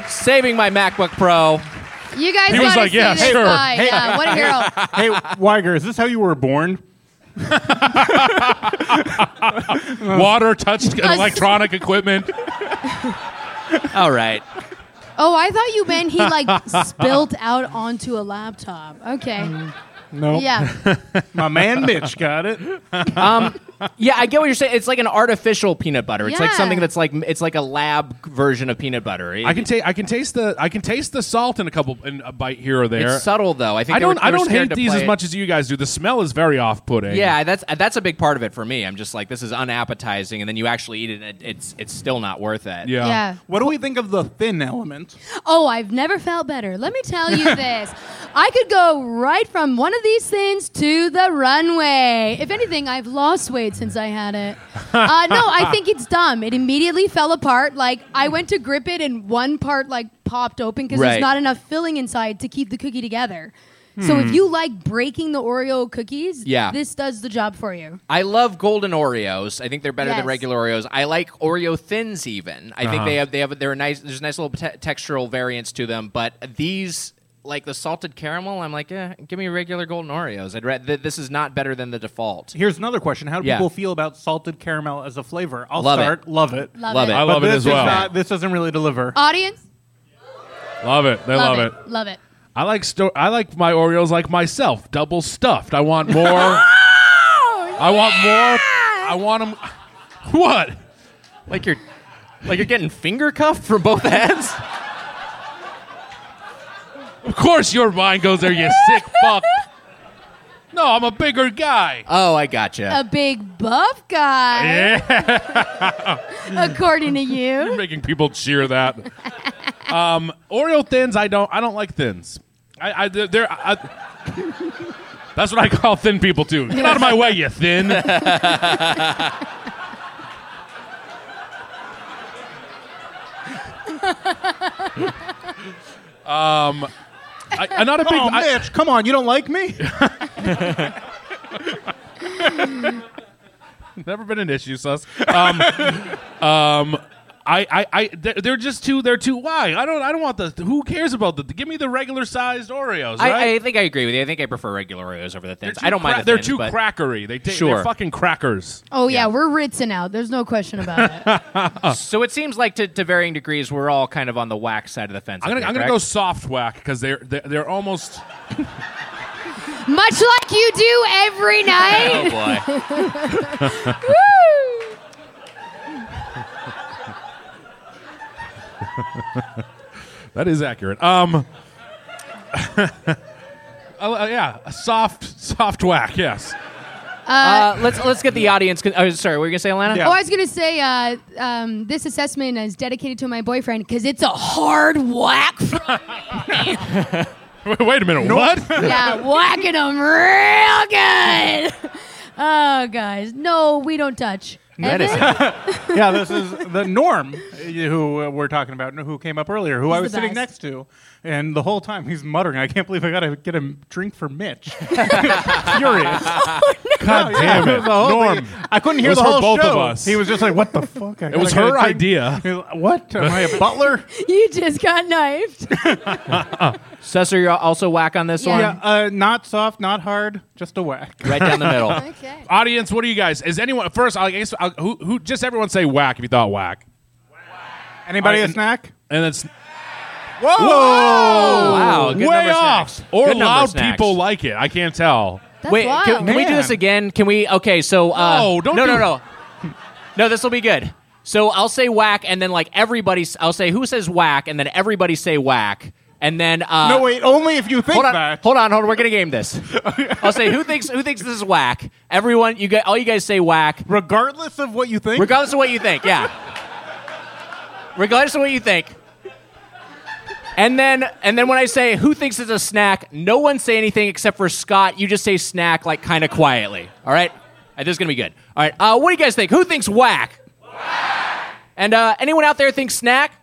S3: Saving my MacBook Pro.
S8: You guys
S4: He
S8: gotta
S4: was like,
S8: see
S4: "Yeah,
S8: this
S4: sure."
S8: guy. Yeah, what a hero.
S6: hey, Weiger, is this how you were born?
S4: Water touched electronic equipment.
S3: All right.
S8: Oh, I thought you meant he like spilt out onto a laptop. Okay.
S6: Nope.
S8: Yeah.
S6: My man Mitch got it.
S3: um, yeah, I get what you're saying. It's like an artificial peanut butter. It's like
S6: Yeah.
S3: something that's like it's like a lab version of peanut butter. It-
S4: I can ta- I can taste the I can taste the salt in a couple in a bite here or there.
S3: It's subtle, though. I think
S4: I
S3: they were-
S4: don't I
S3: they were
S4: don't
S3: scared
S4: hate
S3: to
S4: these
S3: play
S4: as
S3: it.
S4: much as you guys do. The smell is very off putting.
S3: Yeah, that's that's a big part of it for me. I'm just like this is unappetizing, and then you actually eat it, and it, it's it's still not worth it.
S4: Yeah.
S8: Yeah.
S6: What do we think of the thin element?
S8: Oh, I've never felt better. Let me tell you this. I could go right from one of these things to the runway. If anything, I've lost weight since I had it. Uh, no, I think it's dumb. It immediately fell apart. Like I went to grip it, and one part like popped open because
S13: Right.
S8: there's not enough filling inside to keep the cookie together. So if
S3: Hmm.
S8: you like breaking the Oreo cookies,
S3: Yeah.
S8: this does the job for you.
S3: I love golden Oreos. I think they're better
S8: Yes.
S3: than regular Oreos. I like Oreo thins even. I
S14: Uh-huh.
S3: think they have they have they're a nice. There's a nice little te- textural variance to them. But these like the salted caramel, I'm like, eh, give me regular golden Oreos. I'd rather th- this is not better than the default.
S6: Here's another question: How do
S3: Yeah.
S6: people feel about salted caramel as a flavor? I'll
S3: Love it.
S6: start. Love it.
S8: Love Love it. it. I
S6: But
S4: love it
S6: this
S4: as
S6: is
S4: well.
S6: not- this doesn't really deliver.
S8: Audience,
S4: Love it. They love, it.
S8: Love it.
S4: I like sto- I like my Oreos like myself, double stuffed. I want more. I want more. I want them. What?
S3: Like you're like you're getting finger cuffed from both ends.
S4: Of course, your mind goes there. You sick fuck. No, I'm a bigger guy.
S3: Oh, I gotcha.
S8: A big buff
S3: Oh,
S8: guy,
S4: yeah.
S8: according to you.
S4: You're making people cheer that. Um, Oreo thins. I don't. I don't like thins. I. I they're. I, that's what I call thin people too. Get out of my way, you thin. um, I, I'm not a big.
S6: Oh,
S4: I-
S6: Mitch, come on! You don't like me?
S4: Never been an issue, sus. Um, um, I, I, I, they're they're just too, they're too wide. I don't, I don't want the. Who cares about the? Give me the regular sized Oreos. Right?
S3: I, I think I agree with you. I think I prefer regular Oreos over the thins.
S4: They're
S3: I don't
S4: too
S3: mind.
S4: cra-
S3: the
S4: they're
S3: thins,
S4: too
S3: but-
S4: crackery. They ta-
S3: Sure.
S4: they're fucking crackers.
S8: Oh yeah, we're ritzing out. There's no question about it.
S3: so it seems like to, to varying degrees we're all kind of on the whack side of the fence.
S4: I'm gonna,
S3: here,
S4: I'm gonna go
S3: correct?
S4: soft whack because they're, they're, they're almost.
S8: Much like you do every night.
S3: Oh,
S4: that is accurate. Um, oh, uh, yeah, a soft, soft whack. Yes.
S3: Uh, let's let's get the audience. Oh, sorry, what were you gonna say, Alana?
S8: Oh, I was gonna say uh, um, this assessment is dedicated to my boyfriend because it's a hard whack.
S4: wait, wait a minute. What?
S8: yeah, whacking him real good. Oh, guys, no, we don't touch.
S6: yeah, this is the norm uh, who uh, we're talking about, who came up earlier, who
S8: He's
S6: I
S8: the
S6: was sitting next
S8: best.
S6: to, and the whole time he's muttering, "I can't believe I got to get a drink for Mitch." Furious.
S4: God damn it,
S6: The whole thing-
S4: Norm.
S6: I couldn't
S4: It
S6: hear
S4: was
S6: the
S4: for
S6: whole
S4: both
S6: show.
S4: of us.
S6: He was just like, "What the fuck?" I
S4: It was
S6: gotta
S4: her
S6: get a drink."
S4: idea.
S6: He's like, What am I a butler?
S8: You just got knifed.
S3: Cesar, you're also whack on this
S6: yeah,
S3: one.
S6: uh, not soft, not hard, just a whack.
S3: Right down the middle.
S8: okay.
S4: Audience, what do you guys? Is anyone first? I guess I'll, who, who? Just everyone say whack if you thought whack.
S6: Anybody
S4: All
S6: a snack?
S4: And it's
S6: Whoa!
S3: Oh! Wow, good
S4: way
S3: number of
S4: off.
S3: snacks.
S4: Or
S3: Good number of
S4: loud
S3: snacks.
S4: people like it. I can't tell.
S3: Wait, can, can we do this again? Can we? Okay, so uh,
S4: No, don't
S3: no,
S4: do-
S3: no, no, no. This will be good. So I'll say whack, and then like everybody, s- I'll say who says whack, and then everybody say whack, and then uh,
S6: no, wait. Only if you think
S3: hold on,
S6: that.
S3: Hold on, hold on. We're gonna game this. I'll say who thinks who thinks this is whack. Everyone, you guys, all you guys say whack,
S6: regardless of what you think.
S3: Regardless of what you think, yeah. regardless of what you think. And then, and then when I say who thinks it's a snack, no one say anything except for Scott. You just say snack like kind of quietly. All right, Uh, this is gonna be good. All right, uh, what do you guys think? Who thinks whack? And uh, anyone out there think snack?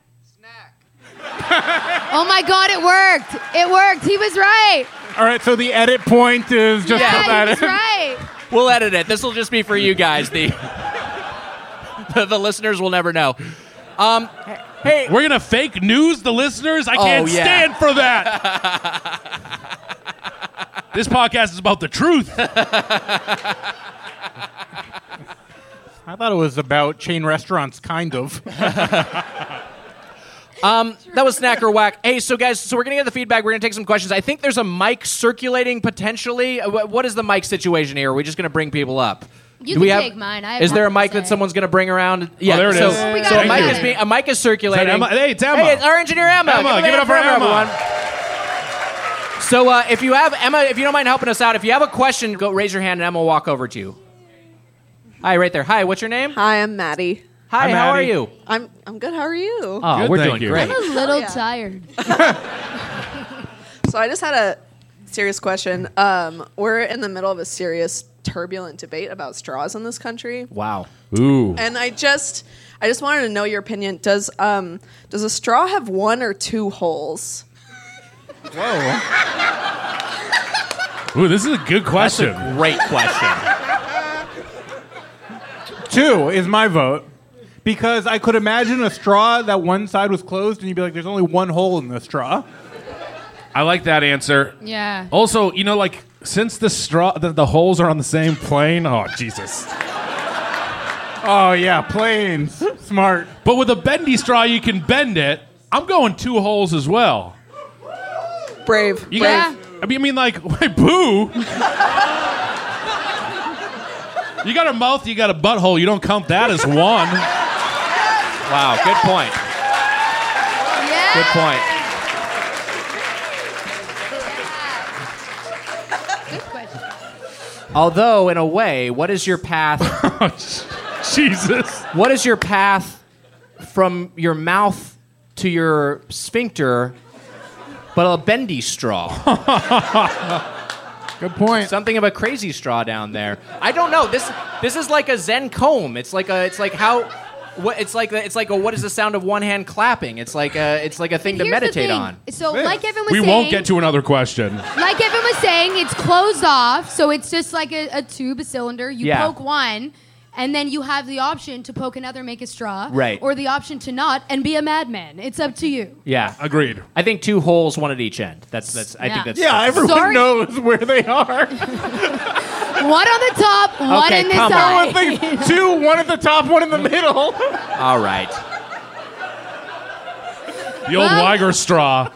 S8: Oh my God, it worked. It worked. He was right.
S6: All right, so the edit point is just
S8: yeah,
S6: put that
S8: he was
S6: in.
S8: right.
S3: We'll edit it. This will just be for you guys. The the, the listeners will never know. Um, hey,
S4: we're gonna fake news the listeners.
S3: Oh,
S4: I can't stand for that. this podcast is about the truth.
S6: I thought it was about chain restaurants, kind of.
S3: Um, that was snack or whack. Hey, so guys, so we're gonna get the feedback. We're gonna take some questions. I think there's a mic circulating potentially. Uh, wh- What is the mic situation here? Are we just gonna bring people up?
S8: You
S3: Do we
S8: can
S3: have-
S8: take mine. I have
S3: is there a
S8: nothing to
S3: mic that someone's gonna bring around? Yeah,
S4: there it
S3: so,
S4: is. Oh, we got
S3: so a
S4: it,
S3: mic
S4: we got
S3: is
S4: it.
S3: being a mic is circulating.
S4: Emma? Hey, it's Emma.
S3: Hey, it's our engineer Emma.
S4: Emma,
S3: a
S4: give it
S3: hand
S4: up for Emma.
S3: everyone. So uh, if you have Emma, if you don't mind helping us out, if you have a question, go raise your hand and Emma will walk over to you. Hi, right there. Hi, what's your name?
S13: Hi, I'm Maddie.
S3: Hi, how are you?
S13: I'm I'm good. How are you?
S3: Oh, Good, we're thank doing you. great.
S8: I'm a little
S13: yeah.
S8: tired.
S13: So I just had a serious question. Um, we're in the middle of a serious turbulent debate about straws in this country.
S3: Wow.
S4: Ooh.
S13: And I just I just wanted to know your opinion. Does um does a straw have one or two holes?
S4: Whoa. Ooh, this is a good question.
S3: great question.
S6: Two is my vote. Because I could imagine a straw that one side was closed, and you'd be like, there's only one hole in the straw.
S4: I like that answer.
S8: Yeah.
S6: Oh,
S4: Also, you know, like since the straw, the, the holes are on the same plane. Oh Jesus!
S6: oh yeah, planes, smart.
S4: But with a bendy straw, you can bend it. I'm going two holes as well.
S13: Brave.
S4: You guys- I mean, I mean, like, wait, boo. you got a mouth, you got a butthole. You don't count that as one. wow,
S3: good point. Good point. Although, in a way, what is your path?
S4: Jesus.
S3: What is your path from your mouth to your sphincter, but a bendy straw?
S6: Good point.
S3: Something of a crazy straw down there. I don't know. This this is like a Zen comb. It's like a. It's like how. What, it's like a- it's like a, what is the sound of one hand clapping? It's like a it's like a thing to
S8: Here's the
S3: meditate
S8: thing.
S3: on.
S8: So, like Evan was
S4: We
S8: saying,
S4: won't get to another question.
S8: like Evan was saying, it's closed off, so it's just like a, a tube, a cylinder. You
S4: Yeah.
S8: poke one, and then you have the option to poke another, make a straw,
S3: Right.
S8: Or the option to not and be a madman. It's up to you.
S3: Yeah,
S4: agreed.
S3: I think two holes, one at each end. That's that's. I
S8: Yeah.
S3: think that's.
S8: Yeah,
S3: that's-
S8: everyone Sorry.
S6: knows where they are.
S8: One on the top, one
S3: Okay,
S8: in the
S3: come on.
S8: side.
S3: No one thinks
S6: two, one at the top, one in the middle.
S3: All right.
S4: The old
S8: Well-
S4: Weiger straw.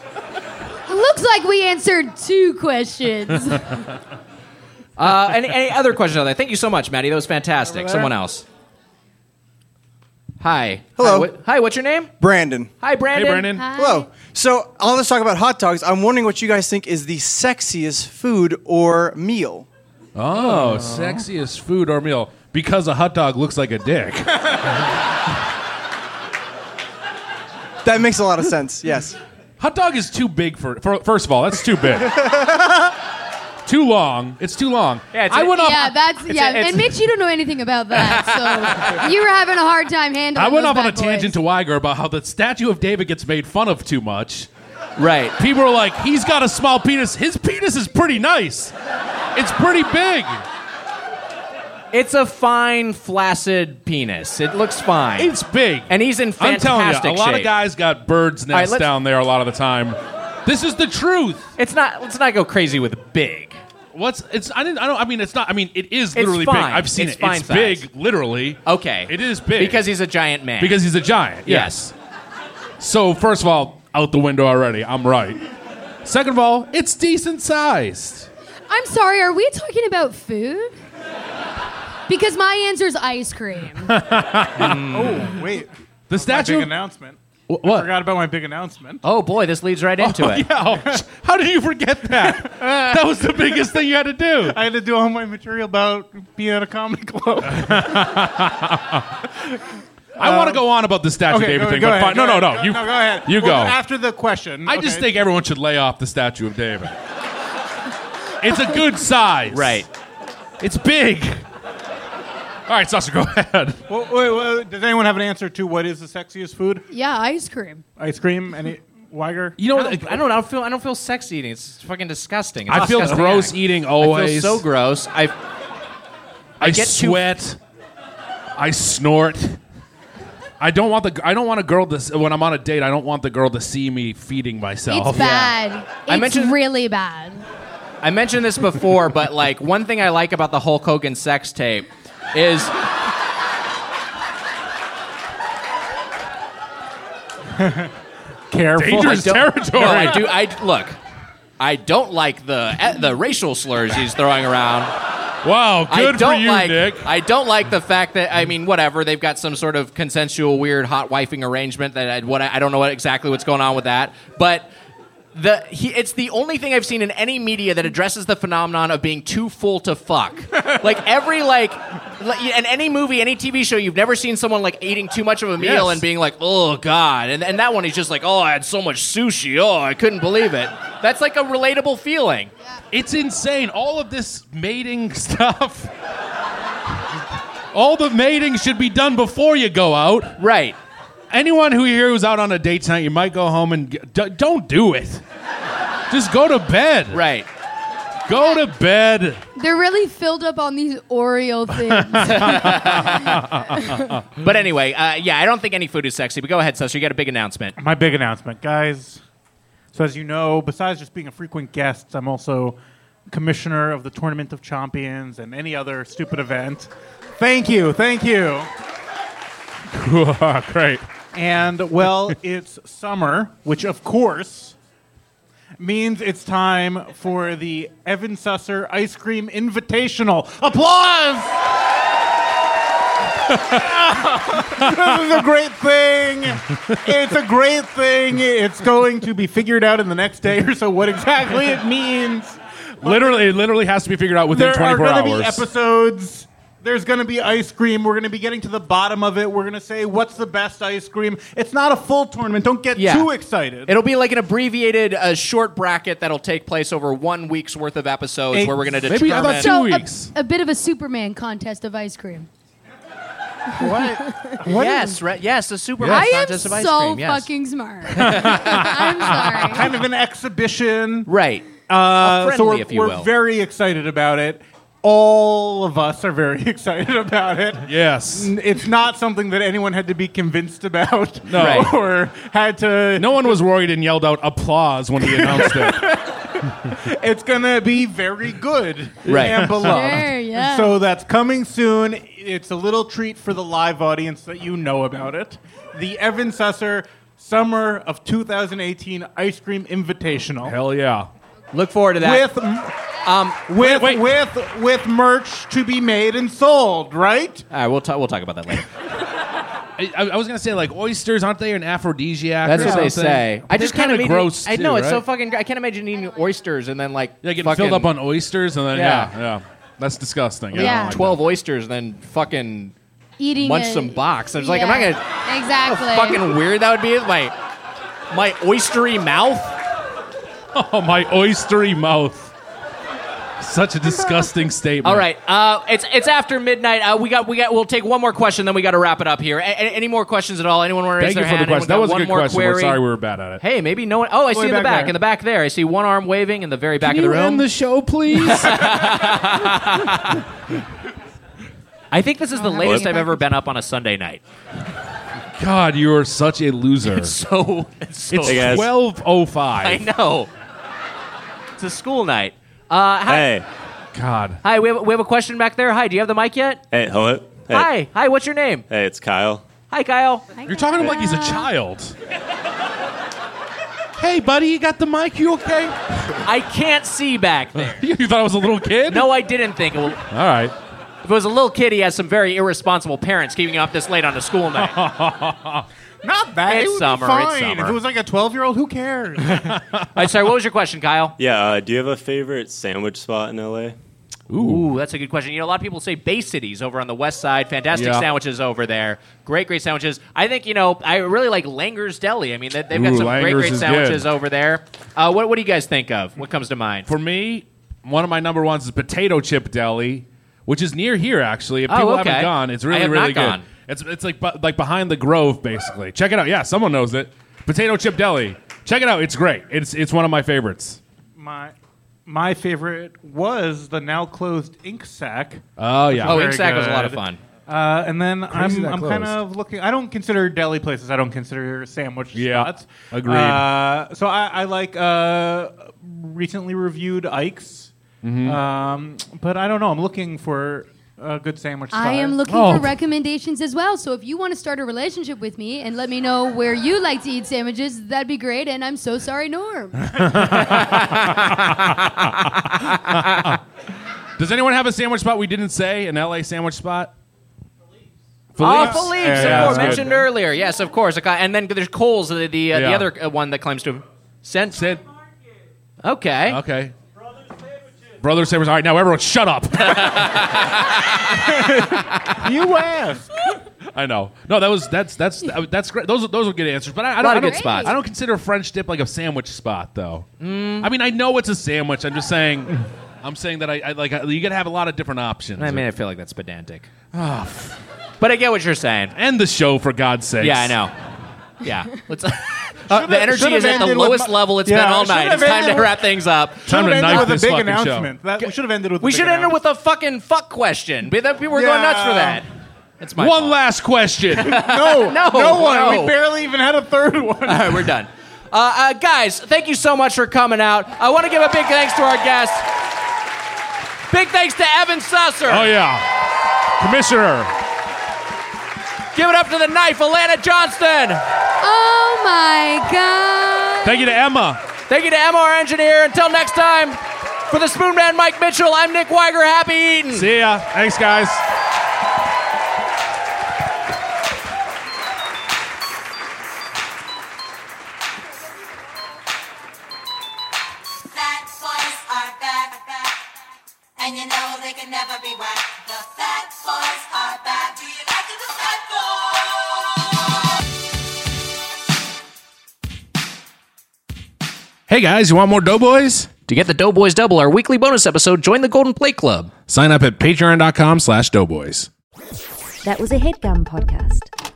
S8: Looks like we answered two questions.
S3: Uh, any, any other questions out there? Thank you so much, Maddie. That was fantastic.
S8: Over there.
S3: Someone else. Hi. Hello. Hi, what- hi, what's your name?
S14: Brandon.
S3: Hi, Brandon.
S14: Hello. So all this talk about hot dogs. I'm wondering what you guys think is the sexiest food or meal.
S4: Oh, sexiest food or meal because a hot dog looks like a dick.
S14: that makes a lot of sense. Yes.
S4: Hot dog is too big for, for first of all, that's too big. too long. It's too long. I went off
S8: yeah, that's
S4: it's a-
S8: yeah.
S4: it's-
S8: and Mitch, you don't know anything about that, so you were having a hard time handling.
S4: I went
S8: those
S4: off on a
S8: bad boys.
S4: tangent to Weiger about how the statue of David gets made fun of too much.
S3: Right.
S4: People are like, he's got a small penis. His penis is pretty nice. It's pretty big.
S3: It's a fine, flaccid penis. It looks fine.
S4: It's big.
S3: And he's in
S4: I'm
S3: fantastic
S4: telling you, a lot
S3: shape.
S4: of guys got bird's
S3: All right,
S4: nests
S3: let's-
S4: down there a lot of the time. This is the truth.
S3: It's not. Let's not go crazy with big.
S4: What's it's? I didn't. I don't. I mean, it's not. I mean, it is literally big.
S3: fine.
S4: I've seen
S3: It's
S4: it.
S3: fine
S4: it's
S3: size.
S4: big, literally.
S3: Okay.
S4: It is big
S3: Because he's a giant man.
S4: Because he's a giant. Yes. So first of all, out the window already. I'm right. Second of all, it's decent sized.
S8: I'm sorry, are we talking about food? Because my answer is ice cream.
S6: Oh wait,
S4: the
S6: statue.
S4: statue-
S6: big announcement.
S4: What?
S6: I forgot about my big announcement.
S3: Oh boy, this leads right into
S6: Oh,
S3: it.
S4: Yeah. How did you forget that? that was the biggest thing you had to do.
S6: I had to do all my material about being at a comedy club.
S4: I want to go on about the statue
S6: okay,
S4: David
S6: go-
S4: thing,
S6: go
S4: but
S6: ahead,
S4: fine.
S6: go
S4: no, no, no.
S6: ahead, go-
S4: You
S6: no, go ahead.
S4: You
S6: Well,
S4: go.
S6: after the question.
S4: I just
S6: okay.
S4: think everyone should lay off the statue of David. it's a good size. Right. It's big. All right, Sasha, go ahead.
S6: Well, wait, well, does anyone have an answer to what is the sexiest food?
S8: yeah, ice cream.
S6: Ice cream? Any Weiger?
S3: You know, I don't, I don't. I don't feel. I don't feel sex eating. It's fucking disgusting. It's
S4: I feel
S3: disgusting
S4: gross
S3: act.
S4: eating
S3: I
S4: always.
S3: feel so gross. I.
S4: I,
S3: get too-
S4: sweat. I snort. I don't want the. I don't want a girl to. s- When I'm on a date, I don't want the girl to see me feeding myself.
S8: It's bad. It's
S3: Oh, I mentioned-
S8: really bad.
S3: I mentioned this before, but like one thing I like about the Hulk Hogan sex tape is.
S6: Careful.
S3: I don't- No, I do. I look. I don't like the eh, the racial slurs he's throwing around.
S4: Wow,
S3: I
S4: good for
S3: don't
S4: you,
S3: like,
S4: Nick.
S3: I don't like the fact that I mean, whatever they've got some sort of consensual, weird, hot wifing arrangement that I, what I, I don't know what, exactly what's going on with that, but. The, he, it's the only thing I've seen in any media that addresses the phenomenon of being too full to fuck. like every like, like in any movie, any TV show, you've never seen someone like eating too much of a meal
S15: Yes.
S3: and being like, oh god. And and that one, he's just like, oh, I had so much sushi, oh, I couldn't believe it. That's like a relatable feeling.
S4: It's insane. All of this mating stuff. All the mating should be done before you go out.
S3: Right.
S4: Anyone who here who's out on a date tonight, you might go home and g- d- don't do it. Just go to bed.
S3: Right.
S4: Go to bed.
S8: They're really filled up on these Oreo things.
S3: but anyway, uh, yeah, I don't think any food is sexy. But go ahead, Sessa. You got a big announcement.
S6: My big announcement, guys. So, as you know, besides just being a frequent guest, I'm also commissioner of the Tournament of Champions and any other stupid event. Thank you, thank you.
S4: Great.
S6: And, well, it's summer, which, of course, means it's time for the Evan Susser Ice Cream Invitational. Applause! this is a great thing. It's a great thing. It's going to be figured out in the next day or so what exactly it means.
S4: Literally, it literally has to be figured out within
S6: there are
S4: 24
S6: going to
S4: hours.
S6: be episodes. There's going to be ice cream. We're going to be getting to the bottom of it. We're going to say what's the best ice cream. It's not a full tournament. Don't get
S3: Yeah.
S6: too excited.
S3: It'll be like an abbreviated uh, short bracket that'll take place over one week's worth of episodes where we're going to determine.
S8: so a- A, bit of a Superman contest of ice cream.
S3: What?
S8: What
S16: yes, right. Yes, a super
S8: I am
S16: contest of ice
S8: so
S16: cream. Yes.
S8: fucking smart.
S6: kind of an exhibition.
S3: Right.
S6: Uh,
S16: A
S6: so we're,
S16: friendly, if you
S6: we're
S16: will.
S6: very excited about it. All of us are very excited about it.
S4: Yes.
S6: It's not something that anyone had to be convinced about.
S4: No. Right.
S6: Or had to.
S4: No one was worried and yelled out applause when he announced it.
S6: it's going to be very good
S4: Right.
S6: and beloved.
S4: Sure, yeah.
S6: So that's coming soon. It's a little treat for the live audience that you know about it. The Evan Susser Summer of 2018 Ice Cream Invitational.
S4: Hell yeah.
S3: Look forward to
S16: that.
S6: With, um, with, with, with merch to be made and sold, right?
S3: All right, we'll talk. We'll talk about that later.
S4: I, I- I was gonna say like oysters aren't they an aphrodisiac?
S3: That's
S4: or
S3: what they
S4: something?
S3: say. I
S4: They're
S3: just can't
S4: kinda
S3: imagine-
S4: gross.
S3: I know
S4: too,
S3: it's so
S4: right?
S3: fucking. gr- I can't imagine eating oysters and then like yeah,
S4: getting filled up on oysters and then yeah, yeah, that's disgusting. Yeah, I don't like that.
S3: twelve oysters and then fucking
S8: Eating
S3: munch
S8: a-
S3: some box. I was like, am I
S8: Yeah.
S3: gonna?
S8: Exactly.
S3: How fucking weird that would be. with My my oystery mouth.
S4: Oh, my oystery mouth. Such a disgusting statement.
S3: All right, uh, it's it's after midnight. Uh, we got we got. We'll take one more question, then we got to wrap it up here. A- a- any more questions at all? Anyone want to raise
S4: Thank you
S3: their
S4: for the
S3: hand? Anyone
S4: question. That
S3: got
S4: was a
S3: one
S4: good
S3: more
S4: question.
S3: Query?
S4: We're sorry we were bad at it.
S3: Hey, maybe no one. Oh, I see
S4: Way
S3: in the
S4: back
S3: back.
S4: there.
S3: In the back there, I see one arm waving in the very back
S4: Can
S3: of
S4: you
S3: the room.
S4: end the show, please?
S3: I think this is the latest I've ever been up on a Sunday night.
S4: God, you are such a loser. It's
S3: so it's so- Hey, guys.
S4: twelve oh five.
S3: I know. It's a school night. Uh, hi,
S17: Hey.
S4: God.
S3: Hi, we have, we have a question back there. Hi, do you have the mic yet?
S17: Hey, hello. Hey.
S3: Hi, hi. What's your name?
S17: Hey, it's Kyle.
S3: Hi, Kyle.
S4: You're talking to him like he's a child. hey, buddy, you got the mic? You okay?
S3: I can't see back there.
S4: you thought I was a little kid?
S3: No, I didn't think. It was,
S4: All right.
S3: if it was a little kid, he has some very irresponsible parents keeping him up this late on a school night.
S6: Not bad.
S3: It's
S6: It would be
S3: summer,
S6: Fine.
S3: it's
S6: If
S3: summer.
S6: it was like a 12 year old, who cares?
S3: All right, sorry. What was your question, Kyle?
S17: Yeah, uh, do you have a favorite sandwich spot in LA?
S3: Ooh. that's a good question. You know, a lot of people say Bay Cities over on the west side. Fantastic
S17: Yeah.
S3: sandwiches over there. Great, great sandwiches. I think, you know, I really like Langer's Deli. I mean, they, they've got
S4: Ooh,
S3: some great,
S4: Langer's
S3: great
S4: is
S3: sandwiches
S4: good.
S3: over there. Uh, what, what do you guys think of? What comes to mind?
S4: For me, one of my number ones is Potato Chip Deli, which is near here actually. If
S3: Oh,
S4: people
S3: okay.
S4: haven't gone, it's
S3: I
S4: really
S3: have
S4: really
S3: not
S4: good.
S3: gone.
S4: It's it's like bu- like behind the Grove basically. Check it out. Yeah, someone knows it. Potato Chip Deli. Check it out. It's great. It's it's one of my favorites.
S6: my, my favorite was the now closed Ink Sack.
S4: Oh, yeah.
S3: Oh,
S6: Very
S3: Ink Sack was a lot of
S6: good.
S3: fun.
S6: Uh, and then
S4: Crazy
S6: I'm,
S4: that
S6: I'm kind
S4: closed.
S6: of looking. I don't consider deli places. I don't consider sandwich
S4: Yeah,
S6: spots.
S4: agreed.
S6: Uh, so I, I like uh,
S4: Mm-hmm.
S6: recently reviewed Ike's, um, but I don't know. I'm looking for a good sandwich spot.
S8: I am looking
S6: Oh,
S8: for recommendations as well. So if you want to start a relationship with me and let me know where you like to eat sandwiches, that'd be great. And I'm so sorry, Norm.
S4: Does anyone have a sandwich spot we didn't say? An LA sandwich spot?
S3: Oh, Philippe's,
S4: Philippe's? Yeah,
S3: Oh, of
S4: yeah,
S3: course,
S4: that's good.
S3: mentioned earlier. Yes, of course. Okay, And then there's Cole's, the the, uh, the
S4: Yeah.
S3: other uh, one that claims to have sent. Okay.
S4: Okay. Brother Sabers. All right, now everyone shut up. you asked. I know. No, that was that's that's that's great. Those are- those are good answers. But I, I
S3: Lot
S4: don't,
S3: of
S4: I don't-
S3: good spots.
S4: I don't consider French dip like a sandwich spot though.
S3: Mm.
S4: I mean, I know it's a sandwich. I'm just saying. I'm saying that I, I like I, you got to have a lot of different options.
S3: I mean, I feel like that's pedantic.
S4: Ah,
S3: But I get what you're saying.
S4: End the show for God's sake.
S3: Yeah, I know. Yeah. Let's,
S4: Should've-
S3: the energy
S4: should've
S3: is at the
S4: ended with
S3: lowest
S4: my-
S3: level it's
S4: Yeah,
S3: been all
S4: should've
S3: night. It's time
S4: ended
S3: to
S4: with-
S3: wrap things up.
S4: Should've Time to ended knife with a this big fucking show. announcement.
S6: That, we should have ended with.
S3: We should end it with a fucking fuck question. People were going nuts for that. That's my
S4: One last question.
S3: No, No, no one. no. We barely
S6: even had a third one. All
S3: right, we're done. Uh, uh, guys, thank you so much for coming out. I want to give a big thanks to our guests. Big thanks to Evan Susser.
S4: Oh yeah, Commissioner.
S3: Give it up to the knife, Alana Johnston.
S8: oh my God.
S4: Thank you to Emma.
S3: Thank you to Emma, our engineer. Until next time, for the Spoon Man, Mike Mitchell. I'm Nick Weiger. Happy eating.
S4: See ya. Thanks, guys.
S15: Fat boys are back, back, and you know they can never be whack. The fat boys are back. Do you like it, the fat boys?
S3: Hey guys, you want more Doughboys? To get the Doughboys Double, our weekly bonus episode, join the Golden Plate Club.
S4: Sign up at patreon.com slash doughboys.
S18: That was a headgum podcast.